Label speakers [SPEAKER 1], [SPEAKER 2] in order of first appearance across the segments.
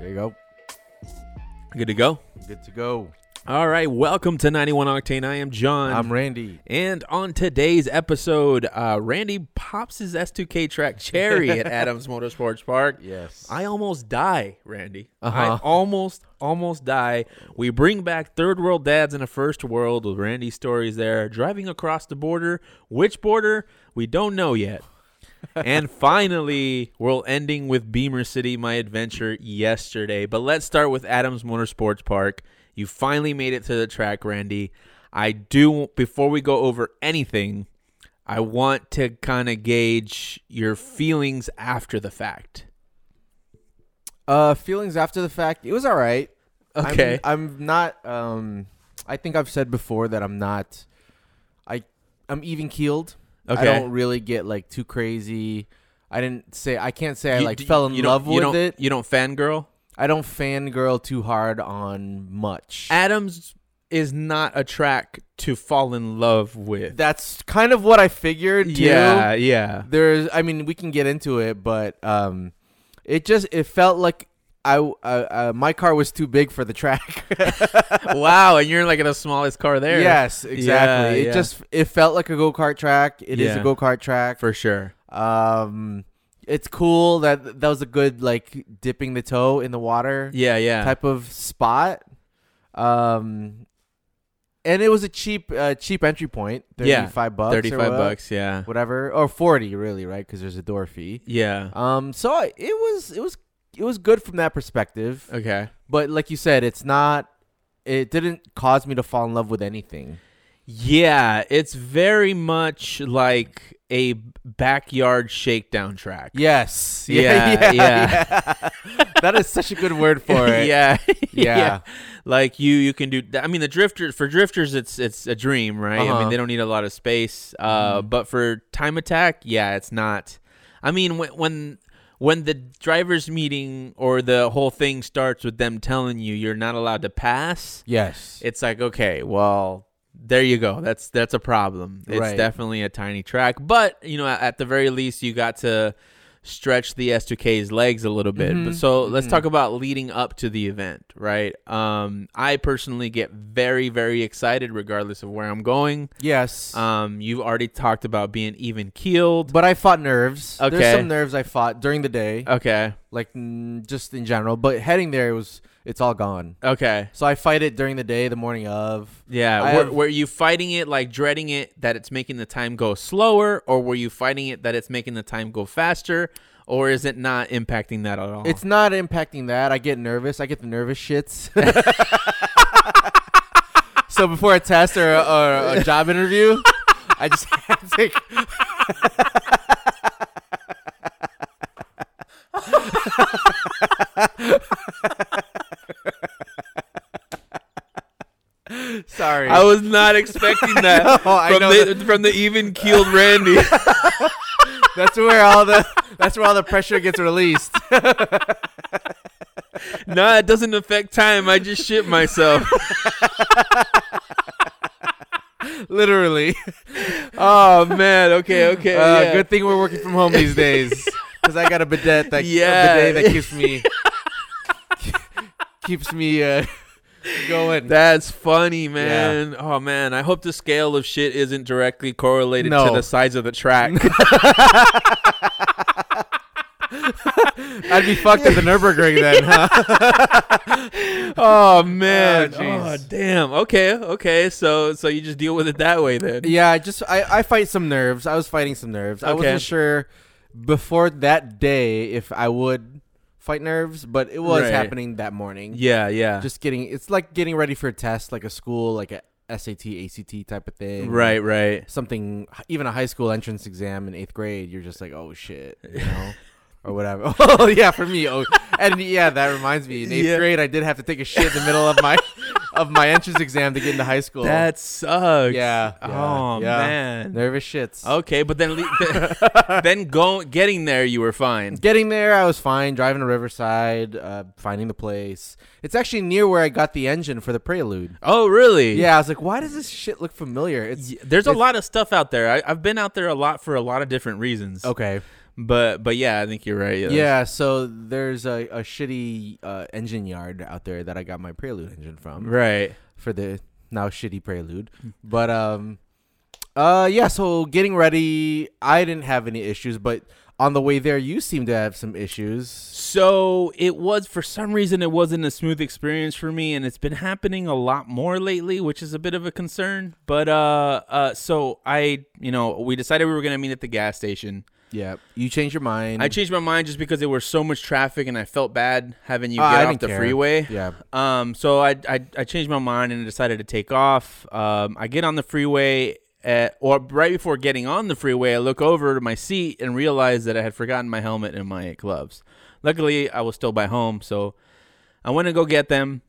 [SPEAKER 1] you go.
[SPEAKER 2] Good to go.
[SPEAKER 1] Good to go.
[SPEAKER 2] All right, welcome to 91 Octane. I am John.
[SPEAKER 1] I'm Randy.
[SPEAKER 2] and on today's episode, uh, Randy pops his S2K track cherry at Adams Motorsports Park.
[SPEAKER 1] Yes.
[SPEAKER 2] I almost die, Randy.
[SPEAKER 1] Uh-huh.
[SPEAKER 2] I almost, almost die. We bring back third world dads in a first world with Randy's stories there, driving across the border. Which border? We don't know yet. and finally, we're ending with Beamer City, my adventure yesterday. But let's start with Adams Motorsports Park. You finally made it to the track, Randy. I do, before we go over anything, I want to kind of gauge your feelings after the fact.
[SPEAKER 1] Uh, feelings after the fact. It was all right. I'm-
[SPEAKER 2] Okay.
[SPEAKER 1] I'm, not. Um, I think I've said before that I'm not. I I'm even keeled. I
[SPEAKER 2] Okay.
[SPEAKER 1] don't really get like too crazy. I didn't say. I can't say I
[SPEAKER 2] You-
[SPEAKER 1] like
[SPEAKER 2] do-
[SPEAKER 1] fell in
[SPEAKER 2] you don't-
[SPEAKER 1] love
[SPEAKER 2] you
[SPEAKER 1] with
[SPEAKER 2] don't-
[SPEAKER 1] it.
[SPEAKER 2] You don't fangirl.
[SPEAKER 1] I don't fangirl too hard on much.
[SPEAKER 2] Adams is not a track to fall in love with.
[SPEAKER 1] That's kind of what I figured. Too.
[SPEAKER 2] yeah, yeah.
[SPEAKER 1] there's i mean we can get into it but um it just it felt like i uh, uh, my car was too big for the track
[SPEAKER 2] wow, and you're like in the smallest car there.
[SPEAKER 1] yes exactly
[SPEAKER 2] Yeah,
[SPEAKER 1] it
[SPEAKER 2] yeah.
[SPEAKER 1] just it felt like a go-kart track It is
[SPEAKER 2] Yeah.
[SPEAKER 1] a go-kart track
[SPEAKER 2] for sure.
[SPEAKER 1] um it's cool that that was a good like dipping the toe in the water
[SPEAKER 2] Yeah, yeah.
[SPEAKER 1] type of spot um and it was a cheap uh, cheap entry point 35
[SPEAKER 2] Yeah,
[SPEAKER 1] bucks or
[SPEAKER 2] Thirty-five
[SPEAKER 1] what-
[SPEAKER 2] bucks. Yeah,
[SPEAKER 1] whatever or 40 really right because there's a door fee
[SPEAKER 2] yeah.
[SPEAKER 1] Um, so I- it was it was it was good from that perspective.
[SPEAKER 2] Okay.
[SPEAKER 1] But like you said, it's not. It didn't cause me to fall in love with anything.
[SPEAKER 2] Yeah, it's very much like a backyard shakedown track.
[SPEAKER 1] Yes.
[SPEAKER 2] Yeah,
[SPEAKER 1] yeah. that is such a good word for it.
[SPEAKER 2] yeah,
[SPEAKER 1] Yeah.
[SPEAKER 2] Like you, you can do. I mean, the drifters for drifters, it's it's a dream, right? I
[SPEAKER 1] Uh-huh.
[SPEAKER 2] mean, they don't need a lot of space. Uh, but for time attack, yeah, it's not. I mean, when when when the drivers meeting or the whole thing starts with them telling you you're not allowed to pass,
[SPEAKER 1] Yes.
[SPEAKER 2] it's like okay, well, there you go. That's that's a problem. It's
[SPEAKER 1] Right.
[SPEAKER 2] definitely a tiny track, but you know, at the very least, you got to stretch the S2K's legs a little bit. But
[SPEAKER 1] Mhm.
[SPEAKER 2] so let's
[SPEAKER 1] Mhm.
[SPEAKER 2] talk about leading up to the event, right? Um, I personally get very very excited, regardless of where I'm going.
[SPEAKER 1] yes.
[SPEAKER 2] Um, you've already talked about being even keeled.
[SPEAKER 1] but I fought nerves.
[SPEAKER 2] Okay.
[SPEAKER 1] There's some nerves I fought during the day,
[SPEAKER 2] Okay,
[SPEAKER 1] like mm, just in general. But heading there it was it's all gone.
[SPEAKER 2] okay,
[SPEAKER 1] So I fight it during the day, the morning of. I
[SPEAKER 2] yeah. Were,
[SPEAKER 1] have-
[SPEAKER 2] were you fighting it, like dreading it that it's making the time go slower, or were you fighting it that it's making the time go faster, or is it not impacting that at all?
[SPEAKER 1] It's not impacting that. I get nervous. I get the nervous shits. so before a test or, or a job interview, I just have to take. Sorry.
[SPEAKER 2] I was not expecting that
[SPEAKER 1] No, I
[SPEAKER 2] from
[SPEAKER 1] know
[SPEAKER 2] the from the even keeled Randy.
[SPEAKER 1] that's where all the that's where all the pressure gets released.
[SPEAKER 2] nah, it doesn't affect time. I just shit myself.
[SPEAKER 1] Literally. Um,
[SPEAKER 2] oh man. Okay. Okay.
[SPEAKER 1] Uh,
[SPEAKER 2] yeah.
[SPEAKER 1] Good thing we're working from home these days, because I got a bidet that
[SPEAKER 2] Yeah.
[SPEAKER 1] a bidet that keeps me keeps me uh, going.
[SPEAKER 2] That's funny, man. Oh man. I hope the scale of shit isn't directly correlated to
[SPEAKER 1] No.
[SPEAKER 2] the size of the track.
[SPEAKER 1] I'd be fucked at the Nurburgring then, huh?
[SPEAKER 2] oh man.
[SPEAKER 1] Oh,
[SPEAKER 2] Oh,
[SPEAKER 1] jeez.
[SPEAKER 2] damn. Okay. Okay. So so you just deal with it that way then.
[SPEAKER 1] yeah, I just I, I fight some nerves. I was fighting some nerves. I
[SPEAKER 2] Okay.
[SPEAKER 1] wasn't sure before that day if I would fight nerves, but it was
[SPEAKER 2] Right.
[SPEAKER 1] happening that morning.
[SPEAKER 2] Yeah. Yeah.
[SPEAKER 1] Just getting it's like getting ready for a test, like a school, like a SAT, ACT type of thing.
[SPEAKER 2] right. Right.
[SPEAKER 1] something even a high school entrance exam in eighth grade you're just like oh shit you know or whatever oh yeah for me oh and yeah that reminds me in eighth
[SPEAKER 2] Yeah.
[SPEAKER 1] grade i did have to take a shit in the middle of my of my entrance exam to get into high school
[SPEAKER 2] That sucks.
[SPEAKER 1] Yeah, yeah,
[SPEAKER 2] Oh
[SPEAKER 1] yeah.
[SPEAKER 2] man. Oh.
[SPEAKER 1] nervous shits
[SPEAKER 2] Okay, but then le- then go getting there, you were fine.
[SPEAKER 1] getting there i was fine driving to riverside uh, finding the place it's actually near where i got the engine for the prelude
[SPEAKER 2] Oh, really?
[SPEAKER 1] yeah i was like why does this shit look familiar it's
[SPEAKER 2] Y- There's a
[SPEAKER 1] it's-
[SPEAKER 2] lot of stuff out there. I, I've been out there a lot for a lot of different reasons.
[SPEAKER 1] okay
[SPEAKER 2] But but yeah, I think you're right. that's-
[SPEAKER 1] Yeah, so there's a, a shitty uh, engine yard out there that I got my Prelude engine from
[SPEAKER 2] Right. Hmm.
[SPEAKER 1] for the now shitty Prelude. But um, uh, yeah. So getting ready, I didn't have any issues, but on the way there, you seem to have some issues.
[SPEAKER 2] So it was for some reason it wasn't a smooth experience for me, and it's been happening a lot more lately, which is a bit of a concern. But uh, uh, so I, you know, we decided we were gonna meet at the gas station.
[SPEAKER 1] Yeah, you changed your mind.
[SPEAKER 2] I changed my mind just because there was so much traffic, and I felt bad having you
[SPEAKER 1] Oh,
[SPEAKER 2] get
[SPEAKER 1] I
[SPEAKER 2] off
[SPEAKER 1] didn't
[SPEAKER 2] the
[SPEAKER 1] care.
[SPEAKER 2] freeway.
[SPEAKER 1] yeah,
[SPEAKER 2] Um, so I, I I changed my mind and decided to take off. Um, I get on the freeway at, or right before getting on the freeway, I look over to my seat and realize that I had forgotten my helmet and my gloves. Luckily, I was still by home, so I went to go get them.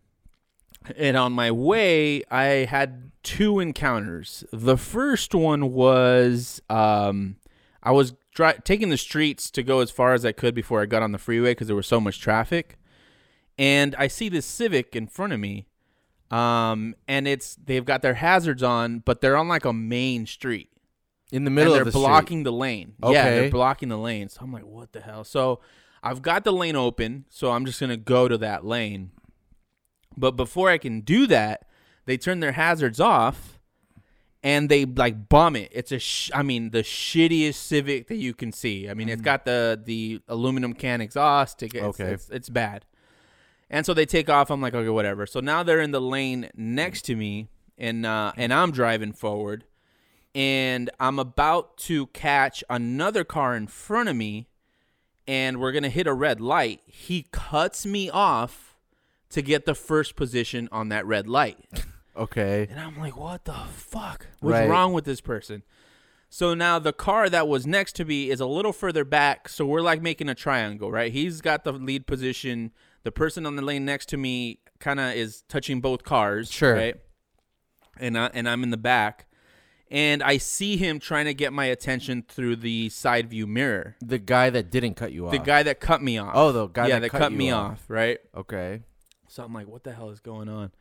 [SPEAKER 2] And on my way, I had two encounters. The first one was um, I was dri- taking the streets to go as far as I could before I got on the freeway because there was so much traffic and I see this Civic in front of me, um, and it's they've got their hazards on, but they're on like a main street,
[SPEAKER 1] in the middle
[SPEAKER 2] and
[SPEAKER 1] of
[SPEAKER 2] they're
[SPEAKER 1] the
[SPEAKER 2] blocking the lane. Yeah,
[SPEAKER 1] Okay.
[SPEAKER 2] they're blocking the lane. So I'm like, what the hell? So I've got the lane open, so I'm just gonna go to that lane. But before I can do that, they turn their hazards off, and they like bomb it. It's a, sh- I mean, the shittiest Civic that you can see. I mean, it's got the the aluminum can exhaust. It, it's,
[SPEAKER 1] Okay.
[SPEAKER 2] it's, it's bad. And so they take off. I'm like, okay, whatever. So now they're in the lane next to me, and uh, and I'm driving forward, and I'm about to catch another car in front of me, and we're gonna hit a red light. He cuts me off to get the first position on that red light.
[SPEAKER 1] street. Okay,
[SPEAKER 2] And I'm like, what the fuck? What's
[SPEAKER 1] Right.
[SPEAKER 2] wrong with this person? So now the car that was next to me is a little further back. So we're like making a triangle, right? He's got the lead position. The person on the lane next to me kind of is touching both cars.
[SPEAKER 1] Sure.
[SPEAKER 2] Right. And, I, and I'm in the back. And I see him trying to get my attention through the side view mirror.
[SPEAKER 1] the guy that didn't cut you off.
[SPEAKER 2] The guy that cut me off.
[SPEAKER 1] Oh, the guy
[SPEAKER 2] yeah,
[SPEAKER 1] that cut you
[SPEAKER 2] me
[SPEAKER 1] off.
[SPEAKER 2] off, right?
[SPEAKER 1] Okay.
[SPEAKER 2] So I'm like, what the hell is going on?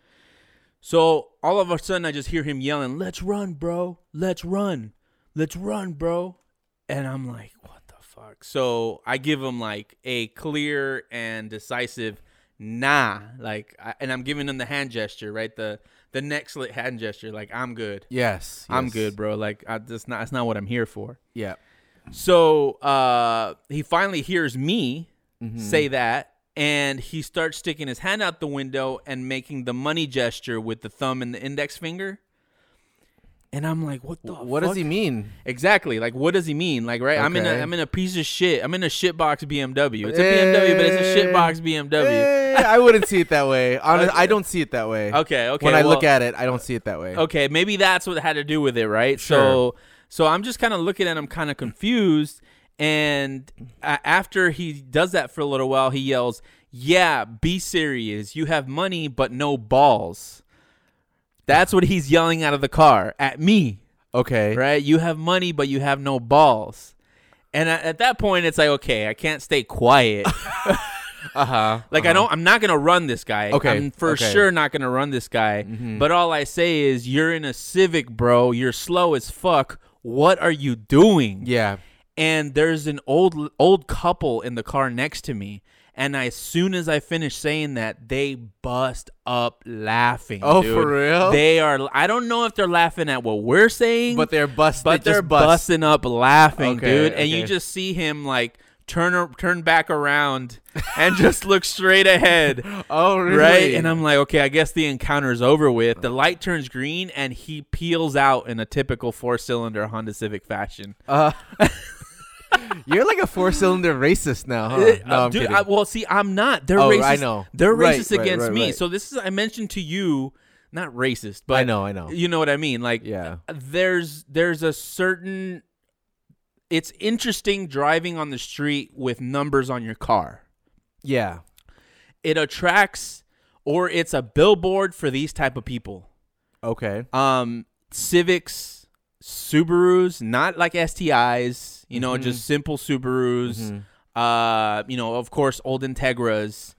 [SPEAKER 2] So all of a sudden, I just hear him yelling, "Let's run, bro! Let's run! Let's run, bro!" And I'm like, what the fuck? So I give him like a clear and decisive nah, like, I, and I'm giving him the hand gesture, right? The the neck slit hand gesture, like I'm good,
[SPEAKER 1] Yes,
[SPEAKER 2] I'm
[SPEAKER 1] yes.
[SPEAKER 2] good, bro. Like I, that's not that's not what I'm here for.
[SPEAKER 1] Yeah.
[SPEAKER 2] So uh, he finally hears me
[SPEAKER 1] Mm-hmm.
[SPEAKER 2] say that, and he starts sticking his hand out the window and making the money gesture with the thumb and the index finger. And I'm like, what the?
[SPEAKER 1] What does
[SPEAKER 2] fuck?
[SPEAKER 1] he mean?
[SPEAKER 2] Exactly. Like, what does he mean? Like, right? I'm in a
[SPEAKER 1] Okay.
[SPEAKER 2] I'm in a piece of shit. I'm in a shitbox BMW. It's a BMW, but it's a
[SPEAKER 1] Hey.
[SPEAKER 2] shitbox BMW.
[SPEAKER 1] Eh, I wouldn't see it that way. Honest, I don't see it that way.
[SPEAKER 2] Okay. Okay.
[SPEAKER 1] when I
[SPEAKER 2] well-
[SPEAKER 1] look at it, I don't see it that way.
[SPEAKER 2] Okay, maybe that's what had to do with it, right? So so I'm just kind of looking at him kind of confused and uh, after he does that for a little while, he yells, "Yeah, be serious. You have money but no balls." That's what he's yelling out of the car at me,
[SPEAKER 1] Okay.
[SPEAKER 2] right? You have money but you have no balls. And I, at that point it's like, "Okay, I can't stay quiet."
[SPEAKER 1] Uh huh.
[SPEAKER 2] Like I don't, I'm not gonna run this guy.
[SPEAKER 1] Okay,
[SPEAKER 2] I'm for
[SPEAKER 1] okay. Mm-hmm.
[SPEAKER 2] sure not gonna run this guy. But all I say is, you're in a Civic, bro. You're slow as fuck. What are you doing?
[SPEAKER 1] Uh-huh. Yeah.
[SPEAKER 2] And there's an old old couple in the car next to me. And I, as soon as I finish saying that, they bust up laughing.
[SPEAKER 1] Oh,
[SPEAKER 2] dude.
[SPEAKER 1] for real?
[SPEAKER 2] They are. I don't know if they're laughing at what we're saying,
[SPEAKER 1] But they're bust. they
[SPEAKER 2] but they're
[SPEAKER 1] just bust.
[SPEAKER 2] busting up laughing,
[SPEAKER 1] Okay,
[SPEAKER 2] dude. And you
[SPEAKER 1] okay.
[SPEAKER 2] just see him like turn ar- turn back around and just look straight ahead.
[SPEAKER 1] Oh really?
[SPEAKER 2] Right, and I'm like, okay, I guess the encounter's over with. The light turns green, and he peels out in a typical four-cylinder Honda Civic fashion.
[SPEAKER 1] Uh, you're like a four-cylinder racist now, huh?
[SPEAKER 2] Uh,
[SPEAKER 1] No, I'm
[SPEAKER 2] dude,
[SPEAKER 1] kidding.
[SPEAKER 2] I, well, see, I'm not. They're
[SPEAKER 1] Oh,
[SPEAKER 2] racist.
[SPEAKER 1] I know.
[SPEAKER 2] They're
[SPEAKER 1] Right,
[SPEAKER 2] racist
[SPEAKER 1] right,
[SPEAKER 2] against
[SPEAKER 1] right,
[SPEAKER 2] me.
[SPEAKER 1] right.
[SPEAKER 2] So this is. I mentioned to you, not racist, but
[SPEAKER 1] I know, I know.
[SPEAKER 2] You know what I mean? Like,
[SPEAKER 1] Yeah.
[SPEAKER 2] there's there's a certain. It's interesting driving on the street with numbers on your car.
[SPEAKER 1] Yeah.
[SPEAKER 2] It attracts, or it's a billboard for these type of people.
[SPEAKER 1] Okay.
[SPEAKER 2] um civics subarus not like stis you know just simple subarus
[SPEAKER 1] Mm-hmm.
[SPEAKER 2] uh you know of course old integras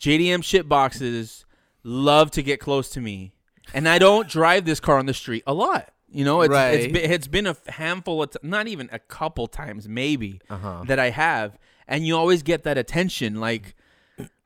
[SPEAKER 2] jdm shit boxes love to get close to me and i don't drive this car on the street a lot You know, it's it's
[SPEAKER 1] Right.
[SPEAKER 2] been, it's been a handful of t- not even a couple times maybe
[SPEAKER 1] Uh-huh.
[SPEAKER 2] that I have, and you always get that attention like.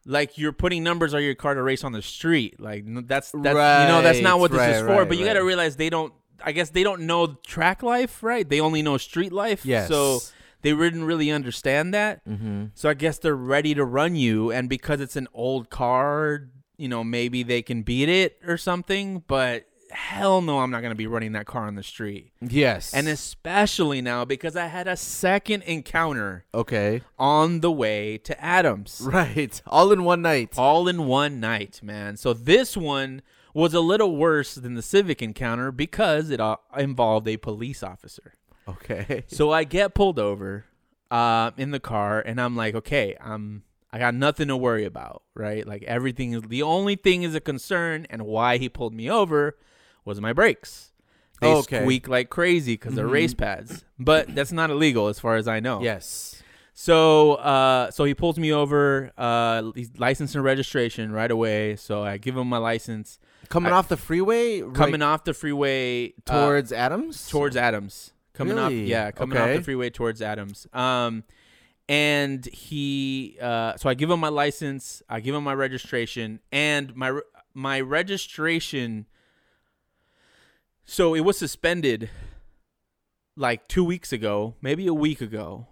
[SPEAKER 2] Like you're putting numbers on your car to race on the street, like n- that's that's you know that's not
[SPEAKER 1] Right,
[SPEAKER 2] what this is
[SPEAKER 1] right,
[SPEAKER 2] for.
[SPEAKER 1] right,
[SPEAKER 2] But you
[SPEAKER 1] right.
[SPEAKER 2] got to realize they don't. I guess they don't know track life, right? They only know street life.
[SPEAKER 1] Yes.
[SPEAKER 2] So they didn't really understand that.
[SPEAKER 1] Mm-hmm.
[SPEAKER 2] So I guess they're ready to run you, and because it's an old car, you know, maybe they can beat it or something. But hell no, I'm not gonna be running that car on the street,
[SPEAKER 1] Yes.
[SPEAKER 2] and especially now because I had a second encounter
[SPEAKER 1] okay.
[SPEAKER 2] on the way to Adams,
[SPEAKER 1] Right. All in one night.
[SPEAKER 2] all in one night, man. So this one was a little worse than the Civic encounter because it uh, involved a police officer.
[SPEAKER 1] Okay.
[SPEAKER 2] So I get pulled over uh, in the car, and I'm like, okay, I'm I got nothing to worry about, right? Like everything is the only thing is a concern, and why he pulled me over was my brakes. They
[SPEAKER 1] Okay.
[SPEAKER 2] squeak like crazy because they're race pads, but that's not illegal as far as I know.
[SPEAKER 1] Yes.
[SPEAKER 2] So, uh, so he pulls me over, uh, he's license and registration right away. So I give him my license.
[SPEAKER 1] Coming
[SPEAKER 2] I-
[SPEAKER 1] off the freeway.
[SPEAKER 2] Coming off the freeway uh,
[SPEAKER 1] towards Adams.
[SPEAKER 2] towards Adams. Coming
[SPEAKER 1] Really?
[SPEAKER 2] off, yeah, coming off
[SPEAKER 1] Okay.
[SPEAKER 2] the freeway towards Adams. Um, and he, uh, so I give him my license, I give him my registration, and my re- my registration. So it was suspended, like two weeks ago, maybe a week ago,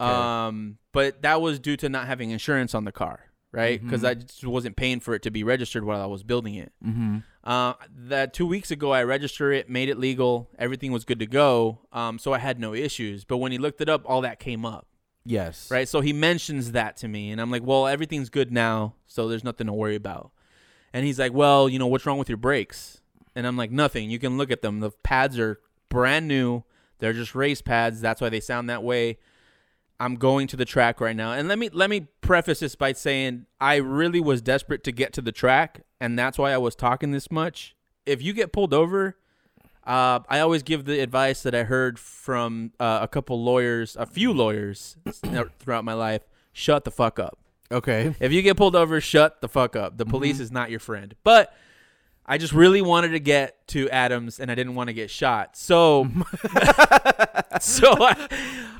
[SPEAKER 1] Okay.
[SPEAKER 2] um, but that was due to not having insurance on the car, right? Because I just wasn't paying for it to be registered while I was building it.
[SPEAKER 1] Mm-hmm.
[SPEAKER 2] Uh, that two weeks ago, I registered it, made it legal, everything was good to go, um, so I had no issues. But when he looked it up, all that came up,
[SPEAKER 1] Yes.
[SPEAKER 2] right? So he mentions that to me, and I'm like, well, everything's good now, so there's nothing to worry about. And he's like, well, you know, what's wrong with your brakes? And I'm like, nothing. You can look at them. The pads are brand new. They're just race pads. That's why they sound that way. I'm going to the track right now. And let me let me preface this by saying I really was desperate to get to the track, and that's why I was talking this much. If you get pulled over, uh, I always give the advice that I heard from uh, a couple lawyers, a few lawyers throughout my life. Shut the fuck up.
[SPEAKER 1] Okay.
[SPEAKER 2] If you get pulled over, shut the fuck up. The police is not your friend. But I just really wanted to get to Adams and I didn't want to get shot. So so I,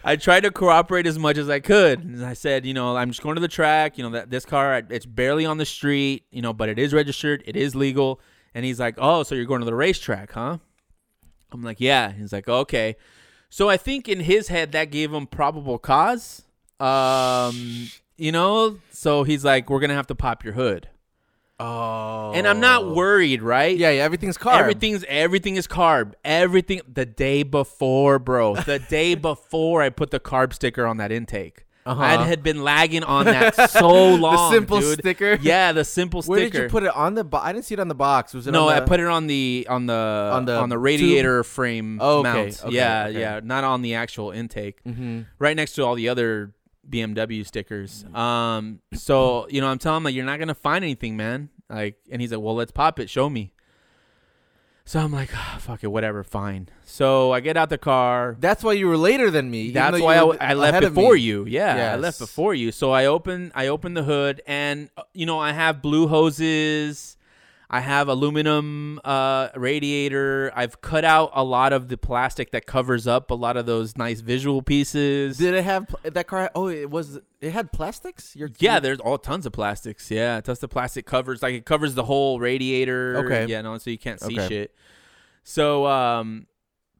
[SPEAKER 2] I tried to cooperate as much as I could. And I said, you know, I'm just going to the track, you know, that this car I- it's barely on the street, you know, but it is registered, it is legal. And he's like, "Oh, so you're going to the racetrack, huh?" I'm like, "Yeah." He's like, "Okay." So I think in his head that gave him probable cause. Um, you know, so he's like, "We're gonna have to pop your hood,"
[SPEAKER 1] Oh.
[SPEAKER 2] and I'm not worried, right?
[SPEAKER 1] Yeah. Yeah. Everything's carb.
[SPEAKER 2] Everything's everything is carb. Everything the day before, bro. The day before I put the carb sticker on that intake.
[SPEAKER 1] Uh-huh.
[SPEAKER 2] I had been lagging on that so long.
[SPEAKER 1] simple
[SPEAKER 2] dude.
[SPEAKER 1] sticker?
[SPEAKER 2] Yeah, the simple
[SPEAKER 1] Where
[SPEAKER 2] sticker.
[SPEAKER 1] did you put it on the? Bo- I didn't see it on the box. Was it?
[SPEAKER 2] no,
[SPEAKER 1] on
[SPEAKER 2] I
[SPEAKER 1] the-
[SPEAKER 2] put it on the on the on the
[SPEAKER 1] the
[SPEAKER 2] on the
[SPEAKER 1] tube?
[SPEAKER 2] radiator frame
[SPEAKER 1] Oh, okay,
[SPEAKER 2] mount.
[SPEAKER 1] okay,
[SPEAKER 2] yeah,
[SPEAKER 1] okay.
[SPEAKER 2] yeah, not on the actual intake.
[SPEAKER 1] Mhm.
[SPEAKER 2] Right next to all the other BMW stickers.
[SPEAKER 1] Mm-hmm.
[SPEAKER 2] Um, so you know, I'm telling him like you're not gonna find anything, man. Like, and he's like, well, let's pop it. Show me. So I'm like, "Ah, fuck it, whatever, fine. So I get out the car.
[SPEAKER 1] That's why you were later than me. even
[SPEAKER 2] That's
[SPEAKER 1] though
[SPEAKER 2] why I,
[SPEAKER 1] you were
[SPEAKER 2] w- I left
[SPEAKER 1] ahead of
[SPEAKER 2] before
[SPEAKER 1] me.
[SPEAKER 2] you. Yeah, I
[SPEAKER 1] Yes.
[SPEAKER 2] left before you. So I open I open the hood, and uh, you know I have blue hoses. I have aluminum uh, radiator. I've cut out a lot of the plastic that covers up a lot of those nice visual pieces.
[SPEAKER 1] Did it have pl- that car? Oh, it was. It had plastics. Your
[SPEAKER 2] yeah, there's all tons of plastics. Yeah, tons of plastic covers. Like it covers the whole radiator.
[SPEAKER 1] Okay.
[SPEAKER 2] Yeah, no, so you can't see
[SPEAKER 1] Okay.
[SPEAKER 2] shit. So um,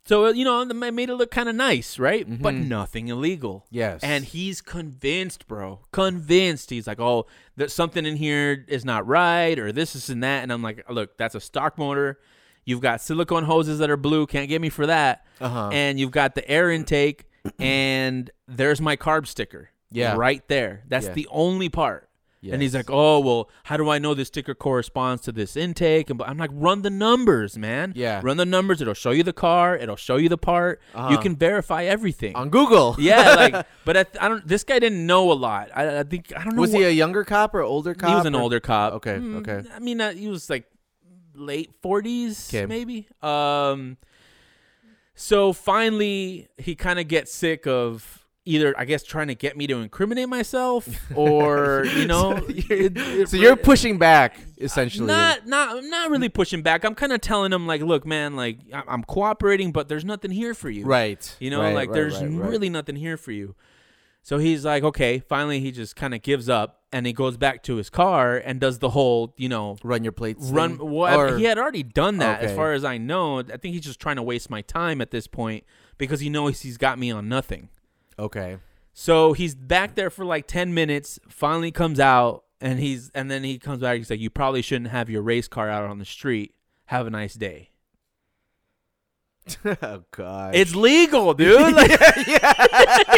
[SPEAKER 2] so you know, I made it look kind of nice, right? But
[SPEAKER 1] Mhm.
[SPEAKER 2] nothing illegal.
[SPEAKER 1] Yes.
[SPEAKER 2] And he's convinced, bro. Convinced. He's like, oh, there's something in here is not right, or this, is and that. And I'm like, look, that's a stock motor. You've got silicone hoses that are blue. Can't get me for that.
[SPEAKER 1] Uh-huh.
[SPEAKER 2] And you've got the air intake, and there's my carb sticker.
[SPEAKER 1] Yeah.
[SPEAKER 2] Right there. That's
[SPEAKER 1] Yeah.
[SPEAKER 2] the only part. And he's
[SPEAKER 1] Yes.
[SPEAKER 2] like, oh, well, how do I know this sticker corresponds to this intake? And but I'm like, run the numbers, man.
[SPEAKER 1] Yeah.
[SPEAKER 2] Run the numbers. It'll show you the car. It'll show you the part. You
[SPEAKER 1] Uh-huh.
[SPEAKER 2] can verify everything.
[SPEAKER 1] on Google.
[SPEAKER 2] oh. Yeah, like, but I, th- I don't. This guy didn't know a lot. I, I think I don't know.
[SPEAKER 1] Was he
[SPEAKER 2] what-
[SPEAKER 1] a younger cop or older cop?
[SPEAKER 2] he was an
[SPEAKER 1] or-
[SPEAKER 2] older cop.
[SPEAKER 1] Okay,
[SPEAKER 2] Mm,
[SPEAKER 1] okay.
[SPEAKER 2] I mean, uh, he was like late forties,
[SPEAKER 1] Okay.
[SPEAKER 2] maybe. Um. So finally, he kind of gets sick of either I guess trying to get me to incriminate myself or you know
[SPEAKER 1] so you're,
[SPEAKER 2] it- it-
[SPEAKER 1] so you're pushing back essentially.
[SPEAKER 2] Not, not, I'm not really pushing back. I'm kind of telling him like, look, man, like I- I'm cooperating, but there's nothing here for you,
[SPEAKER 1] right.
[SPEAKER 2] You know,
[SPEAKER 1] right,
[SPEAKER 2] like
[SPEAKER 1] right,
[SPEAKER 2] there's
[SPEAKER 1] right, right.
[SPEAKER 2] really nothing here for you. So he's like, okay. Finally, he just kind of gives up and he goes back to his car and does the whole, you know,
[SPEAKER 1] run your plates.
[SPEAKER 2] run.
[SPEAKER 1] thing?
[SPEAKER 2] Well,
[SPEAKER 1] Or-
[SPEAKER 2] he had already done that, as
[SPEAKER 1] Okay.
[SPEAKER 2] far as I know. I think he's just trying to waste my time at this point because he knows he's got me on nothing.
[SPEAKER 1] okay.
[SPEAKER 2] So he's back there for like 10 minutes, finally comes out, and he's and then he comes back. He's like, You probably shouldn't have your race car out on the street. Have a nice day.
[SPEAKER 1] oh god.
[SPEAKER 2] It's legal, dude. Like, you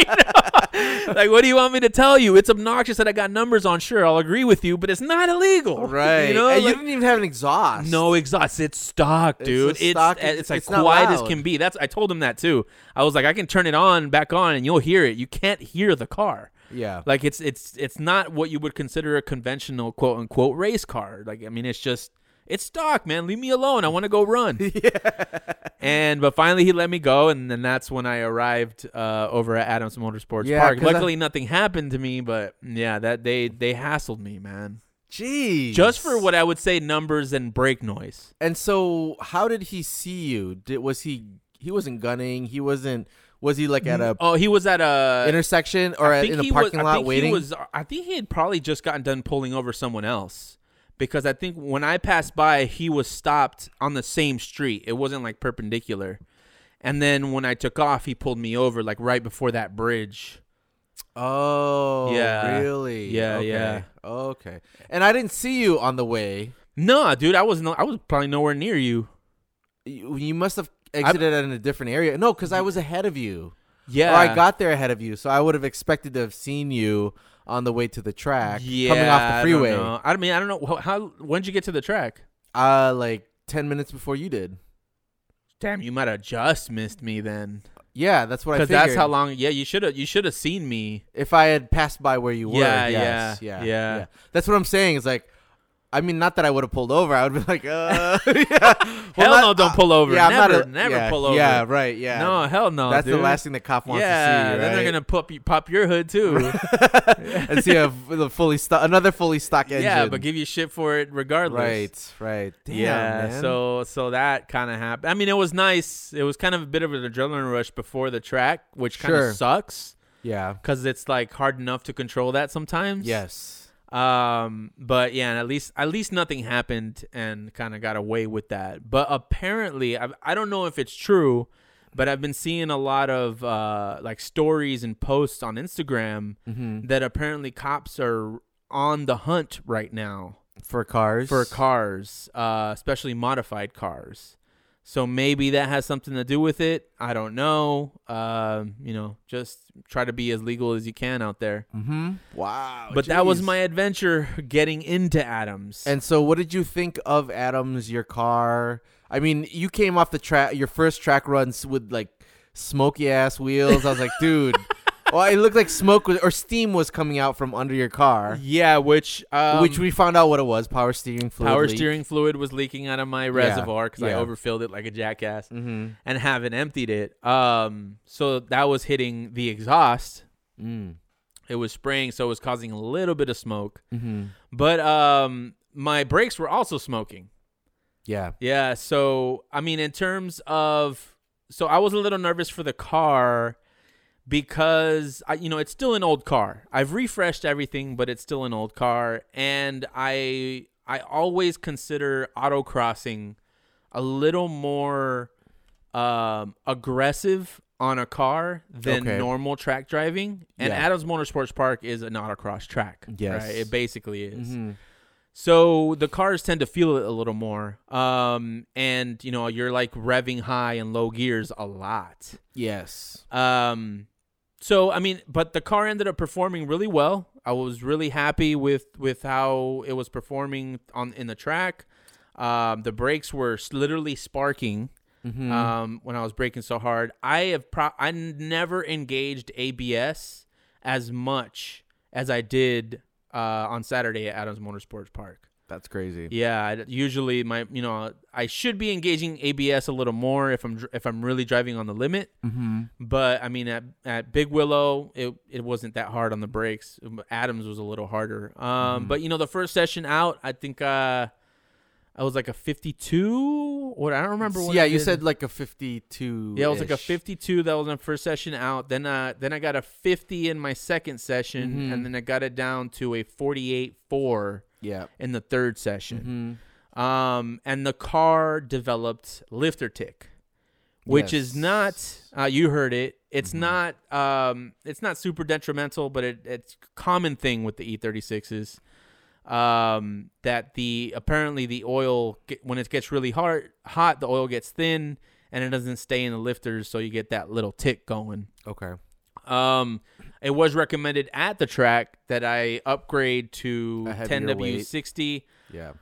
[SPEAKER 2] know? Like, what do you want me to tell you? It's obnoxious that I got numbers on. Sure, I'll agree with you, but it's not illegal.
[SPEAKER 1] right.
[SPEAKER 2] You know,
[SPEAKER 1] and you
[SPEAKER 2] like-
[SPEAKER 1] didn't even have an exhaust.
[SPEAKER 2] No exhaust. It's stock,
[SPEAKER 1] It's
[SPEAKER 2] dude.
[SPEAKER 1] just
[SPEAKER 2] It's
[SPEAKER 1] stock.
[SPEAKER 2] uh, it's,
[SPEAKER 1] It's-
[SPEAKER 2] like
[SPEAKER 1] it's not
[SPEAKER 2] quiet as
[SPEAKER 1] loud.
[SPEAKER 2] can be. That's I told him that too. I was like, I can turn it on, back on, and you'll hear it. You can't hear the car.
[SPEAKER 1] Yeah.
[SPEAKER 2] Like it's it's it's not what you would consider a conventional quote unquote race car. Like I mean, it's just it's stock, man. Leave me alone. I want to go run. And but finally he let me go, and then that's when I arrived uh, over at Adams Motorsports
[SPEAKER 1] Yeah,
[SPEAKER 2] Park.
[SPEAKER 1] 'cause I-
[SPEAKER 2] Luckily, nothing happened to me, but yeah, that they they hassled me, man,
[SPEAKER 1] Jeez.
[SPEAKER 2] just for what I would say numbers and brake noise.
[SPEAKER 1] And so, how did he see you? Did was he? He wasn't gunning. He wasn't. Was he like at a
[SPEAKER 2] Oh, he was at a
[SPEAKER 1] intersection or
[SPEAKER 2] I
[SPEAKER 1] at,
[SPEAKER 2] think
[SPEAKER 1] in a
[SPEAKER 2] he was-
[SPEAKER 1] parking
[SPEAKER 2] I
[SPEAKER 1] lot
[SPEAKER 2] think he
[SPEAKER 1] waiting?
[SPEAKER 2] was- I think he had probably just gotten done pulling over someone else because I think when I passed by, he was stopped on the same street. It wasn't like perpendicular. And then when I took off, he pulled me over like right before that bridge.
[SPEAKER 1] oh,
[SPEAKER 2] Yeah.
[SPEAKER 1] really?
[SPEAKER 2] Yeah,
[SPEAKER 1] okay.
[SPEAKER 2] yeah.
[SPEAKER 1] Okay. And I didn't see you on the way.
[SPEAKER 2] No, dude, I was no, I was probably nowhere near you.
[SPEAKER 1] You, you must have exited in a different area. No, because I was ahead of you.
[SPEAKER 2] Yeah,
[SPEAKER 1] Or I got there ahead of you, so I would have expected to have seen you on the way to the track,
[SPEAKER 2] yeah,
[SPEAKER 1] coming off
[SPEAKER 2] I
[SPEAKER 1] the
[SPEAKER 2] don't
[SPEAKER 1] freeway.
[SPEAKER 2] know. I, mean, I don't know how, how. When'd you get to the track?
[SPEAKER 1] Uh, like ten minutes before you did.
[SPEAKER 2] Damn, you might have just missed me then,
[SPEAKER 1] Yeah, that's what I.
[SPEAKER 2] because
[SPEAKER 1] Because
[SPEAKER 2] that's how long. Yeah, you should have. You should have seen me.
[SPEAKER 1] If I had passed by where you were,
[SPEAKER 2] Yeah,
[SPEAKER 1] yes,
[SPEAKER 2] yeah,
[SPEAKER 1] yeah,
[SPEAKER 2] yeah.
[SPEAKER 1] That's what I'm saying. Is like, I mean, not that I would have pulled over. I would have been like, uh, yeah. Well,
[SPEAKER 2] Hell
[SPEAKER 1] not- uh,
[SPEAKER 2] no, don't pull over.
[SPEAKER 1] Yeah,
[SPEAKER 2] never,
[SPEAKER 1] I'm not a,
[SPEAKER 2] never
[SPEAKER 1] yeah,
[SPEAKER 2] pull over.
[SPEAKER 1] Yeah, right. Yeah,
[SPEAKER 2] No, hell no.
[SPEAKER 1] that's the
[SPEAKER 2] dude.
[SPEAKER 1] last thing the cop wants
[SPEAKER 2] yeah,
[SPEAKER 1] to see.
[SPEAKER 2] then they're gonna pop you, pop your hood too.
[SPEAKER 1] gonna and see a, a fully stock, another fully stock engine.
[SPEAKER 2] yeah, but give you shit for it regardless.
[SPEAKER 1] right, right. Damn,
[SPEAKER 2] yeah.
[SPEAKER 1] man.
[SPEAKER 2] So so that kind of happened. I mean, it was nice. It was kind of a bit of an adrenaline rush before the track, which kind of
[SPEAKER 1] Sure.
[SPEAKER 2] sucks
[SPEAKER 1] yeah,
[SPEAKER 2] because it's like hard enough to control that sometimes.
[SPEAKER 1] yes.
[SPEAKER 2] Um. But yeah, and at least at least nothing happened and kind of got away with that. But apparently, I I don't know if it's true. But I've been seeing a lot of uh, like stories and posts on Instagram
[SPEAKER 1] hmm
[SPEAKER 2] that apparently cops are on the hunt right now
[SPEAKER 1] For cars,
[SPEAKER 2] for cars, uh, especially modified cars. So maybe that has something to do with it. I don't know. Um, you know, just try to be as legal as you can out there.
[SPEAKER 1] Mm-hmm. Wow.
[SPEAKER 2] But that was
[SPEAKER 1] jeez.
[SPEAKER 2] my adventure getting into Adams.
[SPEAKER 1] And so, what did you think of Adams? Your car? I mean, you came off the track. Your first track runs with like smoky ass wheels. I was like, dude. Well, it looked like smoke was, or steam was coming out from under your car,
[SPEAKER 2] yeah, which um,
[SPEAKER 1] which we found out what it was: power steering fluid.
[SPEAKER 2] power
[SPEAKER 1] leak.
[SPEAKER 2] steering fluid was leaking out of my reservoir because I
[SPEAKER 1] yeah.
[SPEAKER 2] overfilled it like a jackass.
[SPEAKER 1] Mhm.
[SPEAKER 2] and haven't emptied it. Um, so that was hitting the exhaust.
[SPEAKER 1] Mm.
[SPEAKER 2] It was spraying, so it was causing a little bit of smoke.
[SPEAKER 1] Mhm.
[SPEAKER 2] But um, my brakes were also smoking.
[SPEAKER 1] Yeah.
[SPEAKER 2] Yeah. So I mean, in terms of, so I was a little nervous for the car because I, you know, it's still an old car. I've refreshed everything, but it's still an old car, and I I always consider autocrossing a little more um, aggressive on a car than
[SPEAKER 1] Okay.
[SPEAKER 2] normal track driving. And
[SPEAKER 1] Yeah.
[SPEAKER 2] Adams Motorsports Park is an autocross track.
[SPEAKER 1] Yes.
[SPEAKER 2] right? it basically is.
[SPEAKER 1] Mhm.
[SPEAKER 2] So the cars tend to feel it a little more. Um, and you know, you're like revving high and low gears a lot.
[SPEAKER 1] Yes.
[SPEAKER 2] Um, so I mean, but the car ended up performing really well. I was really happy with with how it was performing on in the track. Um, the brakes were s- literally sparking
[SPEAKER 1] Mhm.
[SPEAKER 2] um, when I was braking so hard. I have pro- I n- never engaged ABS as much as I did uh, on Saturday at Adams Motorsports Park.
[SPEAKER 1] That's crazy.
[SPEAKER 2] Yeah, I, usually my you know I should be engaging ABS a little more if I'm dr- if I'm really driving on the limit.
[SPEAKER 1] Mm-hmm.
[SPEAKER 2] But I mean at at Big Willow it it wasn't that hard on the brakes. Adams was a little harder. Um,
[SPEAKER 1] Mhm.
[SPEAKER 2] but you know the first session out I think uh I was like a 52 or I don't remember. What
[SPEAKER 1] yeah,
[SPEAKER 2] I
[SPEAKER 1] you
[SPEAKER 2] did.
[SPEAKER 1] said like a 52.
[SPEAKER 2] Yeah, it was like a
[SPEAKER 1] -ish.
[SPEAKER 2] 52. That was my first session out. Then uh, then I got a 50 in my second session,
[SPEAKER 1] Mhm.
[SPEAKER 2] and then I got it down to a 48.4
[SPEAKER 1] Yeah.
[SPEAKER 2] in the third session.
[SPEAKER 1] Mm-hmm.
[SPEAKER 2] Um, and the car developed lifter tick, which is not.
[SPEAKER 1] Yes.
[SPEAKER 2] Uh, you heard it. It's
[SPEAKER 1] Mhm.
[SPEAKER 2] not. Um, it's not super detrimental, but it, it's a common thing with the E36s. Um, that the apparently the oil ge- when it gets really hard hot, the oil gets thin and it doesn't stay in the lifters, so you get that little tick going.
[SPEAKER 1] Okay.
[SPEAKER 2] Um, it was recommended at the track that I upgrade to
[SPEAKER 1] A heavier
[SPEAKER 2] 10W60.
[SPEAKER 1] Yeah.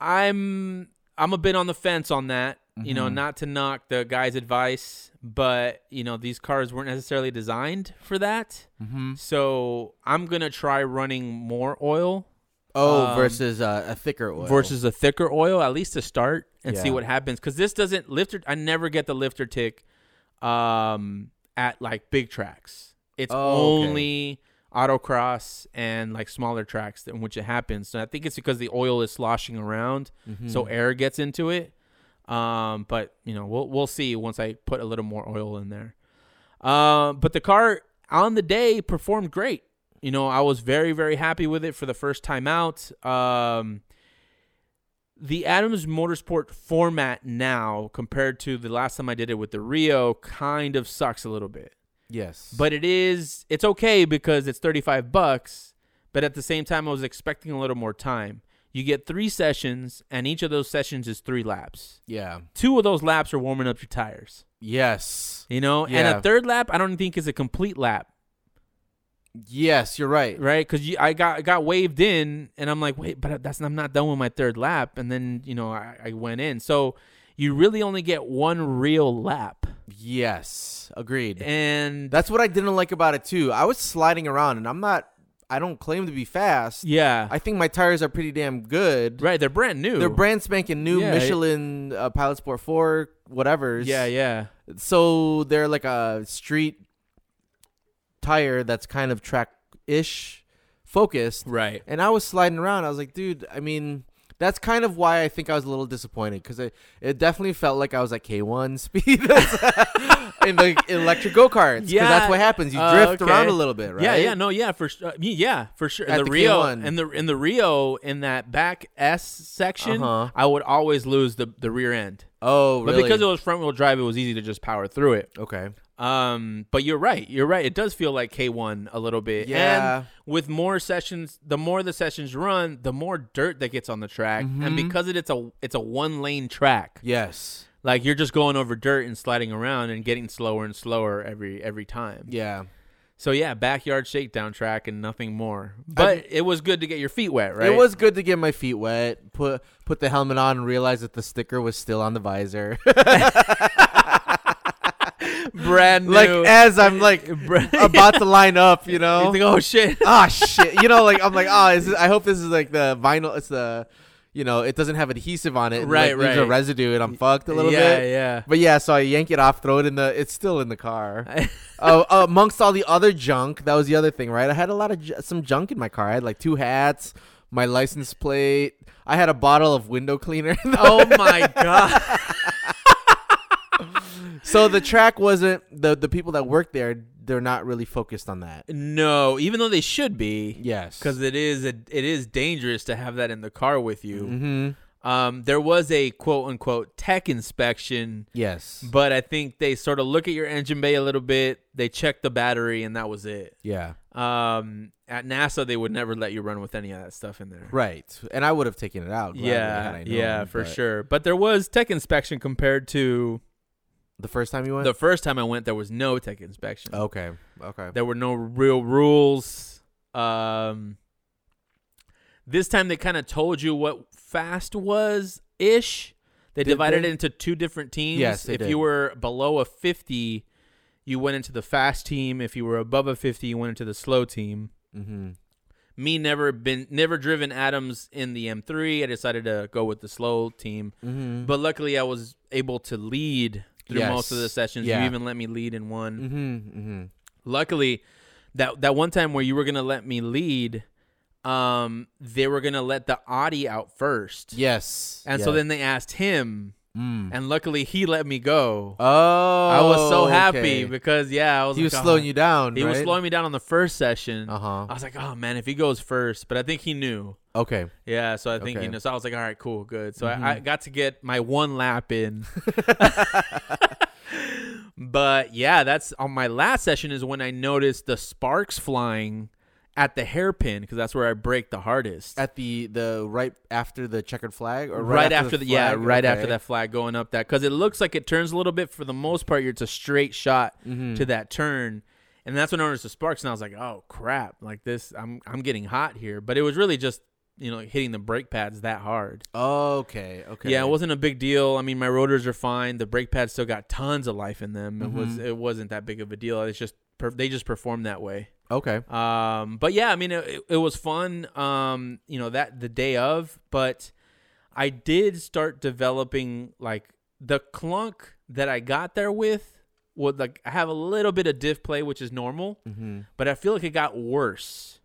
[SPEAKER 2] I'm I'm a bit on the fence on that. You know,
[SPEAKER 1] Mhm.
[SPEAKER 2] not to knock the guy's advice, but you know these cars weren't necessarily designed for that.
[SPEAKER 1] Mm-hmm.
[SPEAKER 2] So I'm gonna try running more oil
[SPEAKER 1] Oh,
[SPEAKER 2] Um,
[SPEAKER 1] versus uh, a thicker oil.
[SPEAKER 2] versus a thicker oil, at least to start and see
[SPEAKER 1] Yeah.
[SPEAKER 2] what happens. Because this doesn't lifter. I never get the lifter tick um, at like big tracks. It's
[SPEAKER 1] Oh, okay.
[SPEAKER 2] only autocross and like smaller tracks in which it happens. So I think it's because the oil is sloshing around, so
[SPEAKER 1] Mhm.
[SPEAKER 2] air gets into it. Um, but you know, we'll we'll see once I put a little more oil in there. Um, but the car on the day performed great. You know, I was very very happy with it for the first time out. Um, the Adams Motorsport format now compared to the last time I did it with the Rio kind of sucks a little bit.
[SPEAKER 1] yes,
[SPEAKER 2] But it is it's okay because it's 35 bucks, but at the same time I was expecting a little more time. You get 3 sessions and each of those sessions is 3 laps.
[SPEAKER 1] yeah,
[SPEAKER 2] Two of those laps are warming up your tires,
[SPEAKER 1] yes,
[SPEAKER 2] you know? And
[SPEAKER 1] Yeah.
[SPEAKER 2] a third lap I don't think is a complete lap,
[SPEAKER 1] yes. You're right.
[SPEAKER 2] right? Cuz I got I got waved in and I'm like, "Wait, but that's I'm not done with my third lap." And then, you know, I, I went in. So you really only get one real lap.
[SPEAKER 1] Yes, agreed.
[SPEAKER 2] And
[SPEAKER 1] That's what I didn't like about it too. I was sliding around, and I'm not. I don't claim to be fast.
[SPEAKER 2] yeah.
[SPEAKER 1] I think my tires are pretty damn good.
[SPEAKER 2] right, they're brand new.
[SPEAKER 1] They're brand spanking new
[SPEAKER 2] Yeah, it-
[SPEAKER 1] Michelin uh, Pilot Sport Four, whatever's.
[SPEAKER 2] Yeah, yeah.
[SPEAKER 1] So they're like a street tire that's kind of track ish focused.
[SPEAKER 2] Right.
[SPEAKER 1] And I was sliding around. I was like, dude, I mean, that's kind of why I think I was a little disappointed because it, it definitely felt like I was at K1 speed in the electric go karts.
[SPEAKER 2] Yeah.
[SPEAKER 1] that's what happens. You
[SPEAKER 2] Uh,
[SPEAKER 1] drift around
[SPEAKER 2] okay.
[SPEAKER 1] a little bit, right?
[SPEAKER 2] Yeah, yeah, no, yeah, for sure. yeah, for sure.
[SPEAKER 1] At
[SPEAKER 2] And the,
[SPEAKER 1] the
[SPEAKER 2] Rio
[SPEAKER 1] K1.
[SPEAKER 2] and the in the Rio in that back S section,
[SPEAKER 1] Uh-huh.
[SPEAKER 2] I would always lose the the rear end.
[SPEAKER 1] Oh,
[SPEAKER 2] But
[SPEAKER 1] really?
[SPEAKER 2] because it was front wheel drive, it was easy to just power through it.
[SPEAKER 1] okay.
[SPEAKER 2] Um, but you're right. You're right. It does feel like K1 a little bit.
[SPEAKER 1] Yeah.
[SPEAKER 2] And with more sessions, the more the sessions run, the more dirt that gets on the track. And
[SPEAKER 1] Mhm.
[SPEAKER 2] because it, it's a it's a one lane track,
[SPEAKER 1] Yes.
[SPEAKER 2] like you're just going over dirt and sliding around and getting slower and slower every every time.
[SPEAKER 1] Yeah.
[SPEAKER 2] So yeah, backyard shakedown track and nothing more. But it was good to get your feet wet, right?
[SPEAKER 1] It was good to get my feet wet. Put put the helmet on and realize that the sticker was still on the visor.
[SPEAKER 2] brand new.
[SPEAKER 1] like as I'm like
[SPEAKER 2] brand,
[SPEAKER 1] about to line up, you
[SPEAKER 2] You
[SPEAKER 1] know.
[SPEAKER 2] think, oh shit.
[SPEAKER 1] Ah shit. You know, like I'm like, oh, is this, I hope this is like the vinyl. It's the, you know, it doesn't have adhesive on it. and,
[SPEAKER 2] Right,
[SPEAKER 1] like, There's a
[SPEAKER 2] right.
[SPEAKER 1] residue, and I'm fucked a little
[SPEAKER 2] yeah,
[SPEAKER 1] bit.
[SPEAKER 2] yeah.
[SPEAKER 1] But yeah, so I yank it off, throw it in the. It's still in the car. uh, amongst all the other junk, that was the other thing, right? I had a lot of ju- some junk in my car. I had like two hats, my license plate. I had a bottle of window cleaner.
[SPEAKER 2] oh my god.
[SPEAKER 1] so the track wasn't the the people that work there. They're not really focused on that.
[SPEAKER 2] No, even though they should be,
[SPEAKER 1] Yes,
[SPEAKER 2] because it is a, it is dangerous to have that in the car with you.
[SPEAKER 1] hmm
[SPEAKER 2] Um, there was a quote unquote tech inspection,
[SPEAKER 1] Yes.
[SPEAKER 2] but I think they sort of look at your engine bay a little bit. They check the battery, and that was it.
[SPEAKER 1] yeah.
[SPEAKER 2] Um, at NASA, they would never let you run with any of that stuff in there.
[SPEAKER 1] Right. And I would have taken it out. gladly, had
[SPEAKER 2] Yeah,
[SPEAKER 1] I known,
[SPEAKER 2] yeah, for
[SPEAKER 1] but
[SPEAKER 2] sure. But there was tech inspection compared to
[SPEAKER 1] The first time you went.
[SPEAKER 2] the first time I went. There was no tech inspection.
[SPEAKER 1] okay. Okay.
[SPEAKER 2] There were no real rules. Um, this time they kind of told you what fast was ish. They
[SPEAKER 1] Did
[SPEAKER 2] divided
[SPEAKER 1] they?
[SPEAKER 2] it into two different teams.
[SPEAKER 1] Yes, they
[SPEAKER 2] if
[SPEAKER 1] did.
[SPEAKER 2] you were below a fifty, you went into the fast team. If you were above a fifty, you went into the slow team.
[SPEAKER 1] mm-hmm.
[SPEAKER 2] me never been never driven Adams in the M3. I decided to go with the slow team,
[SPEAKER 1] Mm-hmm.
[SPEAKER 2] but luckily I was able to lead through
[SPEAKER 1] Yes.
[SPEAKER 2] most of the sessions.
[SPEAKER 1] Yeah.
[SPEAKER 2] You even let me lead in one.
[SPEAKER 1] Mm-hmm. Mm-hmm.
[SPEAKER 2] Luckily, that that one time where you were gonna let me lead, um, they were gonna let the Audi out first.
[SPEAKER 1] Yes.
[SPEAKER 2] And so
[SPEAKER 1] Yeah.
[SPEAKER 2] then they asked him,
[SPEAKER 1] Mm.
[SPEAKER 2] and luckily he let me go.
[SPEAKER 1] Oh, I
[SPEAKER 2] I was so happy because yeah, I was.
[SPEAKER 1] He was
[SPEAKER 2] like,
[SPEAKER 1] slowing
[SPEAKER 2] "Oh."
[SPEAKER 1] you down.
[SPEAKER 2] He was slowing me down on the first session.
[SPEAKER 1] Uh huh.
[SPEAKER 2] I was like, oh man, if he goes first, but I think he knew.
[SPEAKER 1] Okay.
[SPEAKER 2] Yeah, so I think
[SPEAKER 1] Okay.
[SPEAKER 2] he knew. So I was like, all right, cool, good. So
[SPEAKER 1] Mhm.
[SPEAKER 2] I, I got to get my one lap in. but yeah, that's on my last session is when I noticed the sparks flying at the hairpin because that's where I break the hardest.
[SPEAKER 1] At the the right after the checkered flag, or
[SPEAKER 2] right, after, the, yeah,
[SPEAKER 1] flag?
[SPEAKER 2] right
[SPEAKER 1] Okay.
[SPEAKER 2] after that flag going up that because it looks like it turns a little bit. For the most part, it's a straight shot
[SPEAKER 1] Mhm.
[SPEAKER 2] to that turn. And that's when I noticed the sparks, and I was like, "Oh crap! Like this, I'm I'm getting hot here." But it was really just you know hitting the brake pads that hard.
[SPEAKER 1] Okay. Okay.
[SPEAKER 2] Yeah, it wasn't a big deal. I mean, my rotors are fine. The brake pads still got tons of life in them. It was
[SPEAKER 1] Mhm.
[SPEAKER 2] it wasn't that big of a deal. It's just per- they just performed that way.
[SPEAKER 1] Okay.
[SPEAKER 2] Um, but yeah, I mean, it, it was fun. Um, you know that the day of, but I did start developing like the clunk that I got there with. Would like I have a little bit of diff play, which is normal,
[SPEAKER 1] Mm-hmm.
[SPEAKER 2] but I feel like it got worse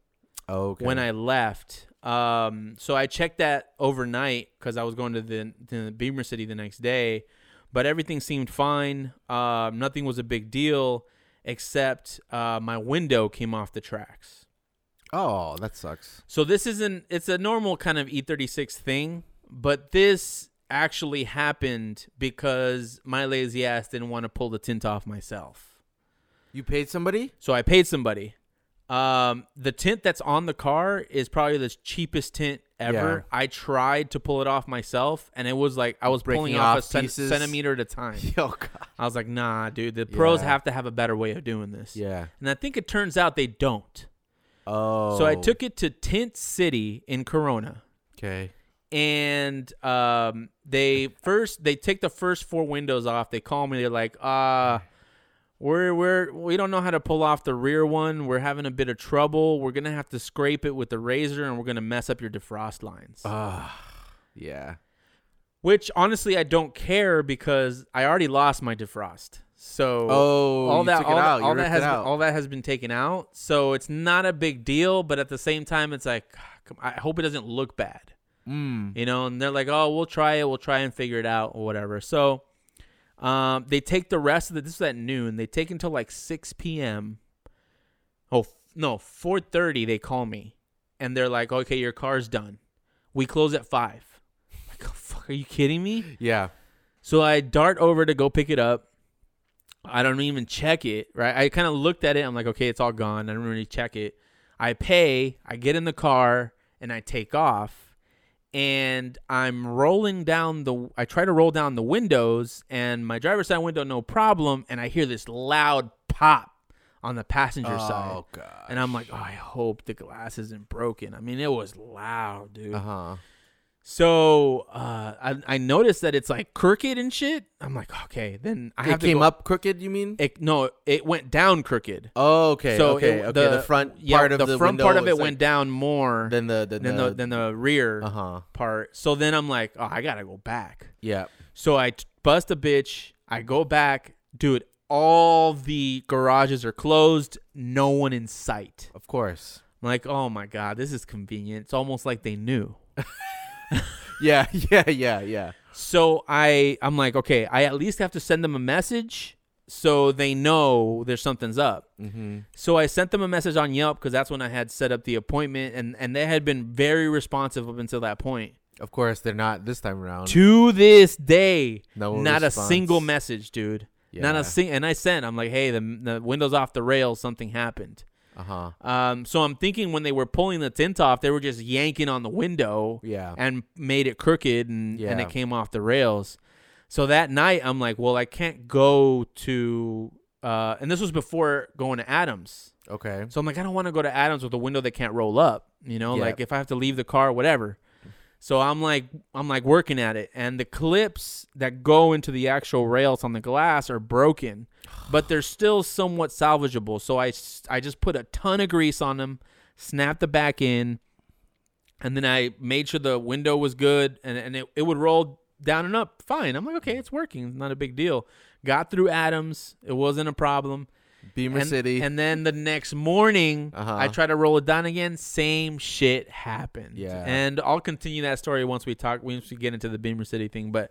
[SPEAKER 1] Okay.
[SPEAKER 2] when I left. Um, so I checked that overnight because I was going to the, to the Beamer City the next day, but everything seemed fine. Um, nothing was a big deal except uh, my window came off the tracks.
[SPEAKER 1] oh, that sucks.
[SPEAKER 2] So this isn't it's a normal kind of E36 thing, but this actually happened because my lazy ass didn't want to pull the tint off myself.
[SPEAKER 1] You paid somebody?
[SPEAKER 2] So I paid somebody. Um, the tint that's on the car is probably the cheapest tint ever. I tried to pull it off myself, and it was like I was
[SPEAKER 1] Breaking
[SPEAKER 2] pulling off, a
[SPEAKER 1] off
[SPEAKER 2] cen-
[SPEAKER 1] pieces.
[SPEAKER 2] centimeter at a time.
[SPEAKER 1] Oh God.
[SPEAKER 2] I was like, nah, dude, the pros
[SPEAKER 1] Yeah.
[SPEAKER 2] have to have a better way of doing this.
[SPEAKER 1] Yeah.
[SPEAKER 2] And I think it turns out they don't.
[SPEAKER 1] Oh.
[SPEAKER 2] So I took it to Tint City in Corona,
[SPEAKER 1] Okay.
[SPEAKER 2] and um, they first they take the first four windows off. They call me. They're like, uh, we're we're we don't know how to pull off the rear one. We're having a bit of trouble. We're gonna have to scrape it with the razor, and we're gonna mess up your defrost lines.
[SPEAKER 1] Ah. yeah.
[SPEAKER 2] Which honestly, I don't care because I already lost my defrost. So
[SPEAKER 1] Oh.
[SPEAKER 2] all
[SPEAKER 1] you
[SPEAKER 2] that
[SPEAKER 1] took
[SPEAKER 2] all,
[SPEAKER 1] it
[SPEAKER 2] that-
[SPEAKER 1] out. You
[SPEAKER 2] all that
[SPEAKER 1] ripped it
[SPEAKER 2] has been,
[SPEAKER 1] out.
[SPEAKER 2] all that has been taken out. So it's not a big deal, but at the same time, it's like "Ah, come- I hope it doesn't look bad.
[SPEAKER 1] Mm.
[SPEAKER 2] you know and they're like oh we'll try it we'll try and figure it out or whatever so um, they take the rest of the this is at noon they take until like 6 p.m oh f- no 4.30 they call me and they're like okay your car's done we close at 5 like oh, fuck are you kidding me
[SPEAKER 1] Yeah.
[SPEAKER 2] so i dart over to go pick it up i don't even check it right i kind of looked at it i'm like okay it's all gone i don't really check it i pay i get in the car and i take off and I'm rolling down the I try to roll down the windows and my driver's side window no problem and I hear this loud pop on the passenger side
[SPEAKER 1] Oh God.
[SPEAKER 2] and I'm like oh, I hope the glass isn't broken. I mean it was loud, dude.
[SPEAKER 1] Uh huh.
[SPEAKER 2] So uh, I I noticed that it's like crooked and shit. I'm like okay, then I have
[SPEAKER 1] It
[SPEAKER 2] to
[SPEAKER 1] came
[SPEAKER 2] go-
[SPEAKER 1] up crooked. You mean?
[SPEAKER 2] It, no, it went down crooked.
[SPEAKER 1] Oh, okay.
[SPEAKER 2] so
[SPEAKER 1] okay.
[SPEAKER 2] it-
[SPEAKER 1] okay. The, front
[SPEAKER 2] yeah,
[SPEAKER 1] part of the,
[SPEAKER 2] the, front part of
[SPEAKER 1] window
[SPEAKER 2] it
[SPEAKER 1] is, like,
[SPEAKER 2] went down more than
[SPEAKER 1] Then the then,
[SPEAKER 2] than the, than the rear
[SPEAKER 1] uh huh.
[SPEAKER 2] part. So then I'm like, oh, I gotta go back.
[SPEAKER 1] Yeah.
[SPEAKER 2] So I t- bust a bitch. I go back, dude. All the garages are closed. No one in sight.
[SPEAKER 1] Of course.
[SPEAKER 2] I'm like, oh my god, this is convenient. It's almost like they knew.
[SPEAKER 1] Yeah. Yeah. Yeah. Yeah.
[SPEAKER 2] So I, I'm like, okay, I at least have to send them a message so they know there's something's up.
[SPEAKER 1] Mm-hmm.
[SPEAKER 2] So I sent them a message on Yelp because that's when I had set up the appointment, and and they had been very responsive up until that point.
[SPEAKER 1] Of course, they're not this time around.
[SPEAKER 2] To this day,
[SPEAKER 1] No
[SPEAKER 2] not a
[SPEAKER 1] response.
[SPEAKER 2] single message, dude. Not
[SPEAKER 1] Yeah.
[SPEAKER 2] a sing. And I sent. I'm like, hey, the, the window's off the rails. Something happened.
[SPEAKER 1] Uh huh.
[SPEAKER 2] Um, so I'm thinking when they were pulling the tint off, they were just yanking on the window
[SPEAKER 1] Yeah.
[SPEAKER 2] and made it crooked, and and
[SPEAKER 1] Yeah.
[SPEAKER 2] it came off the rails. So that night, I'm like, well, I can't go to. Uh, and this was before going to Adams.
[SPEAKER 1] Okay.
[SPEAKER 2] So I'm like, I don't want to go to Adams with a window that can't roll up. You know,
[SPEAKER 1] Yeah.
[SPEAKER 2] like if I have to leave the car, whatever. So I'm like, I'm like working at it, and the clips that go into the actual rails on the glass are broken, but they're still somewhat salvageable. So I, s- I just put a ton of grease on them, snapped the back in, and then I made sure the window was good, and, and it, it would roll down and up fine. I'm like, okay, it's working. It's not a big deal. Got through Adams. It wasn't a problem.
[SPEAKER 1] Beamer
[SPEAKER 2] and,
[SPEAKER 1] City.
[SPEAKER 2] And then the next morning,
[SPEAKER 1] Uh-huh.
[SPEAKER 2] I try to roll it down again. Same shit happened.
[SPEAKER 1] Yeah.
[SPEAKER 2] And I'll continue that story once we talk, once we get into the Beamer City thing. But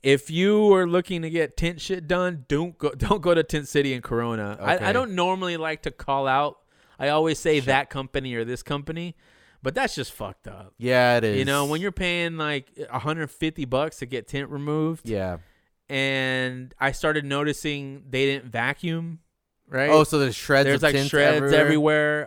[SPEAKER 2] if you are looking to get tent shit done, don't go, don't go to Tent City and Corona. I,
[SPEAKER 1] Okay.
[SPEAKER 2] I don't normally like to call out. I always say that company or this company, but that's just fucked up.
[SPEAKER 1] yeah, it is.
[SPEAKER 2] You know, when you're paying like 150 bucks to get tent removed,
[SPEAKER 1] yeah.
[SPEAKER 2] and I started noticing they didn't vacuum, right?
[SPEAKER 1] Oh, so there's shreds.
[SPEAKER 2] There's
[SPEAKER 1] of
[SPEAKER 2] like
[SPEAKER 1] tints
[SPEAKER 2] shreds
[SPEAKER 1] everywhere.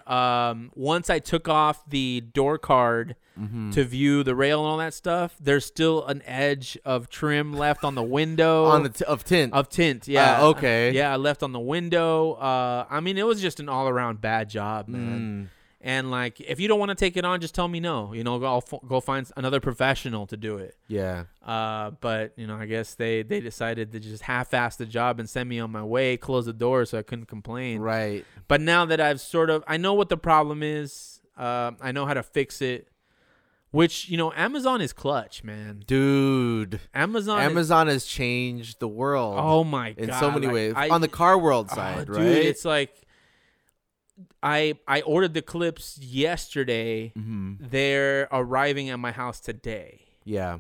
[SPEAKER 2] everywhere. Um, once I took off the door card
[SPEAKER 1] Mhm.
[SPEAKER 2] to view the rail and all that stuff, there's still an edge of trim left on the window
[SPEAKER 1] on the t- of tint.
[SPEAKER 2] of tint. Yeah.
[SPEAKER 1] Ah, okay.
[SPEAKER 2] Yeah, I left on the window. Uh, I mean, it was just an all around bad job, man.
[SPEAKER 1] Mm.
[SPEAKER 2] And like, if you don't want to take it on, just tell me no. You know, I'll f- go find another professional to do it.
[SPEAKER 1] Yeah.
[SPEAKER 2] Uh, but you know, I guess they they decided to just half-ass the job and send me on my way, close the door, so I couldn't complain.
[SPEAKER 1] Right.
[SPEAKER 2] But now that I've sort of, I know what the problem is. Uh, I know how to fix it. Which you know, Amazon is clutch, man.
[SPEAKER 1] Dude.
[SPEAKER 2] Amazon. is-
[SPEAKER 1] Amazon has changed the world
[SPEAKER 2] oh my god!
[SPEAKER 1] in so many
[SPEAKER 2] like,
[SPEAKER 1] ways.
[SPEAKER 2] I-
[SPEAKER 1] on the car world
[SPEAKER 2] oh,
[SPEAKER 1] side,
[SPEAKER 2] dude,
[SPEAKER 1] right?
[SPEAKER 2] It's like I I ordered the clips yesterday.
[SPEAKER 1] hmm
[SPEAKER 2] They're arriving at my house today.
[SPEAKER 1] Yeah.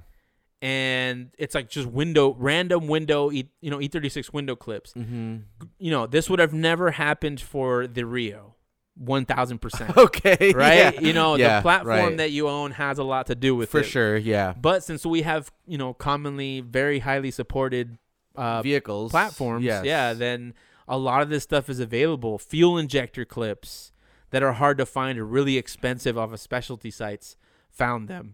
[SPEAKER 2] And it's like just window, random window, E- you know, E36 window clips.
[SPEAKER 1] Mm-hmm.
[SPEAKER 2] You know, this would have never happened for the Rio, one thousand percent.
[SPEAKER 1] Okay.
[SPEAKER 2] right?
[SPEAKER 1] yeah.
[SPEAKER 2] You know,
[SPEAKER 1] Yeah,
[SPEAKER 2] the platform
[SPEAKER 1] right.
[SPEAKER 2] that you own has a lot to do with
[SPEAKER 1] for
[SPEAKER 2] it.
[SPEAKER 1] sure. Yeah.
[SPEAKER 2] But since we have, you know, commonly very highly supported uh,
[SPEAKER 1] Vehicles
[SPEAKER 2] platforms,
[SPEAKER 1] Yes.
[SPEAKER 2] yeah, then a lot of this stuff is available. Fuel injector clips that are hard to find or really expensive off of specialty sites found them. Uh,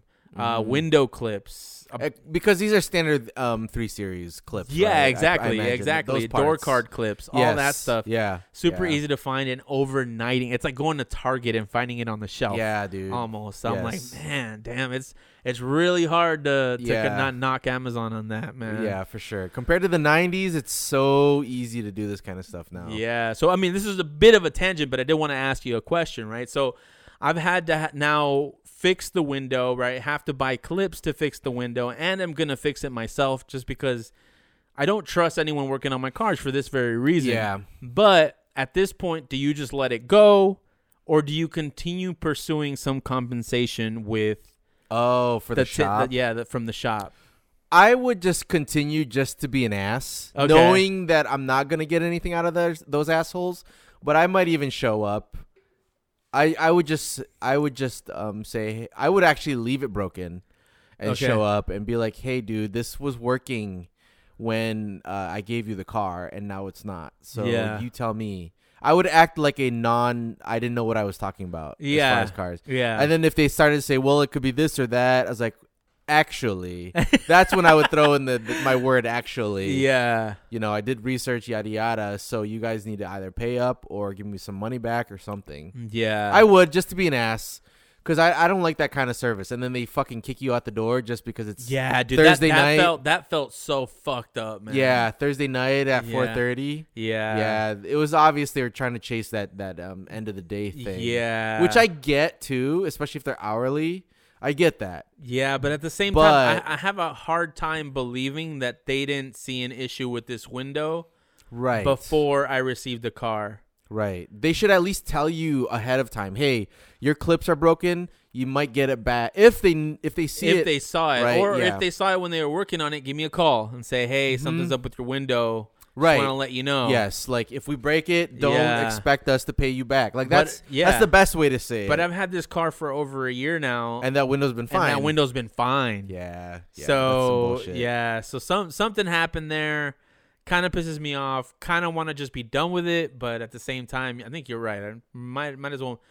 [SPEAKER 1] Mm-hmm.
[SPEAKER 2] window clips. A-
[SPEAKER 1] Uh, because these are standard um, three series clips. right?
[SPEAKER 2] yeah,
[SPEAKER 1] I- I
[SPEAKER 2] exactly,
[SPEAKER 1] imagine that
[SPEAKER 2] exactly.
[SPEAKER 1] those
[SPEAKER 2] Door
[SPEAKER 1] parts-
[SPEAKER 2] card clips, all that
[SPEAKER 1] Yes,
[SPEAKER 2] stuff.
[SPEAKER 1] Yeah.
[SPEAKER 2] Super
[SPEAKER 1] yeah.
[SPEAKER 2] easy to find and overnighting. It's like going to Target and finding it on the shelf.
[SPEAKER 1] Yeah, dude.
[SPEAKER 2] almost. I'm
[SPEAKER 1] Yes.
[SPEAKER 2] like, man, damn, it's it's really hard to, to
[SPEAKER 1] Yeah.
[SPEAKER 2] not knock Amazon on that, man.
[SPEAKER 1] yeah, for sure. Compared to the '90s, it's so easy to do this kind of stuff now.
[SPEAKER 2] Yeah. So I mean, this is a bit of a tangent, but I did want to ask you a question, right? So I've had to ha- now fix the window, right? Have to buy clips to fix the window, and I'm gonna fix it myself just because I don't trust anyone working on my cars for this very reason.
[SPEAKER 1] Yeah.
[SPEAKER 2] But at this point, do you just let it go, or do you continue pursuing some compensation with
[SPEAKER 1] Oh, for the,
[SPEAKER 2] ti-
[SPEAKER 1] shop.
[SPEAKER 2] yeah, the, from the shop?
[SPEAKER 1] I would just continue just to be an ass,
[SPEAKER 2] Okay.
[SPEAKER 1] knowing that I'm not gonna get anything out of those those assholes. But I might even show up. I I would just I would just um say I would actually leave it broken, and
[SPEAKER 2] Okay.
[SPEAKER 1] show up and be like, hey, dude, this was working when uh, I gave you the car, and now it's not. So
[SPEAKER 2] Yeah.
[SPEAKER 1] you tell me. I would act like a non. I didn't know what I was talking about. As
[SPEAKER 2] Yeah.
[SPEAKER 1] far as cars.
[SPEAKER 2] Yeah.
[SPEAKER 1] And then if they started to say, well, it could be this or that, I was like, actually, that's when I would throw in the, the- my word actually.
[SPEAKER 2] yeah.
[SPEAKER 1] You know, I did research, yada yada. So you guys need to either pay up or give me some money back or something.
[SPEAKER 2] Yeah.
[SPEAKER 1] I would just to be an ass. Cause I, I don't like that kind of service, and then they fucking kick you out the door just because it's
[SPEAKER 2] yeah, dude.
[SPEAKER 1] Thursday
[SPEAKER 2] that, that
[SPEAKER 1] night.
[SPEAKER 2] felt that felt so fucked up, man.
[SPEAKER 1] yeah Thursday night at
[SPEAKER 2] Yeah.
[SPEAKER 1] four thirty
[SPEAKER 2] Yeah.
[SPEAKER 1] yeah it was obvious they were trying to chase that that um end of the day thing
[SPEAKER 2] Yeah.
[SPEAKER 1] which I get too especially if they're hourly I get that
[SPEAKER 2] Yeah, but at the same time
[SPEAKER 1] But-
[SPEAKER 2] I, I have a hard time believing that they didn't see an issue with this window
[SPEAKER 1] right
[SPEAKER 2] before I received the car.
[SPEAKER 1] Right. They should at least tell you ahead of time. Hey, your clips are broken. You might get it back if they if they see
[SPEAKER 2] if
[SPEAKER 1] it.
[SPEAKER 2] they saw it.
[SPEAKER 1] right,
[SPEAKER 2] or
[SPEAKER 1] yeah. Mm-hmm.
[SPEAKER 2] if they saw it when they were working on it, give me a call and say, Hey, something's up with your window.
[SPEAKER 1] Right.
[SPEAKER 2] Wanna let you know.
[SPEAKER 1] yes. Like if we break it, don't
[SPEAKER 2] Yeah.
[SPEAKER 1] expect us to pay you back. Like
[SPEAKER 2] But-
[SPEAKER 1] that's
[SPEAKER 2] yeah.
[SPEAKER 1] that's the best way to say it.
[SPEAKER 2] But I've had this car for over a year now.
[SPEAKER 1] and that window's been fine.
[SPEAKER 2] And that window's been fine.
[SPEAKER 1] Yeah. yeah that's
[SPEAKER 2] so
[SPEAKER 1] some bullshit.
[SPEAKER 2] yeah, so some something happened there. Kind of pisses me off. Kind of want to just be done with it, but at the same time, I think you're right. I might might as well,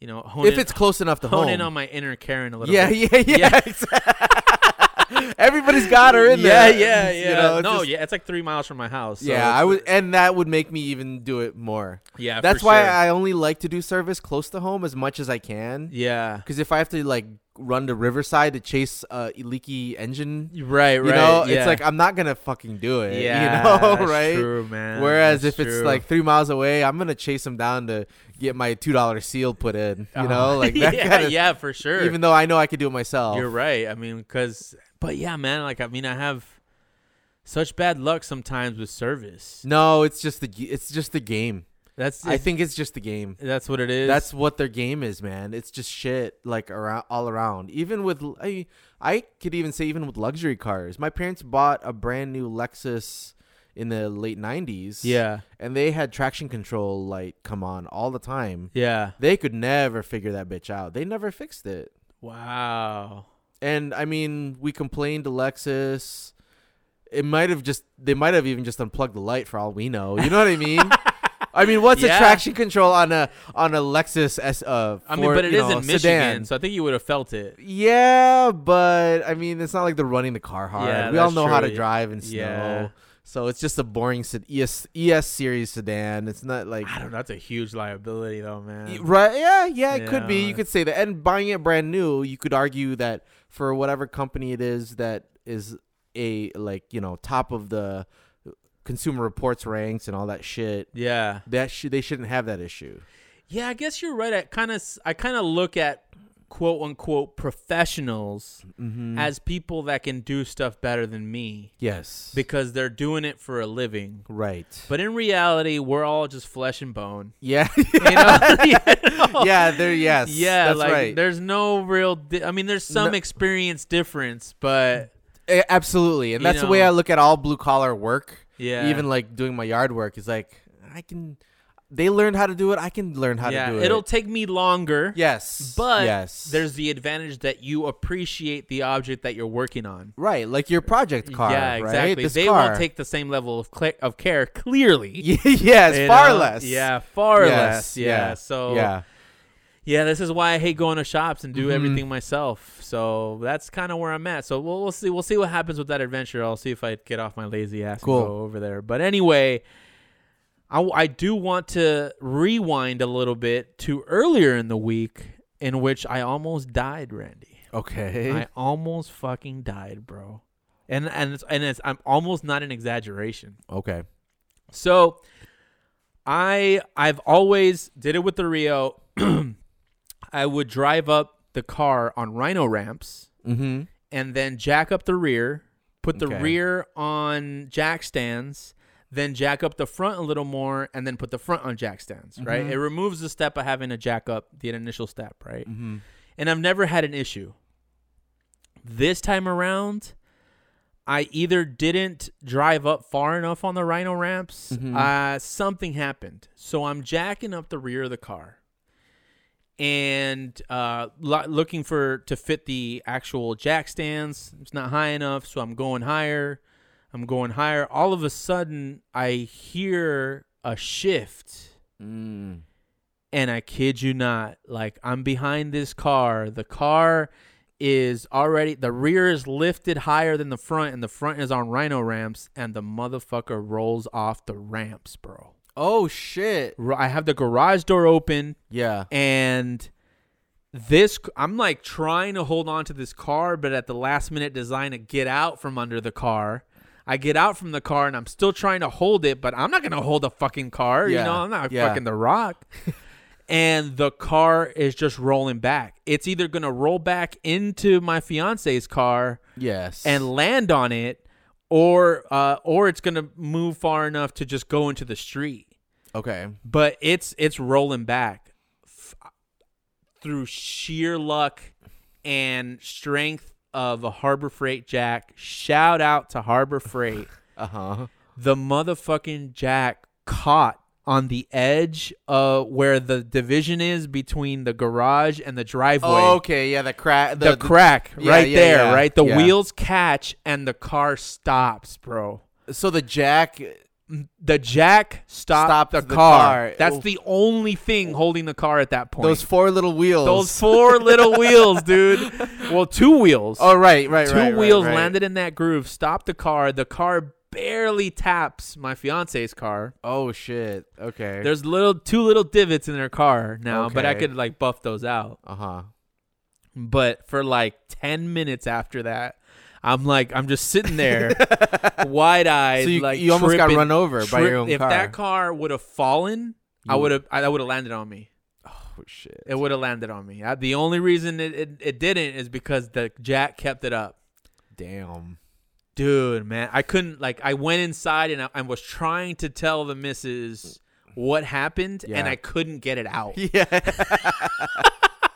[SPEAKER 2] you know, hone
[SPEAKER 1] If
[SPEAKER 2] in,
[SPEAKER 1] it's close enough to
[SPEAKER 2] hone
[SPEAKER 1] home.
[SPEAKER 2] in on my inner Karen a little
[SPEAKER 1] yeah,
[SPEAKER 2] bit.
[SPEAKER 1] yeah. Yeah.
[SPEAKER 2] Yeah.
[SPEAKER 1] exactly. Everybody's got her in
[SPEAKER 2] yeah,
[SPEAKER 1] there.
[SPEAKER 2] yeah,
[SPEAKER 1] You
[SPEAKER 2] yeah.
[SPEAKER 1] know, it's
[SPEAKER 2] no,
[SPEAKER 1] just-
[SPEAKER 2] yeah, it's like three miles from my house. so
[SPEAKER 1] yeah,
[SPEAKER 2] it's-
[SPEAKER 1] I would, and that would make me even do it more.
[SPEAKER 2] Yeah, for
[SPEAKER 1] That's why
[SPEAKER 2] sure.
[SPEAKER 1] I only like to do service close to home as much as I can.
[SPEAKER 2] Yeah,
[SPEAKER 1] Because if I have to like run to Riverside to chase a leaky engine.
[SPEAKER 2] Right, right.
[SPEAKER 1] You know,
[SPEAKER 2] yeah.
[SPEAKER 1] it's like I'm not gonna fucking do it.
[SPEAKER 2] yeah,
[SPEAKER 1] you know,
[SPEAKER 2] that's
[SPEAKER 1] right?
[SPEAKER 2] True, man.
[SPEAKER 1] Whereas
[SPEAKER 2] That's
[SPEAKER 1] if it's
[SPEAKER 2] true.
[SPEAKER 1] like three miles away, I'm gonna chase him down to get my two dollar seal put in. You know,
[SPEAKER 2] Uh-huh.
[SPEAKER 1] like that
[SPEAKER 2] yeah,
[SPEAKER 1] kind of.
[SPEAKER 2] yeah, for sure.
[SPEAKER 1] Even though I know I could do it myself.
[SPEAKER 2] You're right. I mean, because, but yeah, man. Like, I mean, I have such bad luck sometimes with service.
[SPEAKER 1] No, it's just the g- it's just the game.
[SPEAKER 2] That's
[SPEAKER 1] I think it's just the game.
[SPEAKER 2] that's what it is.
[SPEAKER 1] That's what their game is, man. It's just shit like around all around. Even with l- I, I could even say even with luxury cars. My parents bought a brand new Lexus in the late 90s.
[SPEAKER 2] yeah,
[SPEAKER 1] And they had traction control light come on all the time.
[SPEAKER 2] yeah.
[SPEAKER 1] They could never figure that bitch out. They never fixed it.
[SPEAKER 2] Wow.
[SPEAKER 1] And I mean, we complained to Lexus. It might have just they might have even just unplugged the light for all we know. You know what I mean? I mean, what's
[SPEAKER 2] Yeah.
[SPEAKER 1] a traction control on a on a Lexus S uh
[SPEAKER 2] I mean,
[SPEAKER 1] Ford,
[SPEAKER 2] but it
[SPEAKER 1] you
[SPEAKER 2] is
[SPEAKER 1] know,
[SPEAKER 2] in Michigan,
[SPEAKER 1] sedan.
[SPEAKER 2] so I think you would have felt it.
[SPEAKER 1] Yeah, but I mean, it's not like they're running the car hard.
[SPEAKER 2] Yeah,
[SPEAKER 1] we all
[SPEAKER 2] that's
[SPEAKER 1] know how
[SPEAKER 2] true.
[SPEAKER 1] to drive in snow.
[SPEAKER 2] Yeah.
[SPEAKER 1] So it's just a boring E sed- ES ES series sedan. It's not like
[SPEAKER 2] I don't know. That's a huge liability, though,
[SPEAKER 1] Y-
[SPEAKER 2] man.
[SPEAKER 1] Right? Yeah, yeah, it could be.
[SPEAKER 2] Yeah.
[SPEAKER 1] You could say that. And buying it brand new, you could argue that for whatever company it is that is a like you know top of the Consumer Reports ranks and all that shit,
[SPEAKER 2] Yeah.
[SPEAKER 1] that sh- they shouldn't have that issue.
[SPEAKER 2] Yeah, I guess you're right. I kind of I kind of look at quote unquote professionals
[SPEAKER 1] Mm-hmm.
[SPEAKER 2] as people that can do stuff better than me
[SPEAKER 1] yes,
[SPEAKER 2] because they're doing it for a living.
[SPEAKER 1] right.
[SPEAKER 2] But in reality, we're all just flesh and bone.
[SPEAKER 1] yeah,
[SPEAKER 2] You know? You know?
[SPEAKER 1] yeah. There, yes,
[SPEAKER 2] Yeah,
[SPEAKER 1] that's
[SPEAKER 2] like
[SPEAKER 1] right.
[SPEAKER 2] there's no real. Di- I mean, there's some
[SPEAKER 1] No.
[SPEAKER 2] experience difference, but
[SPEAKER 1] A- Absolutely, and
[SPEAKER 2] You
[SPEAKER 1] that's the way
[SPEAKER 2] know.
[SPEAKER 1] I look at all blue collar work.
[SPEAKER 2] yeah,
[SPEAKER 1] Even like doing my yard work is like I can. They learned how to do it. I can learn how
[SPEAKER 2] yeah,
[SPEAKER 1] to do it.
[SPEAKER 2] will take me longer.
[SPEAKER 1] Yes.
[SPEAKER 2] But
[SPEAKER 1] yes.
[SPEAKER 2] There's the advantage that you appreciate the object that you're working on.
[SPEAKER 1] right, like your project car.
[SPEAKER 2] yeah, exactly.
[SPEAKER 1] Right? This
[SPEAKER 2] they
[SPEAKER 1] car.
[SPEAKER 2] won't take the same level of cl- of care. Clearly,
[SPEAKER 1] yes,
[SPEAKER 2] you
[SPEAKER 1] far
[SPEAKER 2] know?
[SPEAKER 1] less.
[SPEAKER 2] Yeah, far
[SPEAKER 1] Yes,
[SPEAKER 2] less. Yeah.
[SPEAKER 1] yeah,
[SPEAKER 2] So yeah.
[SPEAKER 1] Yeah.
[SPEAKER 2] this is why I hate going to shops and do
[SPEAKER 1] Mhm.
[SPEAKER 2] everything myself. So that's kind of where I'm at. So we'll, we'll see. We'll see what happens with that adventure. I'll see if I get off my lazy ass
[SPEAKER 1] Cool.
[SPEAKER 2] and go over there. But anyway. I, w- I do want to rewind a little bit to earlier in the week in which I almost died, Randy.
[SPEAKER 1] Okay.
[SPEAKER 2] I almost fucking died, bro. And and it's, and it's I'm almost not an exaggeration.
[SPEAKER 1] okay.
[SPEAKER 2] So I I've always did it with the Rio. I would drive up the car on Rhino ramps
[SPEAKER 1] Mm-hmm.
[SPEAKER 2] and then jack up the rear, put the
[SPEAKER 1] Okay.
[SPEAKER 2] rear on jack stands, then jack up the front a little more, and then put the front on jack stands. Right?
[SPEAKER 1] Mhm.
[SPEAKER 2] It removes the step of having to jack up the initial step. Right?
[SPEAKER 1] Mm-hmm.
[SPEAKER 2] and I've never had an issue. This time around, I either didn't drive up far enough on the Rhino ramps,
[SPEAKER 1] Mhm.
[SPEAKER 2] uh, something happened. So I'm jacking up the rear of the car and uh, lo- looking for to fit the actual jack stands. It's not high enough, so I'm going higher. I'm going higher. All of a sudden, I hear a shift.
[SPEAKER 1] Mm.
[SPEAKER 2] And I kid you not, like I'm behind this car. The car is already the rear is lifted higher than the front, and the front is on rhino ramps, and the motherfucker rolls off the ramps, bro.
[SPEAKER 1] Oh shit.
[SPEAKER 2] R- I have the garage door open,
[SPEAKER 1] Yeah.
[SPEAKER 2] and this c- I'm like trying to hold on to this car, but at the last minute design to get out from under the car. I get out from the car and I'm still trying to hold it, but I'm not gonna hold a fucking car. You
[SPEAKER 1] Yeah,
[SPEAKER 2] know, I'm not
[SPEAKER 1] yeah.
[SPEAKER 2] fucking the rock. and the car is just rolling back. It's either gonna roll back into my fiance's car
[SPEAKER 1] Yes.
[SPEAKER 2] and land on it, or uh, or it's gonna move far enough to just go into the street
[SPEAKER 1] okay.
[SPEAKER 2] but it's it's rolling back F- through sheer luck and strength of a Harbor Freight jack. Shout out to Harbor Freight.
[SPEAKER 1] Uh huh.
[SPEAKER 2] the motherfucking jack caught on the edge uh where the division is between the garage and the driveway.
[SPEAKER 1] Oh, okay. Yeah. The crack.
[SPEAKER 2] the, crack
[SPEAKER 1] yeah,
[SPEAKER 2] right
[SPEAKER 1] yeah,
[SPEAKER 2] there,
[SPEAKER 1] yeah,
[SPEAKER 2] right? The
[SPEAKER 1] yeah.
[SPEAKER 2] wheels catch and the car stops, bro
[SPEAKER 1] so the jack.
[SPEAKER 2] the jack stopped,
[SPEAKER 1] Stopped
[SPEAKER 2] the,
[SPEAKER 1] the
[SPEAKER 2] car.
[SPEAKER 1] car.
[SPEAKER 2] That's
[SPEAKER 1] Oof.
[SPEAKER 2] the only thing holding the car at that point.
[SPEAKER 1] Those four little wheels.
[SPEAKER 2] Those four little wheels, dude. Well, two wheels.
[SPEAKER 1] Oh right, right,
[SPEAKER 2] two
[SPEAKER 1] right. right,
[SPEAKER 2] wheels
[SPEAKER 1] right.
[SPEAKER 2] landed in that groove, stopped the car. The car barely taps my fiance's car.
[SPEAKER 1] Oh shit. Okay.
[SPEAKER 2] There's little two little divots in their car now, but I
[SPEAKER 1] Okay.
[SPEAKER 2] could like buff those out.
[SPEAKER 1] Uh huh.
[SPEAKER 2] But for like 10 minutes after that, I'm like, I'm just sitting there wide eyed.
[SPEAKER 1] So you,
[SPEAKER 2] like,
[SPEAKER 1] you almost got
[SPEAKER 2] tripping-
[SPEAKER 1] run over by
[SPEAKER 2] trip-
[SPEAKER 1] your own
[SPEAKER 2] if
[SPEAKER 1] car. Mm.
[SPEAKER 2] that car would have fallen, I
[SPEAKER 1] You-
[SPEAKER 2] would have I would have landed on me.
[SPEAKER 1] oh shit!
[SPEAKER 2] It would have landed on me. I, the only reason it, it, it didn't is because the jack kept it up.
[SPEAKER 1] Damn.
[SPEAKER 2] Dude, man, I couldn't like I went inside and I, I was trying to tell the missus what happened and
[SPEAKER 1] Yeah.
[SPEAKER 2] I couldn't get it out.
[SPEAKER 1] Yeah.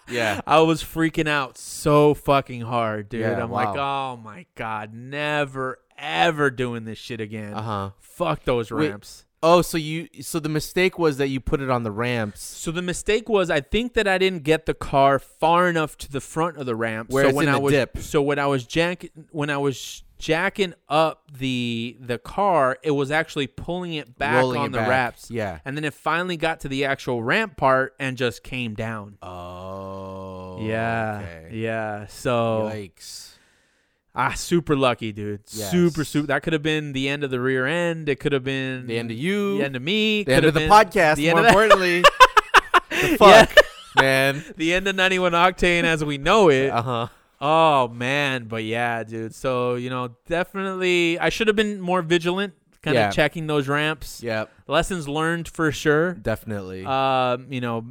[SPEAKER 1] yeah.
[SPEAKER 2] I was freaking out so fucking hard, dude.
[SPEAKER 1] Yeah,
[SPEAKER 2] I'm like, oh my god, never ever doing this shit again.
[SPEAKER 1] Uh huh.
[SPEAKER 2] Fuck those
[SPEAKER 1] Wait,
[SPEAKER 2] ramps.
[SPEAKER 1] Oh, so you so the mistake was that you put it on the ramps.
[SPEAKER 2] So the mistake was I think that I didn't get the car far enough to the front of the ramp.
[SPEAKER 1] Where
[SPEAKER 2] so
[SPEAKER 1] it's
[SPEAKER 2] when
[SPEAKER 1] in
[SPEAKER 2] I
[SPEAKER 1] a
[SPEAKER 2] was
[SPEAKER 1] dip.
[SPEAKER 2] so when I was jack when I was jacking up the the car, it was actually pulling it back
[SPEAKER 1] rolling
[SPEAKER 2] on
[SPEAKER 1] it
[SPEAKER 2] the
[SPEAKER 1] back.
[SPEAKER 2] wraps.
[SPEAKER 1] Yeah.
[SPEAKER 2] And then it finally got to the actual ramp part and just came down.
[SPEAKER 1] Oh.
[SPEAKER 2] yeah.
[SPEAKER 1] okay.
[SPEAKER 2] Yeah. So
[SPEAKER 1] Yikes.
[SPEAKER 2] ah super lucky, dude.
[SPEAKER 1] Yes.
[SPEAKER 2] Super super that could have been the end of the rear end. It could have been
[SPEAKER 1] The end of you.
[SPEAKER 2] the end of me.
[SPEAKER 1] the end
[SPEAKER 2] could
[SPEAKER 1] of
[SPEAKER 2] have
[SPEAKER 1] the
[SPEAKER 2] been
[SPEAKER 1] podcast.
[SPEAKER 2] The end
[SPEAKER 1] more
[SPEAKER 2] of that-
[SPEAKER 1] importantly, the fuck, man.
[SPEAKER 2] the end of 91 octane as we know it.
[SPEAKER 1] Uh huh.
[SPEAKER 2] Oh man, but yeah, dude. So you know, definitely, I should have been more vigilant, kind
[SPEAKER 1] Yeah.
[SPEAKER 2] of checking those ramps.
[SPEAKER 1] Yep.
[SPEAKER 2] Lessons learned for sure.
[SPEAKER 1] Definitely.
[SPEAKER 2] Um, you know,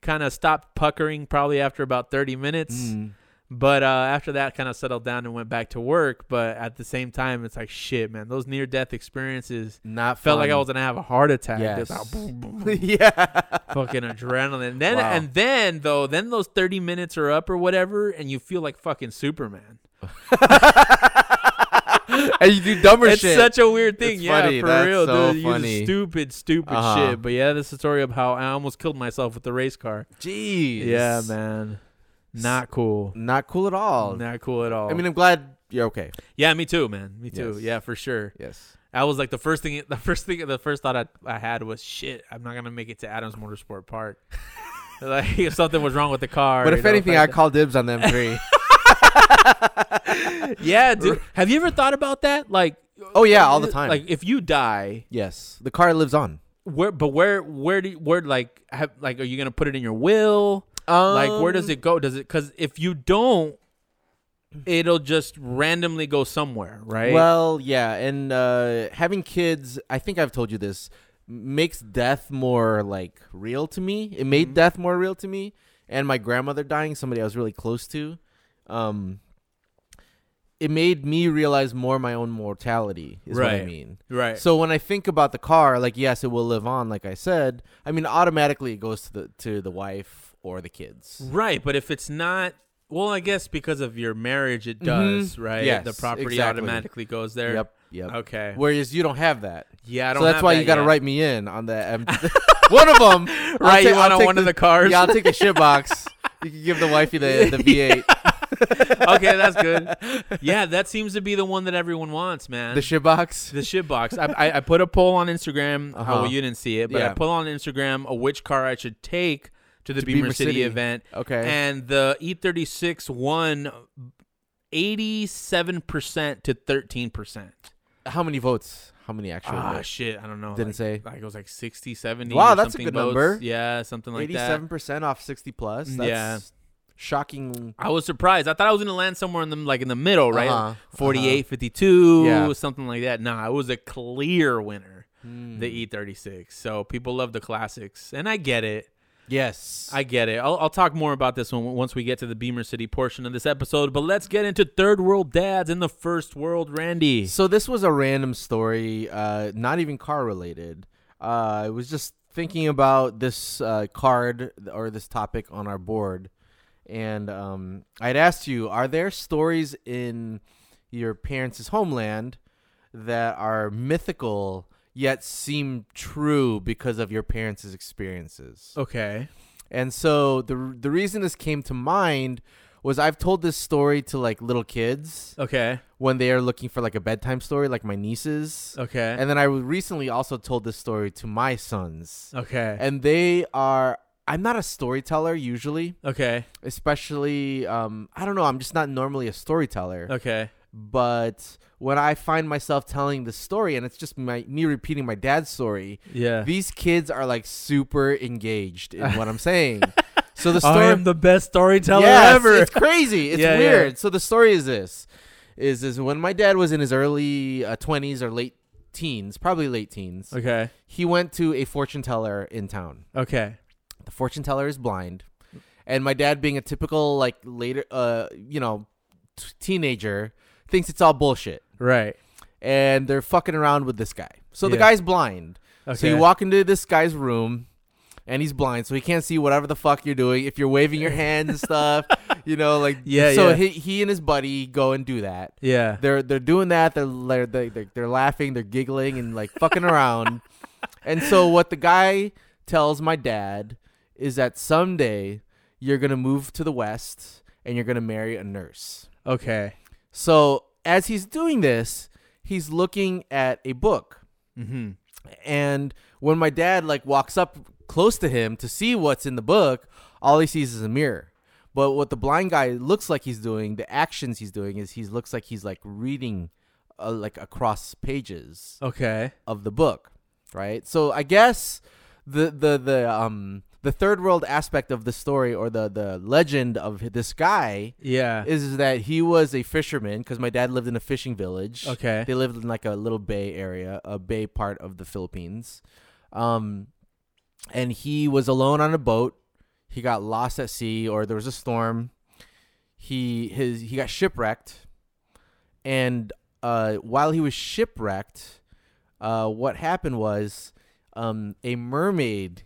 [SPEAKER 2] kind of stopped puckering probably after about thirty minutes.
[SPEAKER 1] Mm.
[SPEAKER 2] But uh, after that, kind of settled down and went back to work. But at the same time, it's like shit, man. Those near death experiences
[SPEAKER 1] Not
[SPEAKER 2] felt like
[SPEAKER 1] fun.
[SPEAKER 2] I was gonna have a heart attack.
[SPEAKER 1] Yes.
[SPEAKER 2] Just like, boom, boom, boom
[SPEAKER 1] yeah.
[SPEAKER 2] fucking adrenaline. And then
[SPEAKER 1] Wow.
[SPEAKER 2] and then though, then those thirty minutes are up or whatever, and you feel like fucking Superman.
[SPEAKER 1] and you do dumber
[SPEAKER 2] it's
[SPEAKER 1] shit.
[SPEAKER 2] such a weird thing.
[SPEAKER 1] It's
[SPEAKER 2] yeah,
[SPEAKER 1] funny.
[SPEAKER 2] for
[SPEAKER 1] That's
[SPEAKER 2] real,
[SPEAKER 1] so
[SPEAKER 2] dude. You
[SPEAKER 1] funny.
[SPEAKER 2] just stupid, stupid
[SPEAKER 1] Uh-huh.
[SPEAKER 2] shit. But yeah, this is the story of how I almost killed myself with the race car.
[SPEAKER 1] Jeez.
[SPEAKER 2] Yeah, man. Not cool.
[SPEAKER 1] Not cool at all.
[SPEAKER 2] Not cool at all.
[SPEAKER 1] I mean, I'm glad you're okay.
[SPEAKER 2] yeah, me too, man. Me too.
[SPEAKER 1] Yes.
[SPEAKER 2] Yeah, for sure.
[SPEAKER 1] Yes.
[SPEAKER 2] I was like the first thing, the first thing, the first thought I, I had was shit. I'm not gonna make it to Adams Motorsport Park. like if something was wrong with the car.
[SPEAKER 1] But
[SPEAKER 2] you
[SPEAKER 1] if
[SPEAKER 2] know,
[SPEAKER 1] anything,
[SPEAKER 2] I-
[SPEAKER 1] I call dibs on them three.
[SPEAKER 2] yeah, dude. Have you ever thought about that? Like,
[SPEAKER 1] oh yeah, all the time.
[SPEAKER 2] Like if you die,
[SPEAKER 1] yes, the car lives on.
[SPEAKER 2] where? But where? Where do? you- Where? Like, have, like, are you gonna put it in your will?
[SPEAKER 1] Um,
[SPEAKER 2] like where does it go does it because if you don't it'll just randomly go somewhere right
[SPEAKER 1] Well, yeah, and uh, having kids, I think I've told you this, m- makes death more like real to me. It
[SPEAKER 2] Mm-hmm.
[SPEAKER 1] made death more real to me, and my grandmother dying, somebody I was really close to, um, it made me realize more my own mortality. Is what I
[SPEAKER 2] Right.
[SPEAKER 1] mean.
[SPEAKER 2] right
[SPEAKER 1] So when I think about the car, like yes, it will live on, like I said. I mean, automatically it goes to the to the wife or the kids.
[SPEAKER 2] right but if it's not well i guess because of your marriage it
[SPEAKER 1] Mhm.
[SPEAKER 2] does right
[SPEAKER 1] Yes,
[SPEAKER 2] the property
[SPEAKER 1] exactly.
[SPEAKER 2] automatically goes there
[SPEAKER 1] Yep, yep.
[SPEAKER 2] okay
[SPEAKER 1] Whereas you don't have that,
[SPEAKER 2] yeah I don't
[SPEAKER 1] so that's
[SPEAKER 2] have
[SPEAKER 1] why
[SPEAKER 2] that
[SPEAKER 1] you got to
[SPEAKER 2] yet.
[SPEAKER 1] write me in on the M- one of them.
[SPEAKER 2] right you want on one of the cars
[SPEAKER 1] Yeah, I'll take the shit box. You can give the wifey the the V8,
[SPEAKER 2] okay that's good yeah that seems to be the one that everyone wants man
[SPEAKER 1] the shit box.
[SPEAKER 2] the shit box. I, I, I put a poll on Instagram.
[SPEAKER 1] Uh-huh.
[SPEAKER 2] Oh, well, you didn't see it, but I
[SPEAKER 1] Yeah.
[SPEAKER 2] put on Instagram a which car I should take to the
[SPEAKER 1] To
[SPEAKER 2] Beamer,
[SPEAKER 1] Beamer
[SPEAKER 2] City,
[SPEAKER 1] City.
[SPEAKER 2] event,
[SPEAKER 1] Okay.
[SPEAKER 2] and the E36 won eighty-seven percent to thirteen percent.
[SPEAKER 1] How many votes? How many actual
[SPEAKER 2] Ah,
[SPEAKER 1] votes?
[SPEAKER 2] shit, I don't know.
[SPEAKER 1] Didn't
[SPEAKER 2] like,
[SPEAKER 1] say.
[SPEAKER 2] Like it was like 60, 70.
[SPEAKER 1] Wow,
[SPEAKER 2] or
[SPEAKER 1] that's a
[SPEAKER 2] something
[SPEAKER 1] good
[SPEAKER 2] votes.
[SPEAKER 1] number.
[SPEAKER 2] Yeah, something like that.
[SPEAKER 1] Eighty-seven percent off sixty plus. That's
[SPEAKER 2] Yeah.
[SPEAKER 1] Shocking.
[SPEAKER 2] I was surprised. I thought I was gonna land somewhere in the like in the middle, Oh, right?
[SPEAKER 1] Uh-huh.
[SPEAKER 2] Forty-eight, fifty-two,
[SPEAKER 1] Yeah.
[SPEAKER 2] something like that. Nah, it was a clear winner.
[SPEAKER 1] Hmm.
[SPEAKER 2] the E36. So people love the classics, and I get it.
[SPEAKER 1] yes.
[SPEAKER 2] I get it. I'll, I'll talk more about this one once we get to the Beamer City portion of this episode. But let's get into third world dads in the first world, Randy.
[SPEAKER 1] So this was a random story, uh, not even car related. Uh, I was just thinking about this uh, card or this topic on our board, and um, I'd asked you: Are there stories in your parents' homeland that are mythical yet seem true because of your parents' experiences?
[SPEAKER 2] Okay.
[SPEAKER 1] And so the the reason this came to mind was I've told this story to like little kids
[SPEAKER 2] Okay.
[SPEAKER 1] when they are looking for like a bedtime story, like my nieces.
[SPEAKER 2] Okay.
[SPEAKER 1] And then I recently also told this story to my sons.
[SPEAKER 2] okay.
[SPEAKER 1] And they are, I'm not a storyteller usually,
[SPEAKER 2] Okay.
[SPEAKER 1] especially, um, I don't know, I'm just not normally a storyteller.
[SPEAKER 2] Okay.
[SPEAKER 1] But when I find myself telling the story and it's just my, me repeating my dad's story,
[SPEAKER 2] Yeah.
[SPEAKER 1] these kids are like super engaged in what I'm saying. So the
[SPEAKER 2] Oh, I
[SPEAKER 1] story
[SPEAKER 2] am the best storyteller
[SPEAKER 1] Yes,
[SPEAKER 2] ever.
[SPEAKER 1] It's crazy. It's
[SPEAKER 2] Yeah, yeah.
[SPEAKER 1] weird. So the story is this: is is when my dad was in his early uh, twenties or late teens, probably late teens,
[SPEAKER 2] okay.
[SPEAKER 1] he went to a fortune teller in town.
[SPEAKER 2] Okay.
[SPEAKER 1] The fortune teller is blind, and my dad, being a typical like later, uh, you know, t- teenager, thinks it's all bullshit,
[SPEAKER 2] Right.
[SPEAKER 1] and they're fucking around with this guy. So the
[SPEAKER 2] Yeah.
[SPEAKER 1] guy's blind.
[SPEAKER 2] Okay.
[SPEAKER 1] So you walk into this guy's room and he's blind, so he can't see whatever the fuck you're doing. If you're waving your hands and stuff, you know, like
[SPEAKER 2] Yeah,
[SPEAKER 1] So
[SPEAKER 2] yeah.
[SPEAKER 1] He, he and his buddy go and do that.
[SPEAKER 2] Yeah.
[SPEAKER 1] They're they're doing that. They're they're they're, they're laughing. They're giggling and like fucking around. and so what the guy tells my dad is that someday you're gonna move to the west and you're gonna marry a nurse.
[SPEAKER 2] Okay.
[SPEAKER 1] So as he's doing this, he's looking at a book.
[SPEAKER 2] Mm-hmm.
[SPEAKER 1] And when my dad like walks up close to him to see what's in the book, all he sees is a mirror. But what the blind guy looks like he's doing, the actions he's doing is he looks like he's like reading uh, like across pages
[SPEAKER 2] Okay.
[SPEAKER 1] of the book, right? So I guess the the the um the third world aspect of the story or the the legend of this guy
[SPEAKER 2] Yeah.
[SPEAKER 1] is that he was a fisherman because my dad lived in a fishing village.
[SPEAKER 2] Okay.
[SPEAKER 1] They lived in like a little bay area, a bay part of the Philippines. Um, and he was alone on a boat. He got lost at sea, or there was a storm. He his he got shipwrecked, and uh, while he was shipwrecked, uh, what happened was um, a mermaid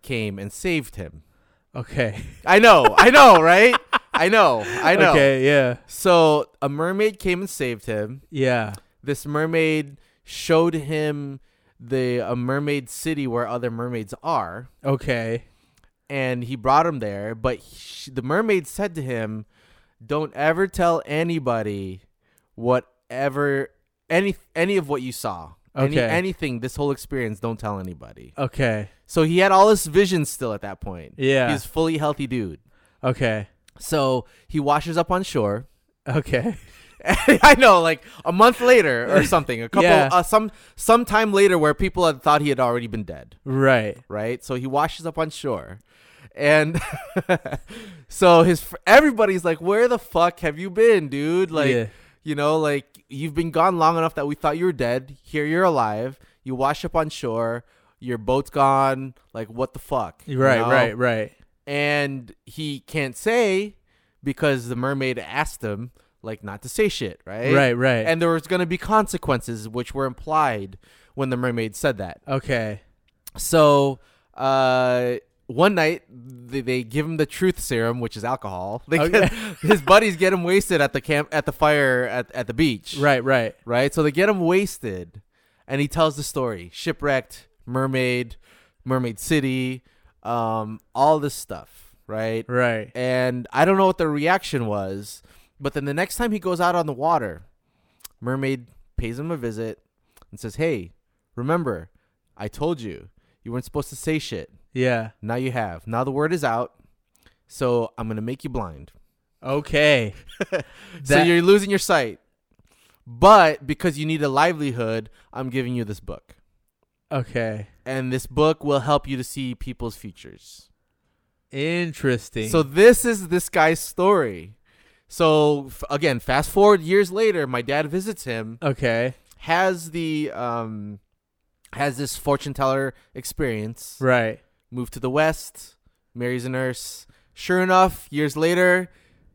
[SPEAKER 1] came and saved him.
[SPEAKER 2] Okay.
[SPEAKER 1] I know, I know, right? I know, I know.
[SPEAKER 2] Okay. Yeah.
[SPEAKER 1] So a mermaid came and saved him
[SPEAKER 2] Yeah.
[SPEAKER 1] this mermaid showed him the a mermaid city where other mermaids are
[SPEAKER 2] Okay.
[SPEAKER 1] and he brought him there but sh the mermaid said to him don't ever tell anybody whatever any any of what you saw any,
[SPEAKER 2] Okay.
[SPEAKER 1] anything this whole experience don't tell anybody
[SPEAKER 2] Okay.
[SPEAKER 1] so he had all his vision still at that point
[SPEAKER 2] Yeah.
[SPEAKER 1] he's fully healthy dude
[SPEAKER 2] okay.
[SPEAKER 1] so he washes up on shore
[SPEAKER 2] Okay.
[SPEAKER 1] I know, like a month later or something, a couple,
[SPEAKER 2] Yeah.
[SPEAKER 1] uh, some, some time later, where people had thought he had already been dead,
[SPEAKER 2] Right.
[SPEAKER 1] right? So he washes up on shore, and so his fr- everybody's like, "Where the fuck have you been, dude? Like,
[SPEAKER 2] Yeah.
[SPEAKER 1] you know, like you've been gone long enough that we thought you were dead. Here you're alive. You wash up on shore. Your boat's gone. Like, what the fuck? you
[SPEAKER 2] Right.
[SPEAKER 1] know?
[SPEAKER 2] Right. Right.
[SPEAKER 1] and he can't say because the mermaid asked him like not to say shit, right?
[SPEAKER 2] Right. Right.
[SPEAKER 1] And there was going to be consequences which were implied when the mermaid said that.
[SPEAKER 2] okay.
[SPEAKER 1] So, uh one night they, they give him the truth serum, which is alcohol. They
[SPEAKER 2] Okay.
[SPEAKER 1] get- his buddies get him wasted at the camp at the fire at, at the beach.
[SPEAKER 2] Right. Right.
[SPEAKER 1] Right? So they get him wasted and he tells the story. Shipwrecked, mermaid, mermaid city, um all this stuff, right?
[SPEAKER 2] Right.
[SPEAKER 1] and I don't know what the reaction was. But then the next time he goes out on the water, mermaid pays him a visit and says, "Hey, remember, I told you you weren't supposed to say shit.
[SPEAKER 2] Yeah.
[SPEAKER 1] Now you have. Now the word is out. So I'm gonna make you blind.
[SPEAKER 2] Okay.
[SPEAKER 1] so
[SPEAKER 2] That-
[SPEAKER 1] you're losing your sight. But because you need a livelihood, I'm giving you this book,
[SPEAKER 2] Okay.
[SPEAKER 1] and this book will help you to see people's futures."
[SPEAKER 2] Interesting.
[SPEAKER 1] So this is this guy's story. So f- again, fast forward years later, my dad visits him,
[SPEAKER 2] okay.
[SPEAKER 1] has the um has this fortune teller experience,
[SPEAKER 2] Right.
[SPEAKER 1] moved to the west, marries a nurse. Sure enough, years later,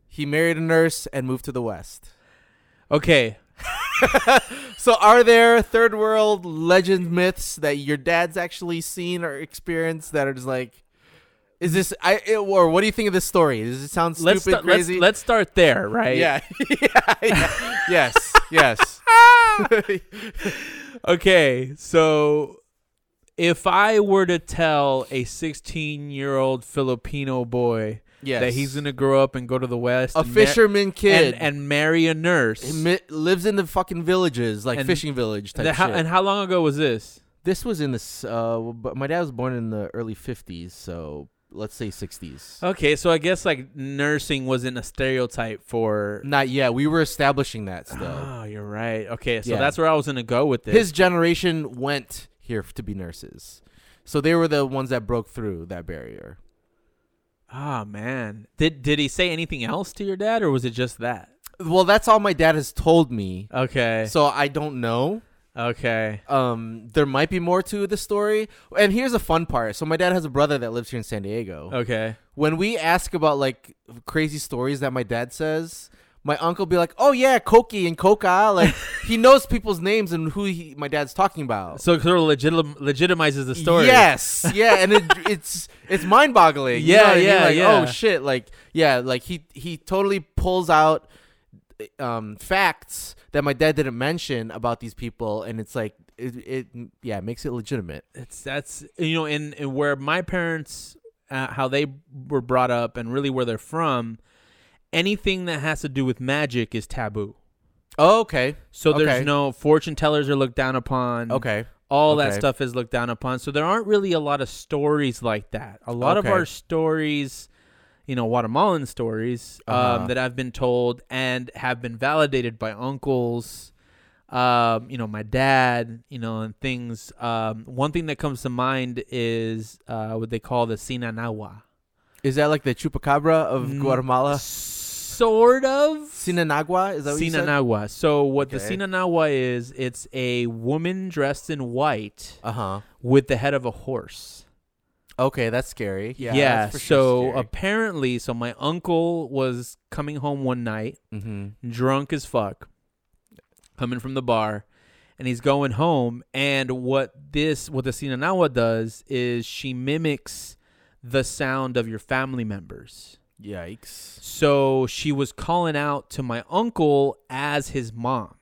[SPEAKER 1] he married a nurse and moved to the west.
[SPEAKER 2] Okay.
[SPEAKER 1] So are there third world legend myths that your dad's actually seen or experienced that are just like is this I it, or what do you think of this story? Does it sound stupid
[SPEAKER 2] Let's, sta- let's
[SPEAKER 1] crazy?
[SPEAKER 2] let's start there, right?
[SPEAKER 1] Yeah. yeah, yeah. yes. Yes.
[SPEAKER 2] Okay. So if I were to tell a 16-year-old Filipino boy
[SPEAKER 1] yes.
[SPEAKER 2] that he's going to grow up and go to the west
[SPEAKER 1] a
[SPEAKER 2] and mar-
[SPEAKER 1] fisherman kid
[SPEAKER 2] and, and marry a nurse.
[SPEAKER 1] He mi- lives in the fucking villages, like
[SPEAKER 2] And-
[SPEAKER 1] fishing village type
[SPEAKER 2] The- how-
[SPEAKER 1] shit.
[SPEAKER 2] and how long ago was this?
[SPEAKER 1] this was in this. Uh, but my dad was born in the early '50s, so let's say '60s.
[SPEAKER 2] Okay, so I guess like nursing wasn't a stereotype for.
[SPEAKER 1] Not yet. We were establishing that still.
[SPEAKER 2] Oh, you're right. Okay, so
[SPEAKER 1] Yeah.
[SPEAKER 2] that's where I was gonna go with this.
[SPEAKER 1] His generation went here f- to be nurses, so they were the ones that broke through that barrier.
[SPEAKER 2] Ah man. Did did he say anything else to your dad or was it just that?
[SPEAKER 1] Well, that's all my dad has told me.
[SPEAKER 2] Okay.
[SPEAKER 1] So I don't know.
[SPEAKER 2] Okay.
[SPEAKER 1] Um, there might be more to the story. And here's a fun part. So my dad has a brother that lives here in San Diego.
[SPEAKER 2] Okay.
[SPEAKER 1] When we ask about like crazy stories that my dad says, my uncle be like, "Oh yeah, Koki and Coca." Like he knows people's names and who he, my dad's talking about.
[SPEAKER 2] So it sort of legitim- legitimizes the story.
[SPEAKER 1] Yes, yeah, and it, it's it's mind boggling.
[SPEAKER 2] Yeah, yeah,
[SPEAKER 1] yeah, like,
[SPEAKER 2] yeah.
[SPEAKER 1] Oh shit! Like, yeah, like he he totally pulls out um, facts that my dad didn't mention about these people, and it's like it, it yeah makes it legitimate.
[SPEAKER 2] It's that's you know in, in where my parents uh, how they were brought up and really where they're from, anything that has to do with magic is taboo.
[SPEAKER 1] Oh, okay,
[SPEAKER 2] So there's
[SPEAKER 1] Okay.
[SPEAKER 2] no fortune tellers are looked down upon.
[SPEAKER 1] okay,
[SPEAKER 2] All that
[SPEAKER 1] Okay.
[SPEAKER 2] stuff is looked down upon. So there aren't really a lot of stories like that. A lot
[SPEAKER 1] Okay.
[SPEAKER 2] of our stories, you know, Guatemalan stories
[SPEAKER 1] Uh-huh.
[SPEAKER 2] um, that I've been told and have been validated by uncles, um, you know, my dad, you know, and things. Um, one thing that comes to mind is uh, what they call the Sinanawa.
[SPEAKER 1] is that like the chupacabra of
[SPEAKER 2] Mm.
[SPEAKER 1] Guatemala?
[SPEAKER 2] Sort of.
[SPEAKER 1] Sinanagua is that what you said?
[SPEAKER 2] Sinanawa. So what the
[SPEAKER 1] Okay.
[SPEAKER 2] Sinanawa is, it's a woman dressed in white
[SPEAKER 1] Uh huh.
[SPEAKER 2] with the head of a horse.
[SPEAKER 1] Okay, that's scary. Yeah. that's for
[SPEAKER 2] so
[SPEAKER 1] sure
[SPEAKER 2] apparently, so my uncle was coming home one night,
[SPEAKER 1] scary. Mhm.
[SPEAKER 2] drunk as fuck, coming from the bar, and he's going home. And what this, what the Sinanawa does is she mimics the sound of your family members.
[SPEAKER 1] Yikes.
[SPEAKER 2] So she was calling out to my uncle as his mom.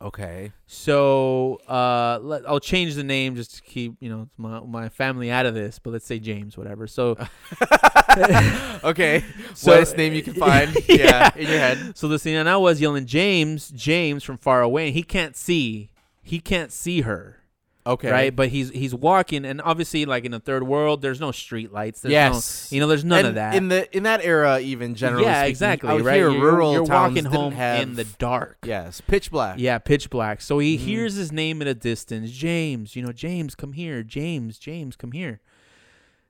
[SPEAKER 1] Okay.
[SPEAKER 2] So uh, let, I'll change the name just to keep you know my, my family out of this, but let's say James, whatever. So
[SPEAKER 1] okay.
[SPEAKER 2] So-
[SPEAKER 1] Worst name you can find.
[SPEAKER 2] Yeah.
[SPEAKER 1] yeah, in your head.
[SPEAKER 2] so the thing I was yelling James, James from far away, and he can't see, he can't see her,
[SPEAKER 1] Okay.
[SPEAKER 2] right? But he's he's walking, and obviously like in the third world, there's no street lights, there's
[SPEAKER 1] Yes.
[SPEAKER 2] no, you know, there's none
[SPEAKER 1] And
[SPEAKER 2] of that.
[SPEAKER 1] In the in that era, even generally.
[SPEAKER 2] yeah,
[SPEAKER 1] speaking,
[SPEAKER 2] exactly,
[SPEAKER 1] out
[SPEAKER 2] right?
[SPEAKER 1] Here,
[SPEAKER 2] you're
[SPEAKER 1] rural
[SPEAKER 2] you're
[SPEAKER 1] towns
[SPEAKER 2] walking
[SPEAKER 1] didn't
[SPEAKER 2] home
[SPEAKER 1] have,
[SPEAKER 2] in the dark.
[SPEAKER 1] yes, pitch black. Mm-hmm.
[SPEAKER 2] Yeah, pitch black. So he hears his name at a distance. James, you know, James, come here. James, James, come here.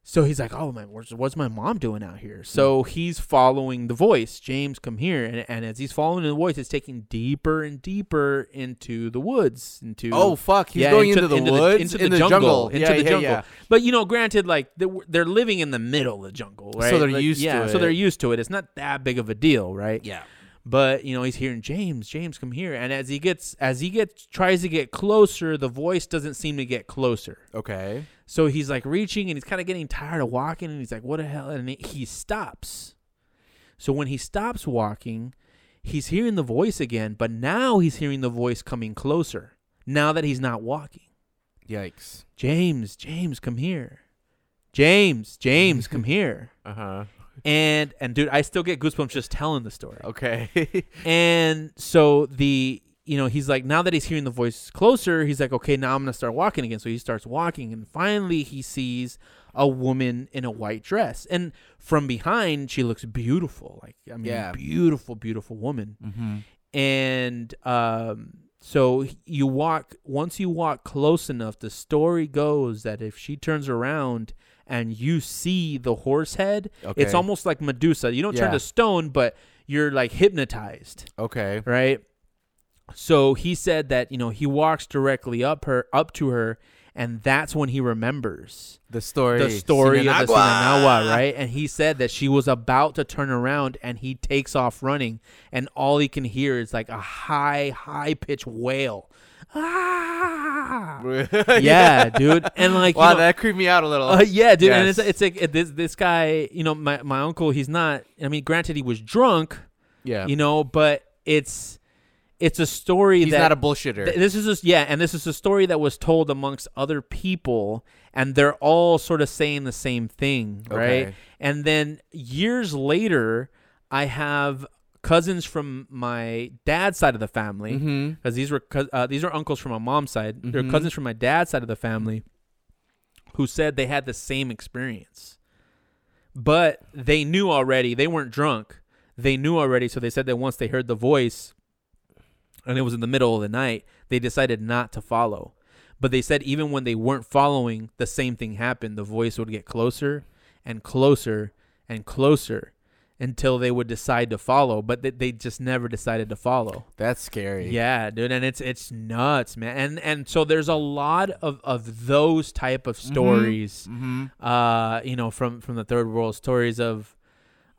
[SPEAKER 2] So he's like, oh my, what's, what's my mom doing out here? So
[SPEAKER 1] Mm-hmm.
[SPEAKER 2] he's following the voice. James, come here. And, and as he's following the voice, it's taking deeper and deeper into the woods. Into
[SPEAKER 1] Oh fuck, he's
[SPEAKER 2] yeah,
[SPEAKER 1] going into, the woods,
[SPEAKER 2] into the,
[SPEAKER 1] in the
[SPEAKER 2] jungle, into
[SPEAKER 1] Yeah,
[SPEAKER 2] the
[SPEAKER 1] yeah,
[SPEAKER 2] jungle.
[SPEAKER 1] yeah.
[SPEAKER 2] But you know, granted, like they were- they're living in the middle of the jungle, right?
[SPEAKER 1] they're
[SPEAKER 2] Like,
[SPEAKER 1] used to
[SPEAKER 2] yeah, so they're
[SPEAKER 1] it.
[SPEAKER 2] used to it. It's not that big of a deal, right?
[SPEAKER 1] Yeah.
[SPEAKER 2] but you know he's hearing james james come here and as he gets as he gets tries to get closer the voice doesn't seem to get closer
[SPEAKER 1] Okay.
[SPEAKER 2] so he's like reaching and he's kind of getting tired of walking and he's like what the hell and he stops so when he stops walking he's hearing the voice again but now he's hearing the voice coming closer now that he's not walking
[SPEAKER 1] Yikes.
[SPEAKER 2] james james come here james james come here
[SPEAKER 1] Uh huh.
[SPEAKER 2] and and dude i still get goosebumps just telling the story
[SPEAKER 1] Okay.
[SPEAKER 2] and so the you know he's like now that he's hearing the voice closer, he's like okay now I'm gonna start walking again. So he starts walking and finally he sees a woman in a white dress and from behind she looks beautiful like I mean
[SPEAKER 1] Yeah.
[SPEAKER 2] beautiful beautiful woman
[SPEAKER 1] mm-hmm.
[SPEAKER 2] and um so you walk once you walk close enough the story goes that if she turns around and you see the horse head it's
[SPEAKER 1] Okay.
[SPEAKER 2] almost like medusa you don't turn
[SPEAKER 1] Yeah.
[SPEAKER 2] to stone but you're like hypnotized
[SPEAKER 1] Okay.
[SPEAKER 2] right? So he said that you know he walks directly up her up to her, and that's when he remembers
[SPEAKER 1] The story.
[SPEAKER 2] the story of the
[SPEAKER 1] Sinanagua.
[SPEAKER 2] Sinanawa, right? And he said that she was about to turn around, and he takes off running, and all he can hear is like a high, high pitched wail. Ah, yeah, dude, and like you
[SPEAKER 1] wow,
[SPEAKER 2] know-
[SPEAKER 1] that creeped me out a little.
[SPEAKER 2] uh, yeah, dude, and it's
[SPEAKER 1] Yes.
[SPEAKER 2] it's like it- this this guy, you know, my my uncle, he's not. I mean, granted, he was drunk,
[SPEAKER 1] yeah.
[SPEAKER 2] you know, but it's it's a story
[SPEAKER 1] He's
[SPEAKER 2] that
[SPEAKER 1] not a bullshitter.
[SPEAKER 2] Th- this is just yeah, and this is a story that was told amongst other people, and they're all sort of saying the same thing, right?
[SPEAKER 1] Okay.
[SPEAKER 2] And then years later, I have cousins from my dad's side of the family because
[SPEAKER 1] Mhm.
[SPEAKER 2] these were cous- uh, these are uncles from my mom's side. They're
[SPEAKER 1] Mhm.
[SPEAKER 2] cousins from my dad's side of the family who said they had the same experience, but they knew already. They weren't drunk. They knew already, so they said that once they heard the voice and it was in the middle of the night, they decided not to follow. But they said even when they weren't following, the same thing happened. The voice would get closer and closer and closer until they would decide to follow, but they, they just never decided to follow.
[SPEAKER 1] That's scary.
[SPEAKER 2] Yeah, dude, and it's it's nuts, man. And and so there's a lot of of those type of stories,
[SPEAKER 1] Mm-hmm.
[SPEAKER 2] uh, you know, from from the third world stories of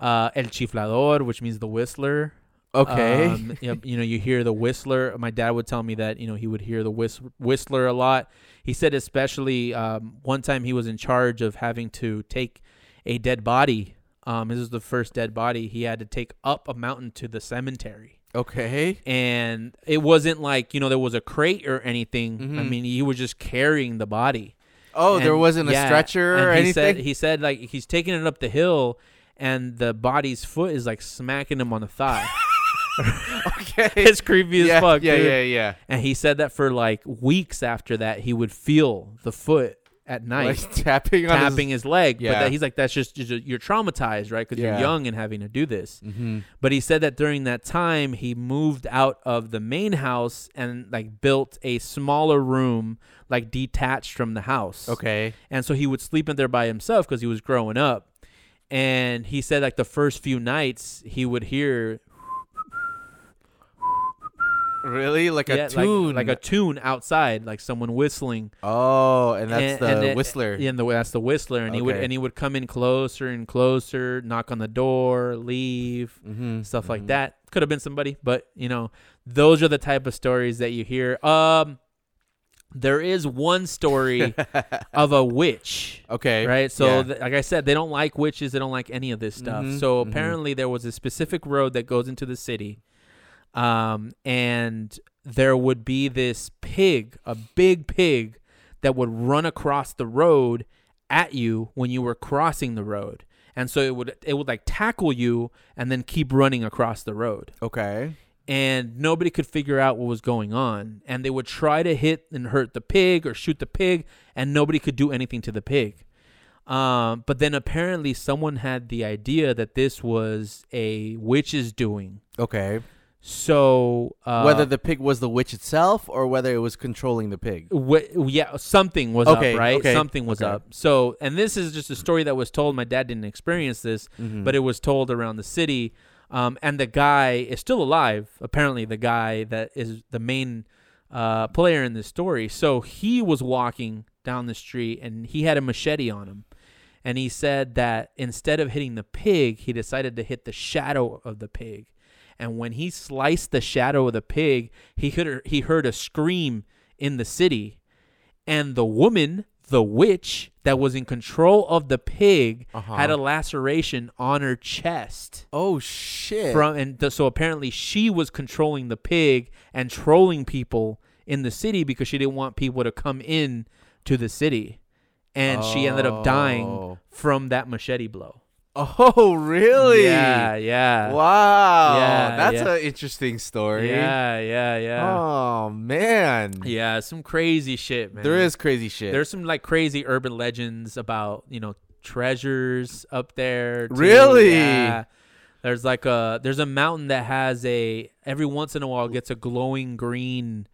[SPEAKER 2] uh, El Chiflador, which means the whistler.
[SPEAKER 1] Okay.
[SPEAKER 2] Um, you, know, you know, you hear the whistler. My dad would tell me that you know he would hear the whis- whistler a lot. He said especially um, one time he was in charge of having to take a dead body. Um, this is the first dead body he had to take up a mountain to the cemetery
[SPEAKER 1] okay.
[SPEAKER 2] and it wasn't like you know there was a crate or anything. I
[SPEAKER 1] Mhm.
[SPEAKER 2] mean, he was just carrying the body.
[SPEAKER 1] Oh, there
[SPEAKER 2] And-
[SPEAKER 1] wasn't a
[SPEAKER 2] yeah,
[SPEAKER 1] stretcher
[SPEAKER 2] and
[SPEAKER 1] or
[SPEAKER 2] he
[SPEAKER 1] anything.
[SPEAKER 2] Said, he said like he's taking it up the hill, and the body's foot is like smacking him on the thigh.
[SPEAKER 1] okay.
[SPEAKER 2] it's creepy
[SPEAKER 1] yeah,
[SPEAKER 2] as fuck,
[SPEAKER 1] yeah,
[SPEAKER 2] dude.
[SPEAKER 1] yeah, yeah.
[SPEAKER 2] And he said that for like weeks after that, he would feel the foot at night.
[SPEAKER 1] Like tapping on
[SPEAKER 2] Tapping his, leg, but
[SPEAKER 1] Yeah.
[SPEAKER 2] that, he's like, "That's just, just- you're traumatized, right? Because
[SPEAKER 1] Yeah.
[SPEAKER 2] you're young and having to do this."
[SPEAKER 1] his. Mm-hmm.
[SPEAKER 2] But he said that during that time, he moved out of the main house and like built a smaller room, like detached from the house.
[SPEAKER 1] Okay.
[SPEAKER 2] And so he would sleep in there by himself because he was growing up. And he said like the first few nights he would hear
[SPEAKER 1] Really? Like
[SPEAKER 2] yeah,
[SPEAKER 1] a tune.
[SPEAKER 2] like, like a tune outside, like someone whistling.
[SPEAKER 1] Oh, and that's
[SPEAKER 2] And-
[SPEAKER 1] the
[SPEAKER 2] and it-
[SPEAKER 1] whistler.
[SPEAKER 2] Yeah, and the, that's the whistler, and he would
[SPEAKER 1] Okay.
[SPEAKER 2] and he would come in closer and closer, knock on the door, leave.
[SPEAKER 1] Mm-hmm.
[SPEAKER 2] stuff like that. Could have been somebody, but you know, those are the type of stories that you hear. Um, there is one story of a witch,
[SPEAKER 1] Mm-hmm. Okay.
[SPEAKER 2] right? So,
[SPEAKER 1] yeah.
[SPEAKER 2] th- like I said, they don't like witches. They don't like any of this stuff.
[SPEAKER 1] Mhm,
[SPEAKER 2] So
[SPEAKER 1] mhm.
[SPEAKER 2] apparently, there was a specific road that goes into the city, um, and there would be this pig, a big pig, that would run across the road at you when you were crossing the road. And so it would it would like tackle you and then keep running across the road.
[SPEAKER 1] Okay.
[SPEAKER 2] And nobody could figure out what was going on. And they would try to hit and hurt the pig or shoot the pig, and nobody could do anything to the pig. Um, but then apparently someone had the idea that this was a witch's doing.
[SPEAKER 1] Okay.
[SPEAKER 2] So uh,
[SPEAKER 1] whether the pig was the witch itself or whether it was controlling the pig.
[SPEAKER 2] Wh- yeah, something was
[SPEAKER 1] Okay,
[SPEAKER 2] up, right?
[SPEAKER 1] okay,
[SPEAKER 2] something was
[SPEAKER 1] okay.
[SPEAKER 2] up. So, and this is just a story that was told. My dad didn't experience this,
[SPEAKER 1] Mm-hmm. Mm.
[SPEAKER 2] but it was told around the city. Um, and the guy is still alive. Apparently, the guy that is the main uh, player in this story. So he was walking down the street, and he had a machete on him. And he said that instead of hitting the pig, he decided to hit the shadow of the pig. And when he sliced the shadow of the pig, he heard he heard a scream in the city, and the woman, the witch that was in control of the pig,
[SPEAKER 1] Uh-huh.
[SPEAKER 2] had a laceration on her chest.
[SPEAKER 1] Oh shit.
[SPEAKER 2] From and th- so apparently she was controlling the pig and trolling people in the city because she didn't want people to come in to the city, and she ended up dying
[SPEAKER 1] Oh.
[SPEAKER 2] from that machete blow.
[SPEAKER 1] oh really?
[SPEAKER 2] Yeah, yeah,
[SPEAKER 1] Wow.
[SPEAKER 2] Yeah,
[SPEAKER 1] that's
[SPEAKER 2] yeah.
[SPEAKER 1] an interesting story.
[SPEAKER 2] yeah, yeah, yeah.
[SPEAKER 1] Oh man.
[SPEAKER 2] Yeah, some crazy shit, man.
[SPEAKER 1] There is crazy shit.
[SPEAKER 2] There's some like crazy urban legends about you know treasures up there. too.
[SPEAKER 1] Really?
[SPEAKER 2] Yeah. There's like a there's a mountain that has a every once in a while gets a glowing green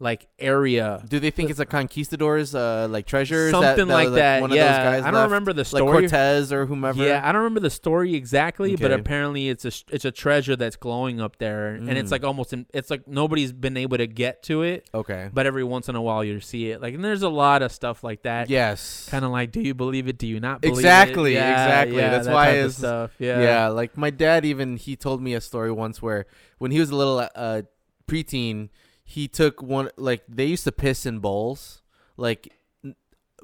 [SPEAKER 2] like area.
[SPEAKER 1] Do they think it's a conquistadors uh like treasures?
[SPEAKER 2] Something like
[SPEAKER 1] was,
[SPEAKER 2] that,
[SPEAKER 1] One
[SPEAKER 2] yeah.
[SPEAKER 1] of those guys
[SPEAKER 2] I don't
[SPEAKER 1] left?
[SPEAKER 2] remember the
[SPEAKER 1] Like
[SPEAKER 2] story.
[SPEAKER 1] Cortez or whomever.
[SPEAKER 2] Yeah, I don't remember the story exactly, but
[SPEAKER 1] Okay.
[SPEAKER 2] apparently it's a s- it's a treasure that's glowing up there, and it's
[SPEAKER 1] Mm.
[SPEAKER 2] like almost in, it's like nobody's been able to get to it,
[SPEAKER 1] Okay.
[SPEAKER 2] but every once in a while you see it. Like, and there's a lot of stuff like that.
[SPEAKER 1] Yes.
[SPEAKER 2] kind of like, do you believe it? Do you not believe
[SPEAKER 1] Exactly,
[SPEAKER 2] it?
[SPEAKER 1] exactly. That's
[SPEAKER 2] that
[SPEAKER 1] why
[SPEAKER 2] type of
[SPEAKER 1] it's-
[SPEAKER 2] stuff.
[SPEAKER 1] Yeah.
[SPEAKER 2] Yeah.
[SPEAKER 1] like my dad even he told me a story once where when he was a little uh preteen, he took one like they used to piss in bowls, like n-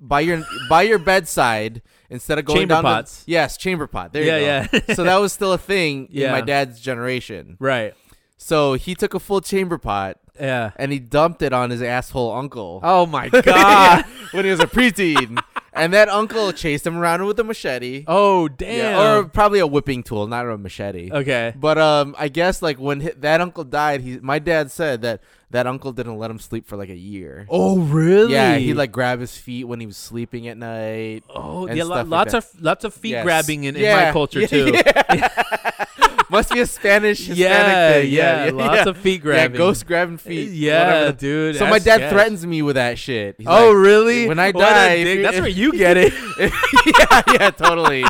[SPEAKER 1] by your by your bedside instead of going
[SPEAKER 2] Chamber
[SPEAKER 1] down to-
[SPEAKER 2] pots.
[SPEAKER 1] yes, chamber pot. There
[SPEAKER 2] Yeah,
[SPEAKER 1] you go.
[SPEAKER 2] yeah.
[SPEAKER 1] so that was still a thing in my
[SPEAKER 2] Yeah.
[SPEAKER 1] dad's generation.
[SPEAKER 2] Right.
[SPEAKER 1] So he took a full chamber pot
[SPEAKER 2] Yeah.
[SPEAKER 1] and he dumped it on his asshole uncle.
[SPEAKER 2] Oh my god.
[SPEAKER 1] when he was a preteen. and that uncle chased him around with a machete.
[SPEAKER 2] Oh
[SPEAKER 1] Yeah,
[SPEAKER 2] damn.
[SPEAKER 1] or probably a whipping tool, not a machete.
[SPEAKER 2] okay.
[SPEAKER 1] But um, I guess like when hi that uncle died, he my dad said that that uncle didn't let him sleep for like a year.
[SPEAKER 2] Oh really?
[SPEAKER 1] Yeah, he like grabbed his feet when he was sleeping at night.
[SPEAKER 2] Oh
[SPEAKER 1] and
[SPEAKER 2] yeah. lo-
[SPEAKER 1] stuff like
[SPEAKER 2] lots
[SPEAKER 1] that.
[SPEAKER 2] of lots of feet
[SPEAKER 1] Yes.
[SPEAKER 2] grabbing in, in
[SPEAKER 1] Yeah.
[SPEAKER 2] my culture
[SPEAKER 1] Yeah,
[SPEAKER 2] too.
[SPEAKER 1] yeah. Must be a Spanish Hispanic
[SPEAKER 2] yeah,
[SPEAKER 1] thing.
[SPEAKER 2] yeah, lots of feet grabbing.
[SPEAKER 1] Yeah, ghost grabbing feet.
[SPEAKER 2] Yeah,
[SPEAKER 1] whatever.
[SPEAKER 2] dude.
[SPEAKER 1] So
[SPEAKER 2] that's
[SPEAKER 1] my dad
[SPEAKER 2] sketch.
[SPEAKER 1] threatens me with that shit. He's
[SPEAKER 2] oh,
[SPEAKER 1] like,
[SPEAKER 2] really?
[SPEAKER 1] when I
[SPEAKER 2] What a
[SPEAKER 1] die, if
[SPEAKER 2] dick.
[SPEAKER 1] you-
[SPEAKER 2] that's where you get it.
[SPEAKER 1] yeah, yeah, totally.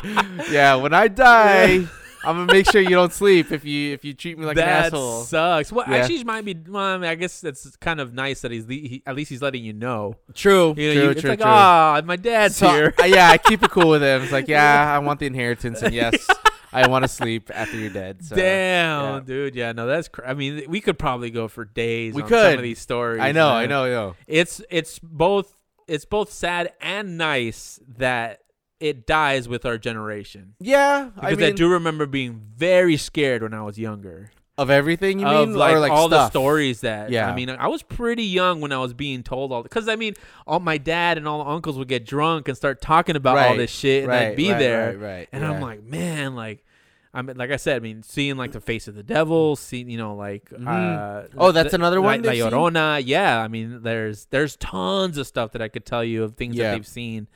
[SPEAKER 1] Yeah, when I die, I'm gonna make sure you don't sleep if you if you treat me like an
[SPEAKER 2] that
[SPEAKER 1] asshole.
[SPEAKER 2] sucks. Well,
[SPEAKER 1] Yeah.
[SPEAKER 2] actually, might be. Well, I, mean, I guess that's kind of nice that he's le- he, at least he's letting you know.
[SPEAKER 1] True,
[SPEAKER 2] You know,
[SPEAKER 1] true,
[SPEAKER 2] you- it's
[SPEAKER 1] true,
[SPEAKER 2] like,
[SPEAKER 1] true.
[SPEAKER 2] ah, my dad's
[SPEAKER 1] So,
[SPEAKER 2] here.
[SPEAKER 1] uh, yeah, I keep it cool with him. It's like, yeah, I want the inheritance, and yes, I want to sleep after you're dead. So.
[SPEAKER 2] Damn,
[SPEAKER 1] yeah.
[SPEAKER 2] dude. Yeah, no, that's. Cr- I mean, we could probably go for days.
[SPEAKER 1] We
[SPEAKER 2] on some of
[SPEAKER 1] could.
[SPEAKER 2] these stories.
[SPEAKER 1] I know, I
[SPEAKER 2] man.
[SPEAKER 1] know, I know.
[SPEAKER 2] It's it's both it's both sad and nice that it dies with our generation.
[SPEAKER 1] Yeah,
[SPEAKER 2] Because I,
[SPEAKER 1] I mean,
[SPEAKER 2] do remember being very scared when I was younger
[SPEAKER 1] of everything you
[SPEAKER 2] of
[SPEAKER 1] mean,
[SPEAKER 2] like,
[SPEAKER 1] or like
[SPEAKER 2] all the
[SPEAKER 1] stuff?
[SPEAKER 2] stories that. Yeah, I
[SPEAKER 1] Yeah.
[SPEAKER 2] mean, I was pretty young when I was being told all because I mean, all my dad and all the uncles would get drunk and start talking about all
[SPEAKER 1] Right,
[SPEAKER 2] this shit, and I'd
[SPEAKER 1] right,
[SPEAKER 2] be
[SPEAKER 1] right,
[SPEAKER 2] there,
[SPEAKER 1] right, right,
[SPEAKER 2] and I'm
[SPEAKER 1] yeah.
[SPEAKER 2] like, man, like. I mean, like I said, I mean, seeing like the face of the devil, seeing you know, like uh,
[SPEAKER 1] Oh, that's
[SPEAKER 2] the-
[SPEAKER 1] another one
[SPEAKER 2] La, La
[SPEAKER 1] they've seen?
[SPEAKER 2] Llorona. Yeah, I mean, there's there's tons of stuff that I could tell you of things that
[SPEAKER 1] Yeah.
[SPEAKER 2] they've seen,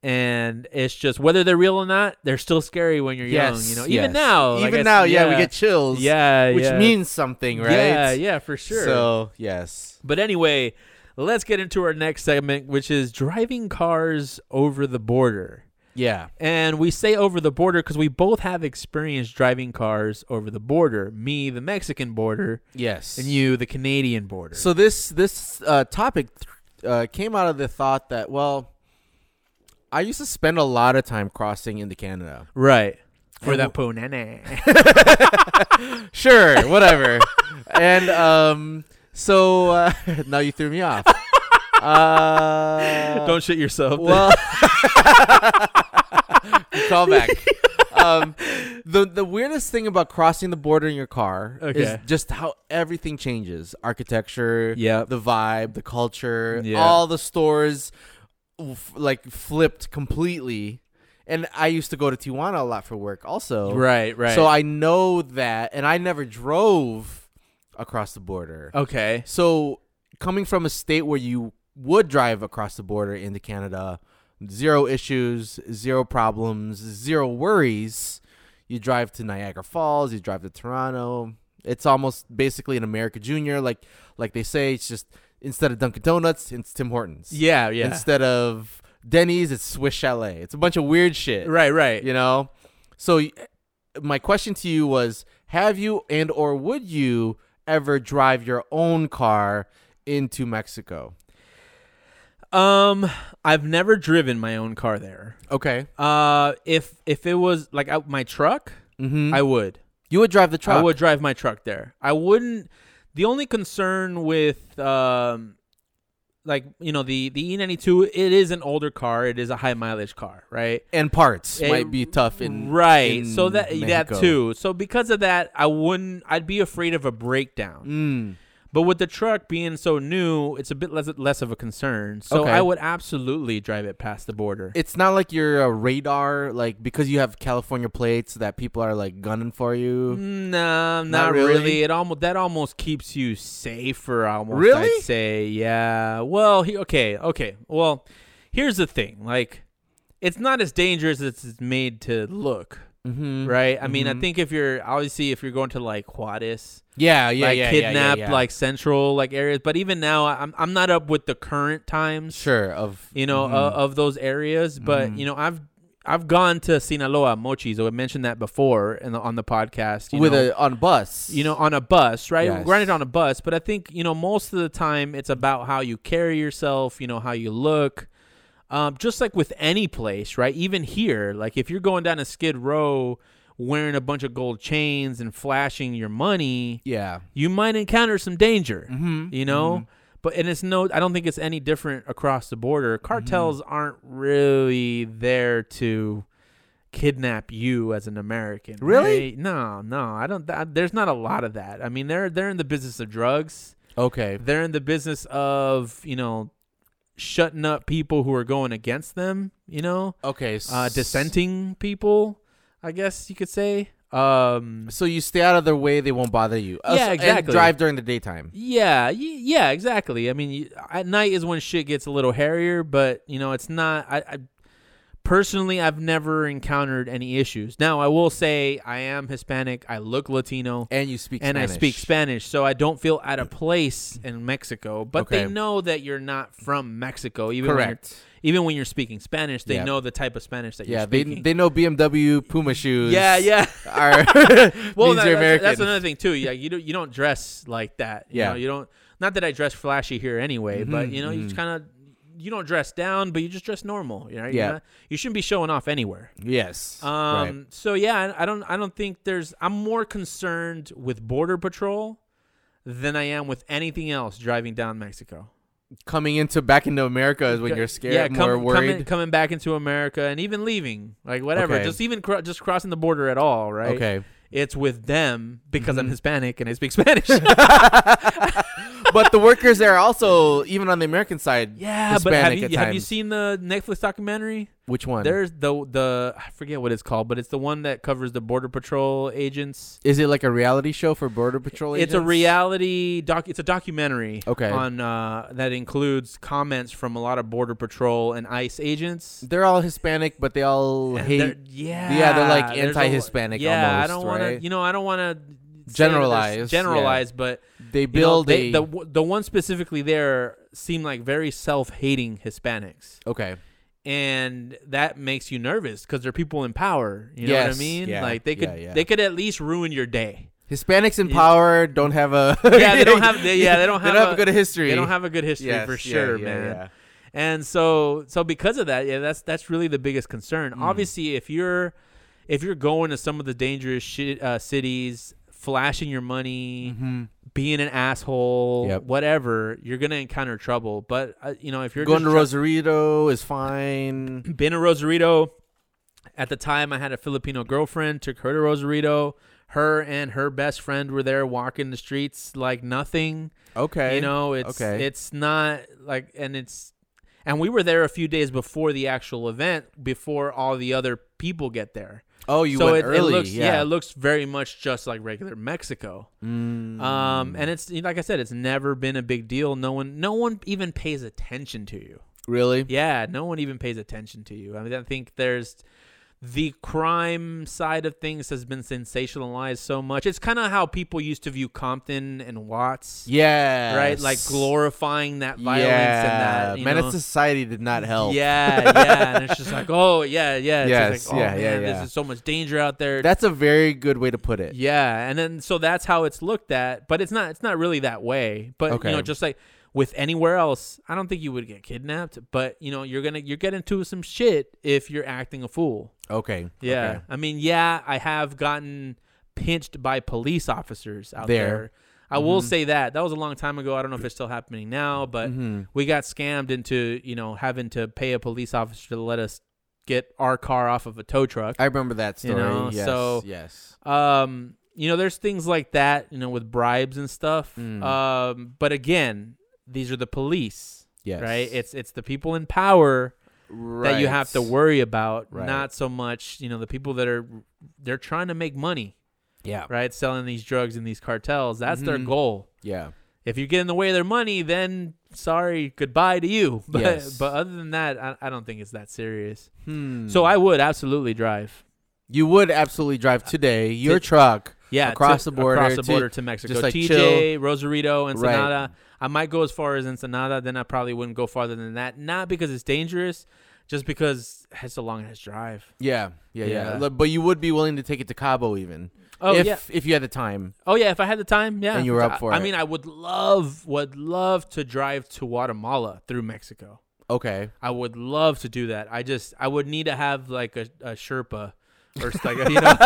[SPEAKER 2] and it's just whether they're real or not, they're still scary when you're young. You know, even
[SPEAKER 1] yes.
[SPEAKER 2] now, like
[SPEAKER 1] even
[SPEAKER 2] I s-
[SPEAKER 1] now, yeah, we get chills.
[SPEAKER 2] yeah,
[SPEAKER 1] which
[SPEAKER 2] yeah.
[SPEAKER 1] means something, right?
[SPEAKER 2] yeah, yeah, for sure.
[SPEAKER 1] So yes,
[SPEAKER 2] but anyway, let's get into our next segment, which is driving cars over the border.
[SPEAKER 1] yeah,
[SPEAKER 2] And we say over the border because we both have experienced driving cars over the border. Me, the Mexican border,
[SPEAKER 1] yes.
[SPEAKER 2] and you, the Canadian border.
[SPEAKER 1] So this this uh, topic th- uh, came out of the thought that well, I used to spend a lot of time crossing into Canada.
[SPEAKER 2] right for
[SPEAKER 1] And
[SPEAKER 2] that ponene.
[SPEAKER 1] Sure, whatever. and um, so uh, now you threw me off. Uh,
[SPEAKER 2] Don't shit yourself.
[SPEAKER 1] well, call back. Um, the the weirdest thing about crossing the border in your car is
[SPEAKER 2] Okay.
[SPEAKER 1] just how everything changes: architecture,
[SPEAKER 2] Yep.
[SPEAKER 1] the vibe, the culture,
[SPEAKER 2] Yeah.
[SPEAKER 1] all the stores f- like flipped completely. And I used to go to Tijuana a lot for work, also.
[SPEAKER 2] right, right.
[SPEAKER 1] So I know that, and I never drove across the border.
[SPEAKER 2] okay,
[SPEAKER 1] So coming from a state where you would drive across the border into Canada, zero issues, zero problems, zero worries. You drive to Niagara Falls, you drive to Toronto. It's almost basically an America Junior, like like they say. It's just instead of Dunkin' Donuts, it's Tim Hortons.
[SPEAKER 2] yeah, yeah.
[SPEAKER 1] Instead of Denny's, it's Swiss Chalet. It's a bunch of weird shit
[SPEAKER 2] right, right.
[SPEAKER 1] you know so y- my question to you was have you and or would you ever drive your own car into mexico
[SPEAKER 2] Um, I've never driven my own car there.
[SPEAKER 1] okay
[SPEAKER 2] Uh, if if it was like I, my truck,
[SPEAKER 1] mm-hmm.
[SPEAKER 2] I would.
[SPEAKER 1] you would drive the truck
[SPEAKER 2] I would drive my Hmm? truck there. I wouldn't. The only concern with um, like you know the the E ninety two, it is an older car. It is a high mileage car, right?
[SPEAKER 1] and parts
[SPEAKER 2] Eh,
[SPEAKER 1] might be tough in
[SPEAKER 2] right.
[SPEAKER 1] in
[SPEAKER 2] so that that
[SPEAKER 1] Mexico.
[SPEAKER 2] too. So because of that, I wouldn't. I'd be afraid of a breakdown.
[SPEAKER 1] mm.
[SPEAKER 2] But with the truck being so new, it's a bit less less of a concern. So
[SPEAKER 1] Okay.
[SPEAKER 2] I would absolutely drive it past the border.
[SPEAKER 1] it's not like your uh, radar like because you have california plates that people are like gunning for you
[SPEAKER 2] No, Mm, not,
[SPEAKER 1] Not
[SPEAKER 2] really.
[SPEAKER 1] really?
[SPEAKER 2] It almost that almost keeps you safer. Almost, I'd
[SPEAKER 1] Really?
[SPEAKER 2] say, yeah. Well, he, okay, okay. Well, here's the thing. Like, it's not as dangerous as it's made to look,
[SPEAKER 1] mm-hmm.
[SPEAKER 2] right? I mean, I
[SPEAKER 1] Mhm.
[SPEAKER 2] think if you're obviously if you're going to like Juarez,
[SPEAKER 1] yeah yeah
[SPEAKER 2] like
[SPEAKER 1] yeah yeah, yeah,
[SPEAKER 2] kidnapped,
[SPEAKER 1] yeah.
[SPEAKER 2] like central, like areas. But even now, I'm I'm not up with the current times
[SPEAKER 1] sure of
[SPEAKER 2] you know,
[SPEAKER 1] Mhm.
[SPEAKER 2] o- of those areas. But
[SPEAKER 1] Mhm.
[SPEAKER 2] you know, I've I've gone to Sinaloa Mochis. I mentioned that before in the, on the podcast. You
[SPEAKER 1] with
[SPEAKER 2] know,
[SPEAKER 1] a on bus
[SPEAKER 2] you know, on a bus, right?
[SPEAKER 1] Yes.
[SPEAKER 2] Granted, on a bus, but I think you know most of the time it's about how you carry yourself. You know how you look. Um, just like with any place, right? Even here, like if you're going down a skid row wearing a bunch of gold chains and flashing your money,
[SPEAKER 1] yeah
[SPEAKER 2] you might encounter some danger
[SPEAKER 1] mm-hmm.
[SPEAKER 2] you know but and it's no i don't think it's any different across the border
[SPEAKER 1] Mm-hmm.
[SPEAKER 2] cartels aren't really there to kidnap you as an american
[SPEAKER 1] Really?
[SPEAKER 2] right? no no i don't th- there's not a lot of that i mean they're they're in the business of drugs
[SPEAKER 1] okay
[SPEAKER 2] they're in the business of you know shutting up people who are going against them you know
[SPEAKER 1] okay s-
[SPEAKER 2] uh dissenting people i guess you could say um
[SPEAKER 1] So you stay out of their way; they won't bother you. Uh,
[SPEAKER 2] Yeah,
[SPEAKER 1] and
[SPEAKER 2] exactly.
[SPEAKER 1] drive during the daytime.
[SPEAKER 2] Yeah, y- yeah, exactly. I mean, y- at night is when shit gets a little hairier, but you know, it's not. I, I Personally, I've never encountered any issues. Now, I will say I am Hispanic. I look Latino.
[SPEAKER 1] And you speak
[SPEAKER 2] and
[SPEAKER 1] Spanish.
[SPEAKER 2] I speak Spanish, so I don't feel out of place in Mexico. But they
[SPEAKER 1] Okay.
[SPEAKER 2] know that you're not from Mexico, even When
[SPEAKER 1] Correct.
[SPEAKER 2] you're, even when you're speaking Spanish, they
[SPEAKER 1] Yeah.
[SPEAKER 2] know the type of Spanish that
[SPEAKER 1] Yeah,
[SPEAKER 2] you're
[SPEAKER 1] they,
[SPEAKER 2] speaking.
[SPEAKER 1] they know BMW Puma shoes.
[SPEAKER 2] yeah, yeah.
[SPEAKER 1] Are
[SPEAKER 2] Well,
[SPEAKER 1] means
[SPEAKER 2] that-
[SPEAKER 1] you're
[SPEAKER 2] that's,
[SPEAKER 1] American.
[SPEAKER 2] that's another thing too. Yeah, you don't you don't dress like that. You
[SPEAKER 1] Yeah.
[SPEAKER 2] know, you don't. Not that I dress flashy here anyway, but
[SPEAKER 1] Mhm,
[SPEAKER 2] you know, you just kind of you don't dress down, but you just dress normal. You know, You're
[SPEAKER 1] Yeah.
[SPEAKER 2] not- you shouldn't be showing off anywhere.
[SPEAKER 1] yes.
[SPEAKER 2] Um. So yeah, I I don't. I don't think there's. I'm more concerned with border patrol than I am with anything else driving down Mexico.
[SPEAKER 1] coming into back into America is when you're scared,
[SPEAKER 2] yeah,
[SPEAKER 1] more
[SPEAKER 2] come-
[SPEAKER 1] worried.
[SPEAKER 2] coming, coming back into America and even leaving, like whatever,
[SPEAKER 1] Okay.
[SPEAKER 2] just even cro- just crossing the border at all, right?
[SPEAKER 1] Okay, Mm-hmm.
[SPEAKER 2] It's with them because I'm Hispanic and I speak Spanish.
[SPEAKER 1] but the workers there are also even on the American side.
[SPEAKER 2] yeah, but
[SPEAKER 1] Hispanic
[SPEAKER 2] have you,
[SPEAKER 1] at
[SPEAKER 2] have you
[SPEAKER 1] times.
[SPEAKER 2] seen the Netflix documentary?
[SPEAKER 1] Which one?
[SPEAKER 2] There's the the I forget what it's called, but it's the one that covers the border patrol agents.
[SPEAKER 1] Is it like a reality show for border patrol agents?
[SPEAKER 2] It's a reality doc. It's a documentary.
[SPEAKER 1] Okay.
[SPEAKER 2] On uh, that includes comments from a lot of border patrol and ICE agents.
[SPEAKER 1] They're all Hispanic, but they all
[SPEAKER 2] And
[SPEAKER 1] hate.
[SPEAKER 2] they're- yeah,
[SPEAKER 1] yeah, they're like
[SPEAKER 2] there's a lo-
[SPEAKER 1] anti-Hispanic
[SPEAKER 2] Yeah, I
[SPEAKER 1] almost,
[SPEAKER 2] don't want
[SPEAKER 1] right?
[SPEAKER 2] to. You know, I don't want to
[SPEAKER 1] Generalize, yeah.
[SPEAKER 2] Generalize, but
[SPEAKER 1] They
[SPEAKER 2] you know,
[SPEAKER 1] build
[SPEAKER 2] they-
[SPEAKER 1] a
[SPEAKER 2] the w- the one specifically there seemed like very self-hating Hispanics,
[SPEAKER 1] okay.
[SPEAKER 2] and that makes you nervous because they're people in power. You know what I
[SPEAKER 1] Yes,
[SPEAKER 2] mean?
[SPEAKER 1] yeah,
[SPEAKER 2] like they could
[SPEAKER 1] yeah, yeah.
[SPEAKER 2] they could at least ruin your day.
[SPEAKER 1] Hispanics in
[SPEAKER 2] Yeah.
[SPEAKER 1] power don't have a
[SPEAKER 2] Yeah, they don't have- they- yeah, they don't
[SPEAKER 1] they
[SPEAKER 2] have
[SPEAKER 1] don't have
[SPEAKER 2] a-
[SPEAKER 1] a good history.
[SPEAKER 2] They don't have a good history
[SPEAKER 1] Yes,
[SPEAKER 2] for
[SPEAKER 1] yeah,
[SPEAKER 2] sure,
[SPEAKER 1] yeah,
[SPEAKER 2] man.
[SPEAKER 1] yeah.
[SPEAKER 2] And so so because of that, yeah, that's that's really the biggest concern.
[SPEAKER 1] Mm.
[SPEAKER 2] Obviously, if you're if you're going to some of the dangerous shit, uh, cities, flashing your money, being an asshole,
[SPEAKER 1] Mm-hmm. Yep.
[SPEAKER 2] whatever, you're gonna encounter trouble. But uh, you know, if you're
[SPEAKER 1] Going to
[SPEAKER 2] just dri-
[SPEAKER 1] Rosarito is fine.
[SPEAKER 2] been to Rosarito, at the time I had a Filipino girlfriend, took her to Rosarito. Her and her best friend were there walking the streets like nothing.
[SPEAKER 1] Okay,
[SPEAKER 2] You know, it's
[SPEAKER 1] Okay.
[SPEAKER 2] it's not like and it's and we were there a few days before the actual event, before all the other people get there.
[SPEAKER 1] Oh, you
[SPEAKER 2] so
[SPEAKER 1] went
[SPEAKER 2] it,
[SPEAKER 1] early.
[SPEAKER 2] it looks
[SPEAKER 1] yeah.
[SPEAKER 2] it looks very much just like regular Mexico.
[SPEAKER 1] Mm.
[SPEAKER 2] Um and it's like I said, it's never been a big deal. No one no one even pays attention to you.
[SPEAKER 1] really?
[SPEAKER 2] Yeah, no one even pays attention to you. I mean I think there's the crime side of things has been sensationalized so much. It's kind of how people used to view Compton and Watts
[SPEAKER 1] Yeah.
[SPEAKER 2] right? Like glorifying that violence and that. You
[SPEAKER 1] Man,
[SPEAKER 2] know?
[SPEAKER 1] it's society did not help.
[SPEAKER 2] Yeah, yeah. And it's just like, oh yeah, yeah. It's just
[SPEAKER 1] Yes,
[SPEAKER 2] like, oh,
[SPEAKER 1] yeah, yeah,
[SPEAKER 2] man,
[SPEAKER 1] yeah.
[SPEAKER 2] This is so much danger out there.
[SPEAKER 1] That's a very good way to put it.
[SPEAKER 2] yeah, and then so that's how it's looked at, but it's not. It's not really that way. But
[SPEAKER 1] Okay.
[SPEAKER 2] you know, just like with anywhere else, I don't think you would get kidnapped. But you know, you're gonna you're getting into some shit if you're acting a fool.
[SPEAKER 1] Okay.
[SPEAKER 2] Yeah.
[SPEAKER 1] okay.
[SPEAKER 2] I mean, yeah, I have gotten pinched by police officers out there.
[SPEAKER 1] There. Mm-hmm.
[SPEAKER 2] I will say that. That was a long time ago. I don't know if it's still happening now, but
[SPEAKER 1] Mm-hmm.
[SPEAKER 2] we got scammed into, you know, having to pay a police officer to let us get our car off of a tow truck.
[SPEAKER 1] I remember that
[SPEAKER 2] You
[SPEAKER 1] story.
[SPEAKER 2] know,
[SPEAKER 1] yes.
[SPEAKER 2] so-
[SPEAKER 1] yes.
[SPEAKER 2] Um, you know, there's things like that, you know, with bribes and stuff.
[SPEAKER 1] Mm.
[SPEAKER 2] Um, but again, these are the police,
[SPEAKER 1] Yes.
[SPEAKER 2] right? It's it's the people in power
[SPEAKER 1] right.
[SPEAKER 2] that you have to worry about,
[SPEAKER 1] Right.
[SPEAKER 2] not so much, you know, the people that are they're trying to make money.
[SPEAKER 1] Yeah.
[SPEAKER 2] right? Selling these drugs in these cartels. That's their
[SPEAKER 1] Mhm.
[SPEAKER 2] goal.
[SPEAKER 1] Yeah.
[SPEAKER 2] If you get in the way of their money, then sorry, goodbye to you. But
[SPEAKER 1] Yes.
[SPEAKER 2] but other than that, I, I don't think it's that serious.
[SPEAKER 1] Hmm.
[SPEAKER 2] So I would absolutely drive.
[SPEAKER 1] you would absolutely drive
[SPEAKER 2] Uh,
[SPEAKER 1] today your truck
[SPEAKER 2] Yeah,
[SPEAKER 1] Across
[SPEAKER 2] to-
[SPEAKER 1] the border
[SPEAKER 2] across the
[SPEAKER 1] to-
[SPEAKER 2] border to, Mexico.
[SPEAKER 1] just, like,
[SPEAKER 2] TJ,
[SPEAKER 1] chill.
[SPEAKER 2] Rosarito,
[SPEAKER 1] Right.
[SPEAKER 2] Ensenada. I might go as far as Ensenada, then I probably wouldn't go farther than that. Not because it's dangerous, just because it's a long ass drive.
[SPEAKER 1] yeah, yeah, yeah,
[SPEAKER 2] Yeah.
[SPEAKER 1] Look, But you would be willing to take it to Cabo, even
[SPEAKER 2] Oh
[SPEAKER 1] if
[SPEAKER 2] yeah,
[SPEAKER 1] if you had the time.
[SPEAKER 2] oh yeah. If I had the time, yeah.
[SPEAKER 1] And you were up
[SPEAKER 2] I-
[SPEAKER 1] for
[SPEAKER 2] I
[SPEAKER 1] it.
[SPEAKER 2] mean, I would love, would love to drive to Guatemala through Mexico.
[SPEAKER 1] Okay,
[SPEAKER 2] I would love to do that. I just I would need to have like a, a Sherpa or s- like a, you know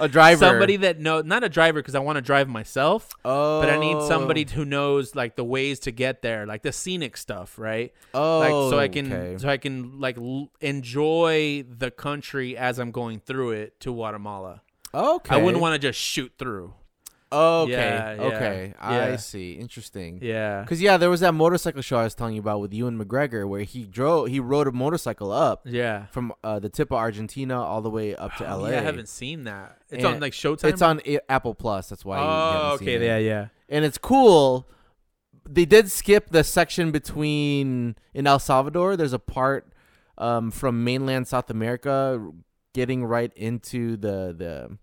[SPEAKER 1] a driver,
[SPEAKER 2] somebody that know not a driver because I want to drive myself,
[SPEAKER 1] Oh,
[SPEAKER 2] but I need somebody who knows like the ways to get there, like the scenic stuff, right?
[SPEAKER 1] Oh,
[SPEAKER 2] like so I can
[SPEAKER 1] okay.
[SPEAKER 2] so I can like l- enjoy the country as I'm going through it to Guatemala.
[SPEAKER 1] okay.
[SPEAKER 2] I wouldn't want to just shoot through.
[SPEAKER 1] Okay,
[SPEAKER 2] Yeah, yeah,
[SPEAKER 1] okay.
[SPEAKER 2] yeah.
[SPEAKER 1] I see. Interesting.
[SPEAKER 2] Yeah.
[SPEAKER 1] Cause yeah, there was that motorcycle show I was telling you about with Ewan McGregor, where he drove, he rode a motorcycle up
[SPEAKER 2] Yeah.
[SPEAKER 1] from uh, the tip of Argentina all the way up to
[SPEAKER 2] Oh,
[SPEAKER 1] LA.
[SPEAKER 2] yeah, I haven't seen that. It's
[SPEAKER 1] And
[SPEAKER 2] on like Showtime.
[SPEAKER 1] It's on A- Apple Plus. That's why. you
[SPEAKER 2] Oh,
[SPEAKER 1] haven't seen
[SPEAKER 2] okay.
[SPEAKER 1] it.
[SPEAKER 2] Yeah, yeah.
[SPEAKER 1] And it's cool. They did skip the section between in El Salvador. There's a part um, from mainland South America, getting right into the the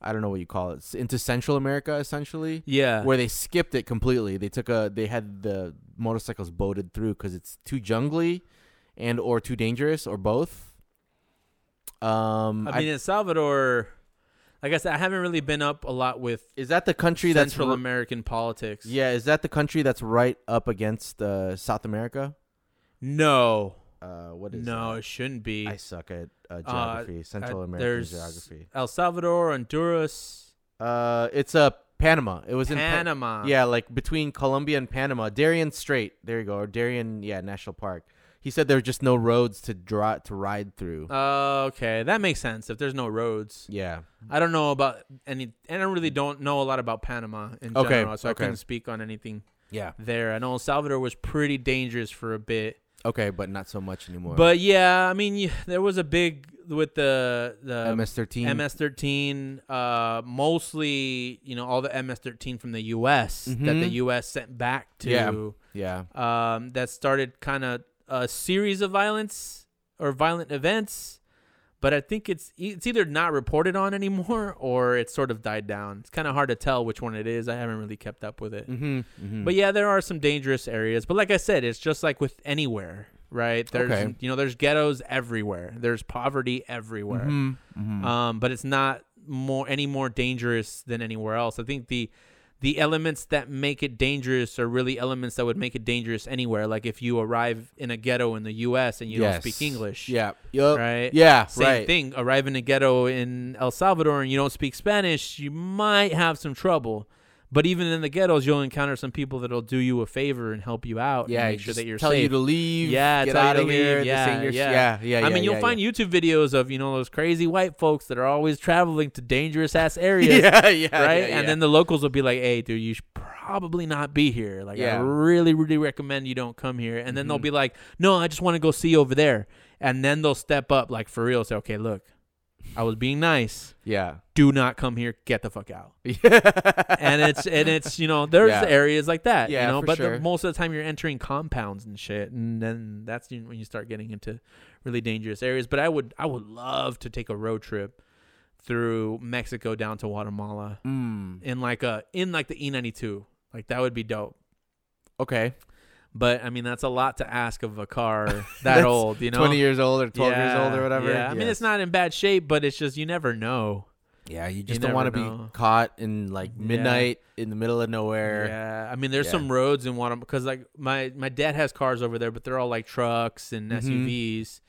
[SPEAKER 1] I don't know what you call it, s- into Central America essentially,
[SPEAKER 2] Yeah.
[SPEAKER 1] where they skipped it completely. They took a they had the motorcycles boated through because it's too jungly, and or too dangerous or both. Um,
[SPEAKER 2] I mean, in Salvador, like I said, I haven't really been up a lot with
[SPEAKER 1] is that the country that's
[SPEAKER 2] Central
[SPEAKER 1] r-
[SPEAKER 2] American politics.
[SPEAKER 1] Yeah, is that the country that's right up against uh, South America?
[SPEAKER 2] No.
[SPEAKER 1] Uh, what is
[SPEAKER 2] No,
[SPEAKER 1] that?
[SPEAKER 2] it shouldn't be.
[SPEAKER 1] I suck at uh, geography,
[SPEAKER 2] Uh,
[SPEAKER 1] Central American
[SPEAKER 2] there's
[SPEAKER 1] geography.
[SPEAKER 2] El Salvador, Honduras,
[SPEAKER 1] Uh, it's uh, Panama. It was in Pa-
[SPEAKER 2] Panama.
[SPEAKER 1] yeah, like between Colombia and Panama, Darien Strait. There you go, or Darien, yeah, National Park. He said there were just no roads to draw to ride through.
[SPEAKER 2] Uh, okay, that makes sense. If there's no roads,
[SPEAKER 1] yeah,
[SPEAKER 2] I don't know about any, and I really don't know a lot about Panama in
[SPEAKER 1] Okay,
[SPEAKER 2] general, so I
[SPEAKER 1] okay.
[SPEAKER 2] couldn't speak on anything
[SPEAKER 1] yeah,
[SPEAKER 2] there. I know El Salvador was pretty dangerous for a bit.
[SPEAKER 1] okay, but not so much anymore.
[SPEAKER 2] But yeah, I mean, y- there was a big with the the
[SPEAKER 1] MS13,
[SPEAKER 2] MS-13, uh, mostly you know all the MS-13 from the U.S. that the
[SPEAKER 1] Mhm.
[SPEAKER 2] U.S. sent back to,
[SPEAKER 1] yeah,
[SPEAKER 2] um, that started kind of a series of violence or violent events. But I think it's e- it's either not reported on anymore or it's sort of died down. It's kind of hard to tell which one it is. I haven't really kept up with it.
[SPEAKER 1] mm-hmm,
[SPEAKER 2] But yeah, there are some dangerous areas. But like I said, it's just like with anywhere, right? There's
[SPEAKER 1] Okay.
[SPEAKER 2] you know, there's ghettos everywhere. There's poverty everywhere.
[SPEAKER 1] Mm-hmm, Mm.
[SPEAKER 2] Um, but it's not more any more dangerous than anywhere else. I think the the elements that make it dangerous are really elements that would make it dangerous anywhere. Like if you arrive in a ghetto in the U.S. and you don't speak English,
[SPEAKER 1] Yeah, yup,
[SPEAKER 2] right?
[SPEAKER 1] yeah,
[SPEAKER 2] Same
[SPEAKER 1] right.
[SPEAKER 2] thing. Arrive in a ghetto in El Salvador and you don't speak Spanish, you might have some trouble. But even in the ghettos, you'll encounter some people that'll do you a favor and help you out.
[SPEAKER 1] Yeah,
[SPEAKER 2] and make sure
[SPEAKER 1] just
[SPEAKER 2] that you're
[SPEAKER 1] tell
[SPEAKER 2] safe.
[SPEAKER 1] you to leave.
[SPEAKER 2] Yeah,
[SPEAKER 1] get
[SPEAKER 2] tell you
[SPEAKER 1] out
[SPEAKER 2] to
[SPEAKER 1] of here.
[SPEAKER 2] leave.
[SPEAKER 1] this ain't
[SPEAKER 2] Yeah,
[SPEAKER 1] your s-
[SPEAKER 2] yeah.
[SPEAKER 1] yeah, yeah,
[SPEAKER 2] I mean,
[SPEAKER 1] yeah,
[SPEAKER 2] you'll
[SPEAKER 1] yeah,
[SPEAKER 2] find YouTube videos of you know those crazy white folks that are always traveling to dangerous ass
[SPEAKER 1] yeah.
[SPEAKER 2] areas,
[SPEAKER 1] yeah, yeah,
[SPEAKER 2] right?
[SPEAKER 1] yeah, yeah.
[SPEAKER 2] And then the locals will be like, "Hey, dude, you should probably not be here. Like, I
[SPEAKER 1] Yeah.
[SPEAKER 2] really, really recommend you don't come here." And then they'll
[SPEAKER 1] Mhm.
[SPEAKER 2] be like, "No, I just want to go see over there." And then they'll step up, like for real, say, "Okay, look, I was being nice.
[SPEAKER 1] yeah,
[SPEAKER 2] Do not come here. Get the fuck out." and
[SPEAKER 1] and
[SPEAKER 2] it's and it's you know there's
[SPEAKER 1] Yeah.
[SPEAKER 2] areas like that you
[SPEAKER 1] Yeah,
[SPEAKER 2] know
[SPEAKER 1] for
[SPEAKER 2] but the,
[SPEAKER 1] sure.
[SPEAKER 2] most of the time you're entering compounds and shit and then that's when you start getting into really dangerous areas but i would i would love to take a road trip through mexico down to guatemala
[SPEAKER 1] mm,
[SPEAKER 2] in like a in like the e92 like that would be dope
[SPEAKER 1] okay,
[SPEAKER 2] but i mean that's a lot to ask of a car that
[SPEAKER 1] That's
[SPEAKER 2] old you know
[SPEAKER 1] twenty years old or twelve years old
[SPEAKER 2] Yeah,
[SPEAKER 1] or whatever.
[SPEAKER 2] yeah i mean it's
[SPEAKER 1] Yes.
[SPEAKER 2] not in bad shape but it's just you never know
[SPEAKER 1] Yeah, you just don't
[SPEAKER 2] never
[SPEAKER 1] want to be
[SPEAKER 2] know.
[SPEAKER 1] caught in like
[SPEAKER 2] Yeah.
[SPEAKER 1] midnight in the middle of nowhere.
[SPEAKER 2] Yeah, I mean, there's
[SPEAKER 1] Yeah.
[SPEAKER 2] some roads in Guatemala because like my my dad has cars over there, but they're all like trucks and
[SPEAKER 1] Mhm.
[SPEAKER 2] SUVs.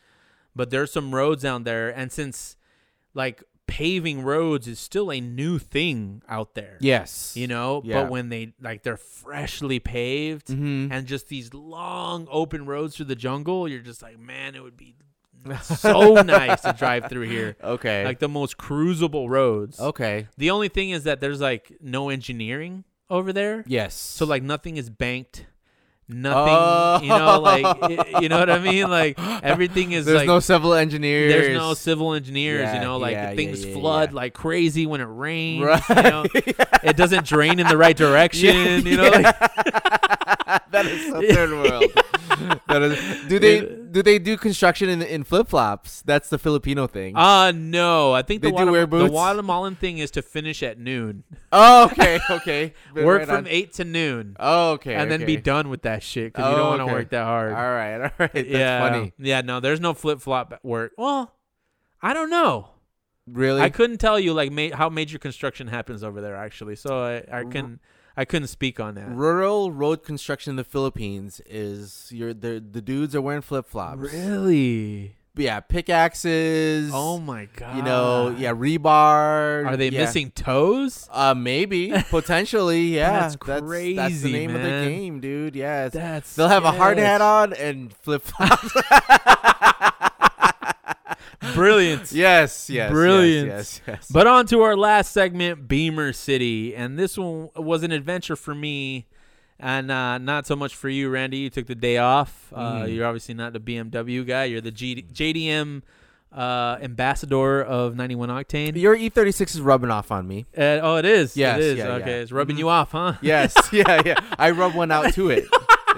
[SPEAKER 2] But there's some roads down there, and since like paving roads is still a new thing out there,
[SPEAKER 1] Yes,
[SPEAKER 2] you know.
[SPEAKER 1] Yeah.
[SPEAKER 2] But when they like they're freshly paved
[SPEAKER 1] Mhm.
[SPEAKER 2] and just these long open roads through the jungle, you're just like, man, it would be so nice to drive through here.
[SPEAKER 1] Okay, Oh.
[SPEAKER 2] Like the most cruisable roads.
[SPEAKER 1] okay,
[SPEAKER 2] The only thing is that there's like no engineering over there.
[SPEAKER 1] yes.
[SPEAKER 2] So like nothing is banked. Nothing,
[SPEAKER 1] Oh.
[SPEAKER 2] you know, like i- you know what I mean. Like everything is
[SPEAKER 1] there's
[SPEAKER 2] like
[SPEAKER 1] no civil engineers.
[SPEAKER 2] there's no civil engineers. you
[SPEAKER 1] Yeah,
[SPEAKER 2] know, like
[SPEAKER 1] yeah, yeah,
[SPEAKER 2] things
[SPEAKER 1] yeah,
[SPEAKER 2] flood
[SPEAKER 1] yeah.
[SPEAKER 2] like crazy when it rains.
[SPEAKER 1] Right.
[SPEAKER 2] You know? it doesn't drain in the right direction. you know, like
[SPEAKER 1] that is so third world. That is- do they do they do construction in, in flip flops? That's the Filipino thing.
[SPEAKER 2] uh no. I think the,
[SPEAKER 1] They do wear
[SPEAKER 2] the
[SPEAKER 1] boots?
[SPEAKER 2] Guatemalan thing is to finish at noon,
[SPEAKER 1] oh, okay, okay. But
[SPEAKER 2] work
[SPEAKER 1] right
[SPEAKER 2] from
[SPEAKER 1] on.
[SPEAKER 2] eight to noon,
[SPEAKER 1] Oh, okay,
[SPEAKER 2] and then be
[SPEAKER 1] okay.
[SPEAKER 2] done with that shit because you don't
[SPEAKER 1] Oh,
[SPEAKER 2] want to
[SPEAKER 1] okay.
[SPEAKER 2] work that hard.
[SPEAKER 1] All right, all right. That's
[SPEAKER 2] yeah,
[SPEAKER 1] funny.
[SPEAKER 2] yeah. No, there's no flip flop work. Well, I don't know.
[SPEAKER 1] Really?
[SPEAKER 2] I couldn't tell you like ma- how major construction happens over there actually, so I, I can I couldn't speak on that.
[SPEAKER 1] Rural road construction in the Philippines is your the the dudes are wearing flip flops.
[SPEAKER 2] Really?
[SPEAKER 1] Yeah, pickaxes.
[SPEAKER 2] Oh my god!
[SPEAKER 1] you know, yeah, rebar.
[SPEAKER 2] Are they
[SPEAKER 1] yeah.
[SPEAKER 2] missing toes?
[SPEAKER 1] Uh, maybe potentially, yeah.
[SPEAKER 2] That's
[SPEAKER 1] That's
[SPEAKER 2] crazy,
[SPEAKER 1] the name
[SPEAKER 2] man.
[SPEAKER 1] of the game, dude. Yeah, it's-
[SPEAKER 2] That's
[SPEAKER 1] they'll have a hard hat on and flip flops.
[SPEAKER 2] on. Brilliant.
[SPEAKER 1] yes, yes, yes,
[SPEAKER 2] Brilliant.
[SPEAKER 1] Yes, yes.
[SPEAKER 2] But on to our last segment, Beamer City, and this one was an adventure for me, and uh, not so much for you, Randy. You took the day off. Uh,
[SPEAKER 1] Mhm.
[SPEAKER 2] You're obviously not the BMW guy. You're the G- JDM uh, ambassador of 91 Octane.
[SPEAKER 1] your E36 is rubbing off on me.
[SPEAKER 2] Uh, oh, it is.
[SPEAKER 1] Yes,
[SPEAKER 2] it is.
[SPEAKER 1] yeah,
[SPEAKER 2] okay,
[SPEAKER 1] yeah.
[SPEAKER 2] it's rubbing
[SPEAKER 1] Mhm.
[SPEAKER 2] you off, huh?
[SPEAKER 1] Yes, yeah, yeah. I rub one out to it.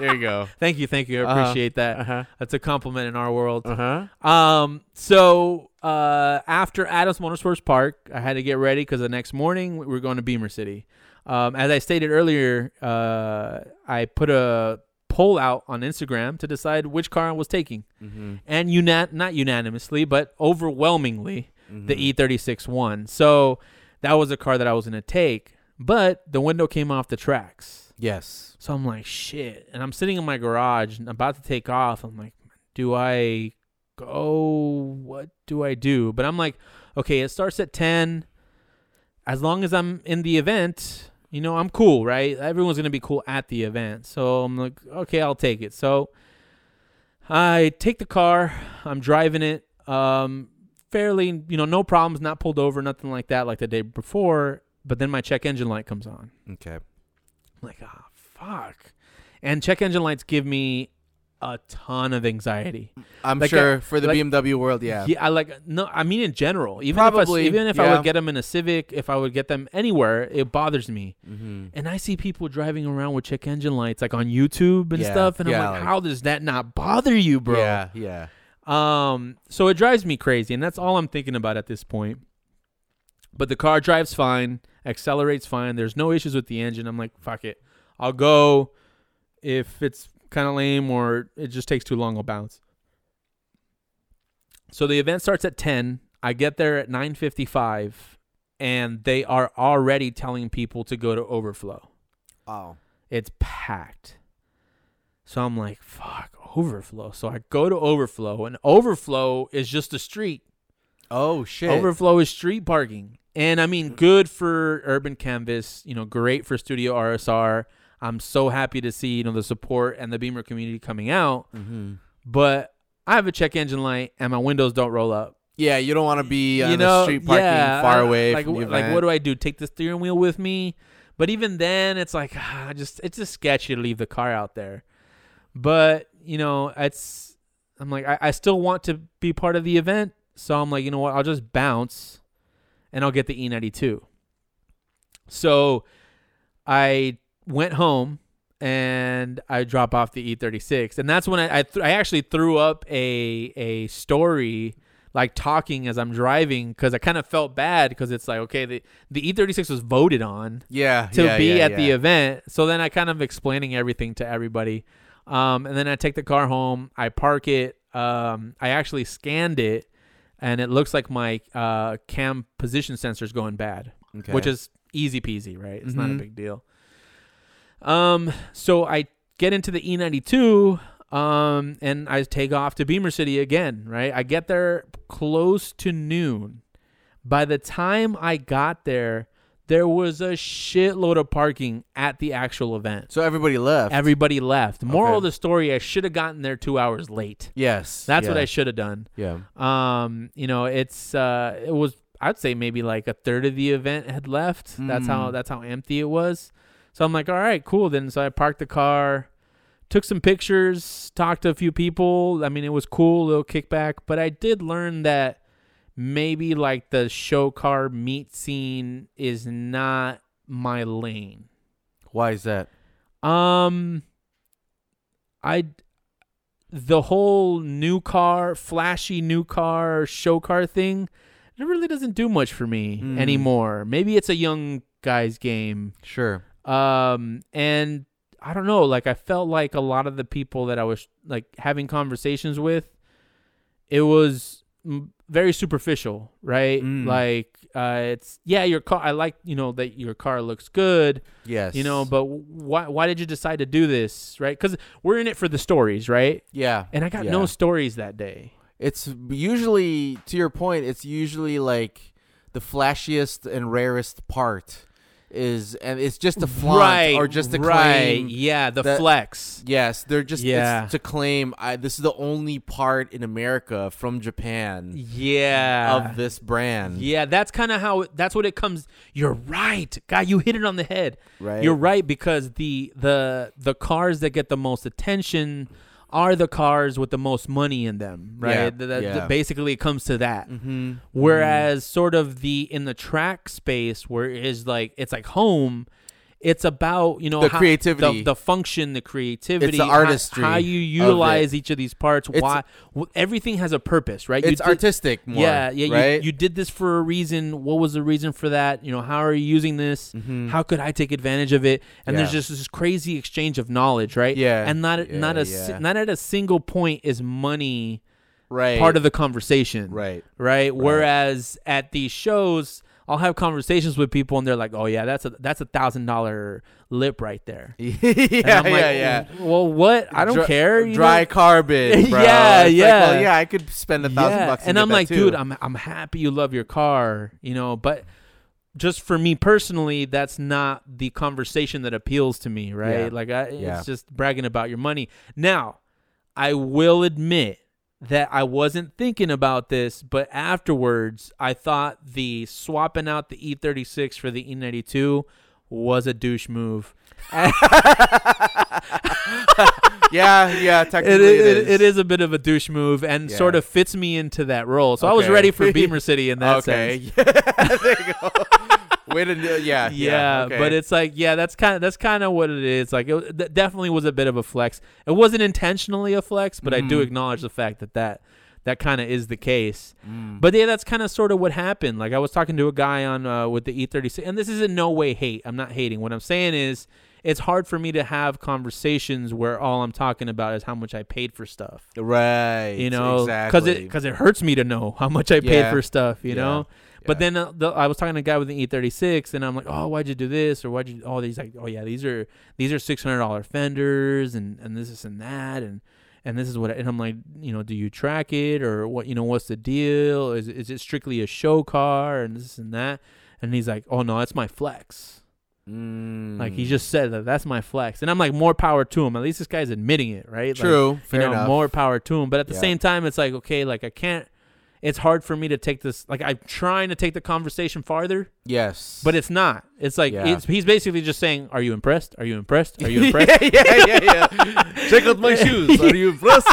[SPEAKER 1] There you go.
[SPEAKER 2] Thank you, thank you. I
[SPEAKER 1] Uh-huh.
[SPEAKER 2] appreciate that.
[SPEAKER 1] huh.
[SPEAKER 2] That's a compliment in our world.
[SPEAKER 1] Uh huh.
[SPEAKER 2] Um, so uh, after Adams Motorsports Park, I had to get ready because the next morning we were going to Beamer City. Um, as I stated earlier, uh, I put a poll out on Instagram to decide which car I was taking,
[SPEAKER 1] Mm-hmm.
[SPEAKER 2] and una- not unanimously, but overwhelmingly,
[SPEAKER 1] mm-hmm.
[SPEAKER 2] the E E36 won. So that was a car that I was going to take, but the window came off the tracks.
[SPEAKER 1] Yes.
[SPEAKER 2] So I'm like, shit. And I'm sitting in my garage and about to take off. I'm like, do I go? What do I do? But I'm like, okay, it starts at 10. As long as I'm in the event, you know, I'm cool, right? Everyone's going to be cool at the event. So I'm like, okay, I'll take it. So I take the car, I'm driving it. Um, fairly, you know, no problems, not pulled over, nothing like that, like the day before. But then my check engine light comes on.
[SPEAKER 1] Okay.
[SPEAKER 2] I'm like, ah, fuck. And check engine lights give me a ton of anxiety.
[SPEAKER 1] I'm
[SPEAKER 2] Like,
[SPEAKER 1] sure for the
[SPEAKER 2] like-
[SPEAKER 1] BMW world, yeah.
[SPEAKER 2] I like no. I mean, in general, even
[SPEAKER 1] Probably,
[SPEAKER 2] if I, even if I
[SPEAKER 1] yeah.
[SPEAKER 2] would get them in a Civic, if I would get them anywhere, it bothers me.
[SPEAKER 1] Mm-hmm.
[SPEAKER 2] And I see people driving around with check engine lights, like on YouTube and
[SPEAKER 1] Yeah,
[SPEAKER 2] stuff. And
[SPEAKER 1] yeah,
[SPEAKER 2] I'm like,
[SPEAKER 1] like-
[SPEAKER 2] how does that not bother you, bro?
[SPEAKER 1] Yeah. Yeah.
[SPEAKER 2] Um, so it drives me crazy, and that's all I'm thinking about at this point. But the car drives fine, accelerates fine. There's no issues with the engine. I'm like, fuck it, I'll go. If it's kind of lame or it just takes too long, I'll bounce. So the event starts at 10. I get there at 9:55, and they are already telling people to go to overflow.
[SPEAKER 1] Oh.
[SPEAKER 2] It's packed. So I'm like, fuck, overflow. So I go to overflow, and overflow is just a street.
[SPEAKER 1] Oh shit.
[SPEAKER 2] Overflow is street parking. And I mean, good for Urban Canvas, you know, great for Studio RSR. I'm so happy to see, you know, the support and the Beamer community coming out.
[SPEAKER 1] mm-hmm.
[SPEAKER 2] But I have a check engine light and my windows don't roll up.
[SPEAKER 1] Yeah, you don't want to be on
[SPEAKER 2] you
[SPEAKER 1] the
[SPEAKER 2] know,
[SPEAKER 1] street parking
[SPEAKER 2] yeah,
[SPEAKER 1] far
[SPEAKER 2] I-
[SPEAKER 1] away
[SPEAKER 2] Like,
[SPEAKER 1] from the
[SPEAKER 2] wh-
[SPEAKER 1] event.
[SPEAKER 2] like, what do I do? Take the steering wheel with me? But even then, it's like ah, I just it's just sketchy to leave the car out there. But you know, it's I'm like I, I still want to be part of the event, so I'm like, you know what? I'll just bounce, and I'll get the E92. So I went home and I drop off the E36, and that's when I I, th- I actually threw up a a story like talking as I'm driving because I kind of felt bad because it's like okay the the E36 was voted on
[SPEAKER 1] yeah,
[SPEAKER 2] to
[SPEAKER 1] yeah,
[SPEAKER 2] be
[SPEAKER 1] yeah,
[SPEAKER 2] at the
[SPEAKER 1] yeah.
[SPEAKER 2] event, so then I kind of explaining everything to everybody, um, and then I take the car home, I park it, um, I actually scanned it, and it looks like my uh, cam position sensor is going bad
[SPEAKER 1] Okay.
[SPEAKER 2] which is easy peasy, right? It's not a
[SPEAKER 1] Mhm.
[SPEAKER 2] big deal. Um, so I get into the E92, um, and I take off to Beamer City again, right? I get there close to noon. By the time I got there, there was a shitload of parking at the actual event.
[SPEAKER 1] so everybody left.
[SPEAKER 2] Everybody left. Moral
[SPEAKER 1] Okay.
[SPEAKER 2] of the story: I should have gotten there two hours late.
[SPEAKER 1] yes,
[SPEAKER 2] That's what
[SPEAKER 1] yeah,
[SPEAKER 2] I should have done
[SPEAKER 1] yeah.
[SPEAKER 2] um you know it's uh it was i'd say maybe like a third of the event had left that's how
[SPEAKER 1] Mm.
[SPEAKER 2] that's how empty it was so i'm like all right cool then so i parked the car took some pictures talked to a few people i mean it was cool little kickback but i did learn that maybe like the show car meet scene is not my lane
[SPEAKER 1] Why is that?
[SPEAKER 2] um, I the whole new car, flashy new car, show car thing, it really doesn't do much for me
[SPEAKER 1] Mm.
[SPEAKER 2] anymore. Maybe it's a young guy's game.
[SPEAKER 1] Sure.
[SPEAKER 2] Um, and I don't know. Like I felt like a lot of the people that I was like having conversations with, it was mm, very superficial, right?
[SPEAKER 1] Mm.
[SPEAKER 2] Like uh, it's yeah, your car. I like you know that your car looks good
[SPEAKER 1] Yes.
[SPEAKER 2] you know but why why did you decide to do this right because we're in it for the stories right
[SPEAKER 1] yeah,
[SPEAKER 2] and i got
[SPEAKER 1] yeah.
[SPEAKER 2] no stories that day
[SPEAKER 1] It's usually to your point. It's usually like the flashiest and rarest part is, and it's just a flaunt or just a
[SPEAKER 2] right
[SPEAKER 1] claim.
[SPEAKER 2] yeah the
[SPEAKER 1] that-
[SPEAKER 2] flex
[SPEAKER 1] Yes, they're just
[SPEAKER 2] Yeah.
[SPEAKER 1] it's to claim. I, this is the only part in America from Japan
[SPEAKER 2] yeah
[SPEAKER 1] of this brand.
[SPEAKER 2] yeah that's kind of how it- that's what it comes you're right guy you hit it on the head
[SPEAKER 1] Right.
[SPEAKER 2] you're right because the the the cars that get the most attention are the cars with the most money in them right
[SPEAKER 1] Yeah,
[SPEAKER 2] Th- that-
[SPEAKER 1] yeah.
[SPEAKER 2] basically it comes to that
[SPEAKER 1] Mm-hmm.
[SPEAKER 2] Whereas sort of the in the track space where it is like it's like home, it's about you know
[SPEAKER 1] The
[SPEAKER 2] how-
[SPEAKER 1] creativity.
[SPEAKER 2] the, the function, the creativity,
[SPEAKER 1] It's the
[SPEAKER 2] how-
[SPEAKER 1] artistry
[SPEAKER 2] how, you
[SPEAKER 1] of it.
[SPEAKER 2] utilize each of these parts.
[SPEAKER 1] It's-
[SPEAKER 2] why w- everything has a purpose, right? You
[SPEAKER 1] It's
[SPEAKER 2] did-
[SPEAKER 1] artistic more.
[SPEAKER 2] yeah, yeah. you-
[SPEAKER 1] Right?
[SPEAKER 2] You, did this for a reason. What was the reason for that? You know, how are you using this? How could I take advantage of it? And there's
[SPEAKER 1] Mm-hmm. Yeah.
[SPEAKER 2] just this crazy exchange of knowledge, right?
[SPEAKER 1] Yeah,
[SPEAKER 2] And not
[SPEAKER 1] yeah,
[SPEAKER 2] not a si-
[SPEAKER 1] yeah.
[SPEAKER 2] not at a single point is money
[SPEAKER 1] right.
[SPEAKER 2] part of the conversation,
[SPEAKER 1] Right.
[SPEAKER 2] Right. Whereas at these shows. I'll have conversations with people and they're like, "Oh yeah, that's a that's a thousand dollar lip right there."
[SPEAKER 1] yeah,
[SPEAKER 2] And
[SPEAKER 1] yeah,
[SPEAKER 2] I'm like,
[SPEAKER 1] yeah.
[SPEAKER 2] Well, what? I don't
[SPEAKER 1] Dry-
[SPEAKER 2] care. you
[SPEAKER 1] Dry
[SPEAKER 2] know?
[SPEAKER 1] carbon. Bro.
[SPEAKER 2] Yeah,
[SPEAKER 1] It's like, well,
[SPEAKER 2] yeah.
[SPEAKER 1] yeah, I could spend a thousand
[SPEAKER 2] Yeah,
[SPEAKER 1] bucks.
[SPEAKER 2] And I'm
[SPEAKER 1] get that
[SPEAKER 2] like,
[SPEAKER 1] too.
[SPEAKER 2] dude, I'm I'm happy you love your car, you know, but just for me personally, that's not the conversation that appeals to me, right?
[SPEAKER 1] Yeah.
[SPEAKER 2] Like I,
[SPEAKER 1] Yeah.
[SPEAKER 2] it's just bragging about your money. Now, I will admit that I wasn't thinking about this, but afterwards, I thought the swapping out the E36 for the E92 was a douche move.
[SPEAKER 1] yeah, yeah. Technically,
[SPEAKER 2] It, it, it,
[SPEAKER 1] it
[SPEAKER 2] is a bit of a douche move and
[SPEAKER 1] Yeah.
[SPEAKER 2] sort of fits me into that role. So I was
[SPEAKER 1] Okay.
[SPEAKER 2] ready for Beamer City in that sense.
[SPEAKER 1] okay. Yeah, there you go. Way to do, yeah, yeah.
[SPEAKER 2] yeah,
[SPEAKER 1] okay.
[SPEAKER 2] but it's like yeah that's kind of that's kind of what it is like it th- definitely was a bit of a flex it wasn't intentionally a flex but i do
[SPEAKER 1] Mm-hmm.
[SPEAKER 2] acknowledge the fact that that that kind of is the case
[SPEAKER 1] Mm.
[SPEAKER 2] but yeah that's kind of sort of what happened like i was talking to a guy on uh, with the e36 and this is in no way hate i'm not hating what i'm saying is it's hard for me to have conversations where all i'm talking about is how much i paid for stuff
[SPEAKER 1] right.
[SPEAKER 2] you know because
[SPEAKER 1] exactly.
[SPEAKER 2] it because it hurts me to know how much i paid
[SPEAKER 1] Yeah.
[SPEAKER 2] for stuff you
[SPEAKER 1] Yeah.
[SPEAKER 2] know but
[SPEAKER 1] Yeah.
[SPEAKER 2] then uh, the, i was talking to a guy with an e36 and i'm like oh why'd you do this or why'd you oh he's like oh yeah these are these are $600 fenders and and this is and that and and this is what I- and i'm like you know do you track it or what you know what's the deal is, is it strictly a show car and this and that and he's like oh no that's my flex
[SPEAKER 1] Mm.
[SPEAKER 2] like he just said that that's my flex and i'm like more power to him at least this guy's admitting it right Like,
[SPEAKER 1] true. fair
[SPEAKER 2] you know,
[SPEAKER 1] enough.
[SPEAKER 2] more power to him. But at the
[SPEAKER 1] Yeah.
[SPEAKER 2] same time, it's like, okay, like I can't. It's hard for me to take this. Like I'm trying to take the conversation farther,
[SPEAKER 1] yes,
[SPEAKER 2] but it's not. It's like
[SPEAKER 1] Yeah.
[SPEAKER 2] it's, he's basically just saying, "Are you impressed? Are you impressed? Are you impressed?"
[SPEAKER 1] yeah, yeah, yeah, yeah. Check out my shoes. Are you impressed?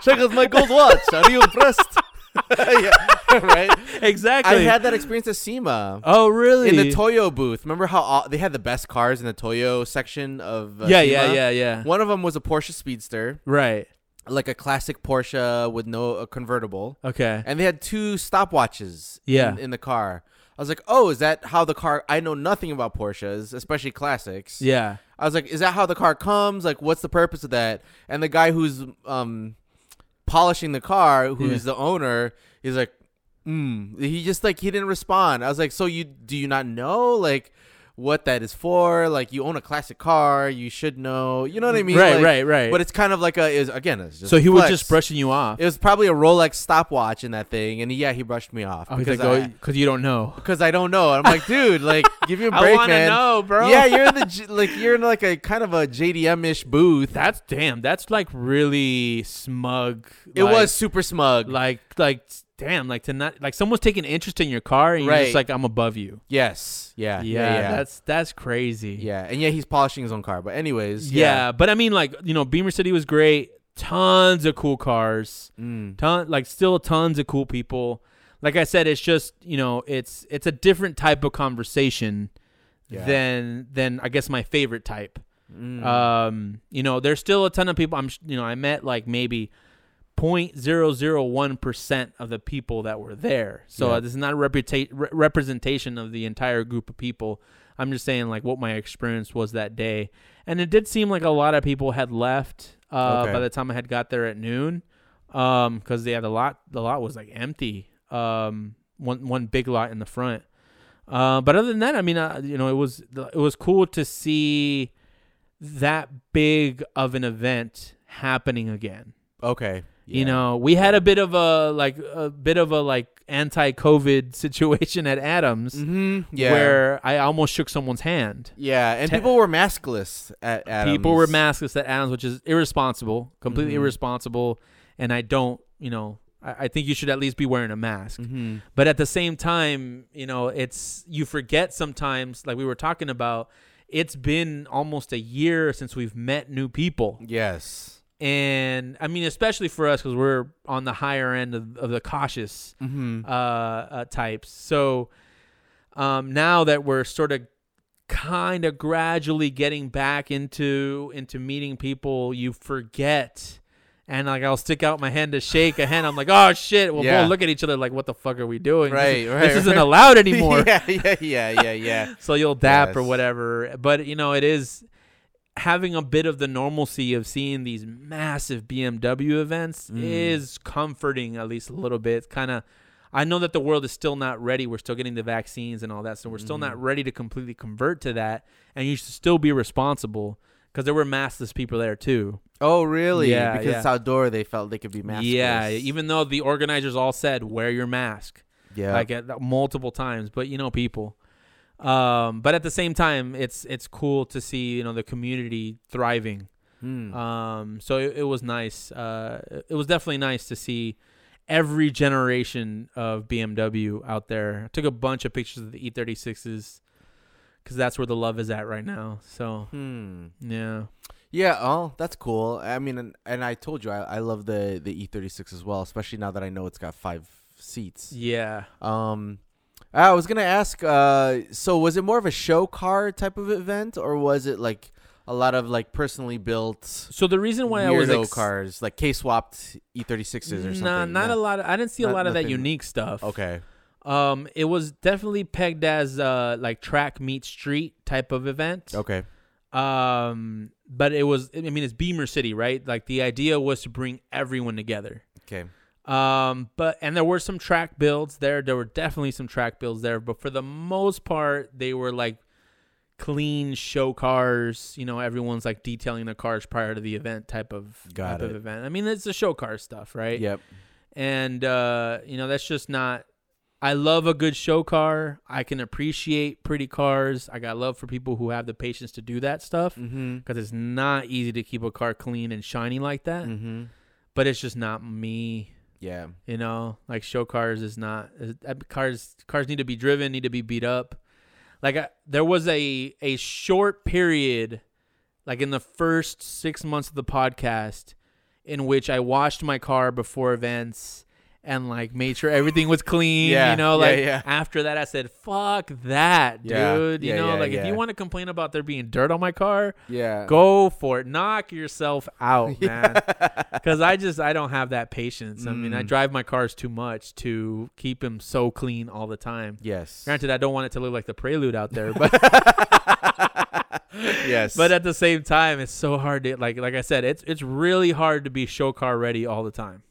[SPEAKER 1] Check out my gold watch. Are you impressed? yeah, right. I
[SPEAKER 2] exactly.
[SPEAKER 1] had that experience at SEMA.
[SPEAKER 2] oh, really?
[SPEAKER 1] in the Toyo booth. Remember how all, they had the best cars in the Toyo section of uh,
[SPEAKER 2] yeah,
[SPEAKER 1] SEMA?
[SPEAKER 2] yeah, yeah, yeah.
[SPEAKER 1] One of them was a Porsche Speedster,
[SPEAKER 2] Right.
[SPEAKER 1] like a classic Porsche with no a convertible,
[SPEAKER 2] Okay.
[SPEAKER 1] and they had two stopwatches.
[SPEAKER 2] Yeah.
[SPEAKER 1] in, in the car. I was like, oh, is that how the car? I know nothing about Porsches, especially classics.
[SPEAKER 2] yeah.
[SPEAKER 1] I was like, is that how the car comes? Like, what's the purpose of that? And the guy who's um polishing the car, who's the owner, is like, mm. he just like he didn't respond. I was like, so you do you not know like what that is for? Like, you own a classic car, you should know. You know what I mean?
[SPEAKER 2] right,
[SPEAKER 1] Like,
[SPEAKER 2] right, right.
[SPEAKER 1] But it's kind of like a is again. It's just
[SPEAKER 2] so he was
[SPEAKER 1] flex.
[SPEAKER 2] just brushing you off.
[SPEAKER 1] It was probably a Rolex stopwatch in that thing, and yeah, he brushed me off
[SPEAKER 2] Oh, he's
[SPEAKER 1] because
[SPEAKER 2] like, oh,
[SPEAKER 1] I,
[SPEAKER 2] because you don't know.
[SPEAKER 1] because I don't know. And I'm like, dude, like, give me a
[SPEAKER 2] I
[SPEAKER 1] break,
[SPEAKER 2] wanna
[SPEAKER 1] man.
[SPEAKER 2] know, bro.
[SPEAKER 1] Yeah, you're in the J- like you're in like a kind of a JDM ish booth.
[SPEAKER 2] That's damn. That's like really smug.
[SPEAKER 1] it
[SPEAKER 2] like-
[SPEAKER 1] was super smug.
[SPEAKER 2] like like damn like to not like someone's taking interest in your car and you're
[SPEAKER 1] Right.
[SPEAKER 2] just like i'm above you
[SPEAKER 1] yes. Yeah. Yeah. Yeah. Yeah.
[SPEAKER 2] that's that's crazy
[SPEAKER 1] And yeah, he's polishing his own car. But anyways.
[SPEAKER 2] yeah. but i mean like you know beamer city was great tons of cool cars
[SPEAKER 1] Yeah. Mm.
[SPEAKER 2] ton like still tons of cool people like i said it's just you know it's it's a different type of conversation
[SPEAKER 1] Yeah.
[SPEAKER 2] than than i guess my favorite type
[SPEAKER 1] Mm.
[SPEAKER 2] Um, you know, there's still a ton of people. I'm, sh- you know, I met like maybe 0.001 percent of the people that were there. So
[SPEAKER 1] Yeah.
[SPEAKER 2] uh, this is not a reputa- re- representation of the entire group of people. I'm just saying like what my experience was that day, and it did seem like a lot of people had left uh,
[SPEAKER 1] Okay.
[SPEAKER 2] by the time I had got there at noon, um, because they had a lot. The lot was like empty. Um, one one big lot in the front. Uh, but other than that, I mean, uh, you know, it was it was cool to see that big of an event happening again.
[SPEAKER 1] okay.
[SPEAKER 2] You
[SPEAKER 1] Yeah.
[SPEAKER 2] know, we had a bit of a like a bit of a like anti-COVID situation at Adams,
[SPEAKER 1] Mhm, Yeah.
[SPEAKER 2] where I almost shook someone's hand.
[SPEAKER 1] yeah, and
[SPEAKER 2] Te-
[SPEAKER 1] people were maskless at Adams.
[SPEAKER 2] People were maskless at Adams, which is irresponsible, completely
[SPEAKER 1] Mhm.
[SPEAKER 2] irresponsible. And I don't, you know, I, I think you should at least be wearing a mask.
[SPEAKER 1] Mhm.
[SPEAKER 2] But at the same time, you know, it's you forget sometimes, like we were talking about. It's been almost a year since we've met new people.
[SPEAKER 1] Yes.
[SPEAKER 2] and I mean, especially for us because we're on the higher end of, of the cautious
[SPEAKER 1] Mm-hmm.
[SPEAKER 2] uh, uh, types. So um, now that we're sort of kind of gradually getting back into into meeting people you forget and like I'll stick out my hand to shake a hand. I'm like, oh shit. We'll
[SPEAKER 1] Yeah.
[SPEAKER 2] both look at each other like, what the fuck are we doing? This
[SPEAKER 1] Right,
[SPEAKER 2] is-
[SPEAKER 1] right,
[SPEAKER 2] This isn't
[SPEAKER 1] right.
[SPEAKER 2] allowed anymore.
[SPEAKER 1] yeah, yeah, yeah, yeah, yeah.
[SPEAKER 2] So you'll dap or
[SPEAKER 1] Yes.
[SPEAKER 2] whatever. But you know, it is having a bit of the normalcy of seeing these massive BMW events
[SPEAKER 1] Mm.
[SPEAKER 2] is comforting at least a little bit. Kind of I know that the world is still not ready. We're still getting the vaccines and all that. So we're still
[SPEAKER 1] Mm-hmm.
[SPEAKER 2] not ready to completely convert to that and you should still be responsible cuz there were massless people there too.
[SPEAKER 1] Oh, really?
[SPEAKER 2] Yeah,
[SPEAKER 1] because
[SPEAKER 2] yeah.
[SPEAKER 1] it's outdoor, they felt they could be maskless.
[SPEAKER 2] Yeah, even though the organizers all said wear your mask.
[SPEAKER 1] yeah,
[SPEAKER 2] like at, multiple times but you know people um but at the same time it's it's cool to see you know the community thriving
[SPEAKER 1] Hmm.
[SPEAKER 2] um so it, it was nice uh it was definitely nice to see every generation of bmw out there i took a bunch of pictures of the e36s because that's where the love is at right now so
[SPEAKER 1] Hmm.
[SPEAKER 2] yeah
[SPEAKER 1] Yeah, oh, that's cool. I mean, and, and I told you, I, I love the the E36 as well, especially now that I know it's got five seats.
[SPEAKER 2] yeah
[SPEAKER 1] Um, I was gonna ask, uh, so was it more of a show car type of event, or was it like a lot of like personally built
[SPEAKER 2] so the reason why
[SPEAKER 1] weirdo
[SPEAKER 2] i was ex-
[SPEAKER 1] cars, like K swapped E36s or something?
[SPEAKER 2] nah, not a lot of, i didn't see a
[SPEAKER 1] Not-
[SPEAKER 2] lot of that
[SPEAKER 1] nothing-
[SPEAKER 2] unique stuff
[SPEAKER 1] Okay.
[SPEAKER 2] Um, it was definitely pegged as uh like track meet street type of event.
[SPEAKER 1] Okay.
[SPEAKER 2] Um, but it was I mean it's Beamer City, right? Like the idea was to bring everyone together.
[SPEAKER 1] Okay.
[SPEAKER 2] Um, but and there were some track builds there. There were definitely some track builds there, but for the most part, they were like clean show cars. You know, everyone's like detailing their cars prior to the event type of
[SPEAKER 1] Got
[SPEAKER 2] type of
[SPEAKER 1] it.
[SPEAKER 2] event. I mean, it's the show car stuff, right?
[SPEAKER 1] Yep.
[SPEAKER 2] and uh, you know that's just not. I love a good show car. I can appreciate pretty cars. I got love for people who have the patience to do that stuff
[SPEAKER 1] Mm-hmm.
[SPEAKER 2] because it's not easy to keep a car clean and shiny like that.
[SPEAKER 1] Mm-hmm.
[SPEAKER 2] But it's just not me.
[SPEAKER 1] Yeah.
[SPEAKER 2] You know, like show cars is not is- uh, cars. Cars need to be driven, need to be beat up. Like I, there was a a short period, like in the first six months of the podcast, in which I washed my car before events and like made sure everything was clean.
[SPEAKER 1] Yeah,
[SPEAKER 2] you know,
[SPEAKER 1] yeah,
[SPEAKER 2] like
[SPEAKER 1] yeah.
[SPEAKER 2] after that, I said, "Fuck that,
[SPEAKER 1] Yeah,
[SPEAKER 2] dude." You
[SPEAKER 1] yeah,
[SPEAKER 2] know,
[SPEAKER 1] yeah,
[SPEAKER 2] like if
[SPEAKER 1] yeah.
[SPEAKER 2] you want to complain about there being dirt on my car,
[SPEAKER 1] Yeah.
[SPEAKER 2] go for it. Knock yourself out, man. Because I just I don't have that patience. I mean, I
[SPEAKER 1] Mm.
[SPEAKER 2] drive my cars too much to keep them so clean all the time.
[SPEAKER 1] Yes.
[SPEAKER 2] Granted, I don't want it to look like the prelude out there, but
[SPEAKER 1] yes.
[SPEAKER 2] but uh, at the same time, it's so hard to like like I said, it's it's really hard to be show car ready all the time.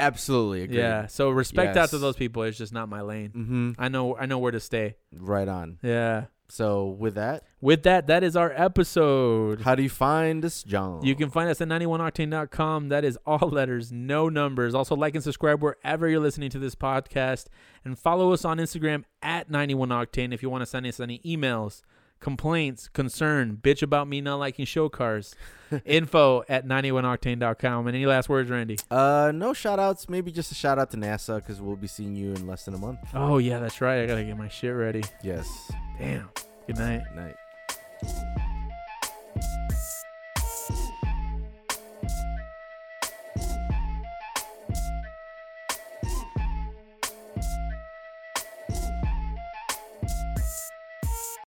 [SPEAKER 1] absolutely agree.
[SPEAKER 2] Yeah. So respect out to
[SPEAKER 1] Yes.
[SPEAKER 2] those people. It's just not my lane.
[SPEAKER 1] Mm-hmm.
[SPEAKER 2] I know I know where to stay.
[SPEAKER 1] Right on.
[SPEAKER 2] Yeah.
[SPEAKER 1] So with that,
[SPEAKER 2] With that, that is our episode.
[SPEAKER 1] how do you find us, John?
[SPEAKER 2] You can find us at 91octane.com. That is all letters, no numbers. Also, like and subscribe wherever you're listening to this podcast. And follow us on Instagram at 91octane if you want to send us any emails, complaints, concern, bitch about me not liking show cars. Info at 91octane.com. And any last words, Randy?
[SPEAKER 1] uh no shout outs, maybe just a shout out to NASA because we'll be seeing you in less than a month.
[SPEAKER 2] Oh, yeah, that's right. I got to get my shit ready.
[SPEAKER 1] Yes.
[SPEAKER 2] Damn. Good night.
[SPEAKER 1] Night.
[SPEAKER 3] Thank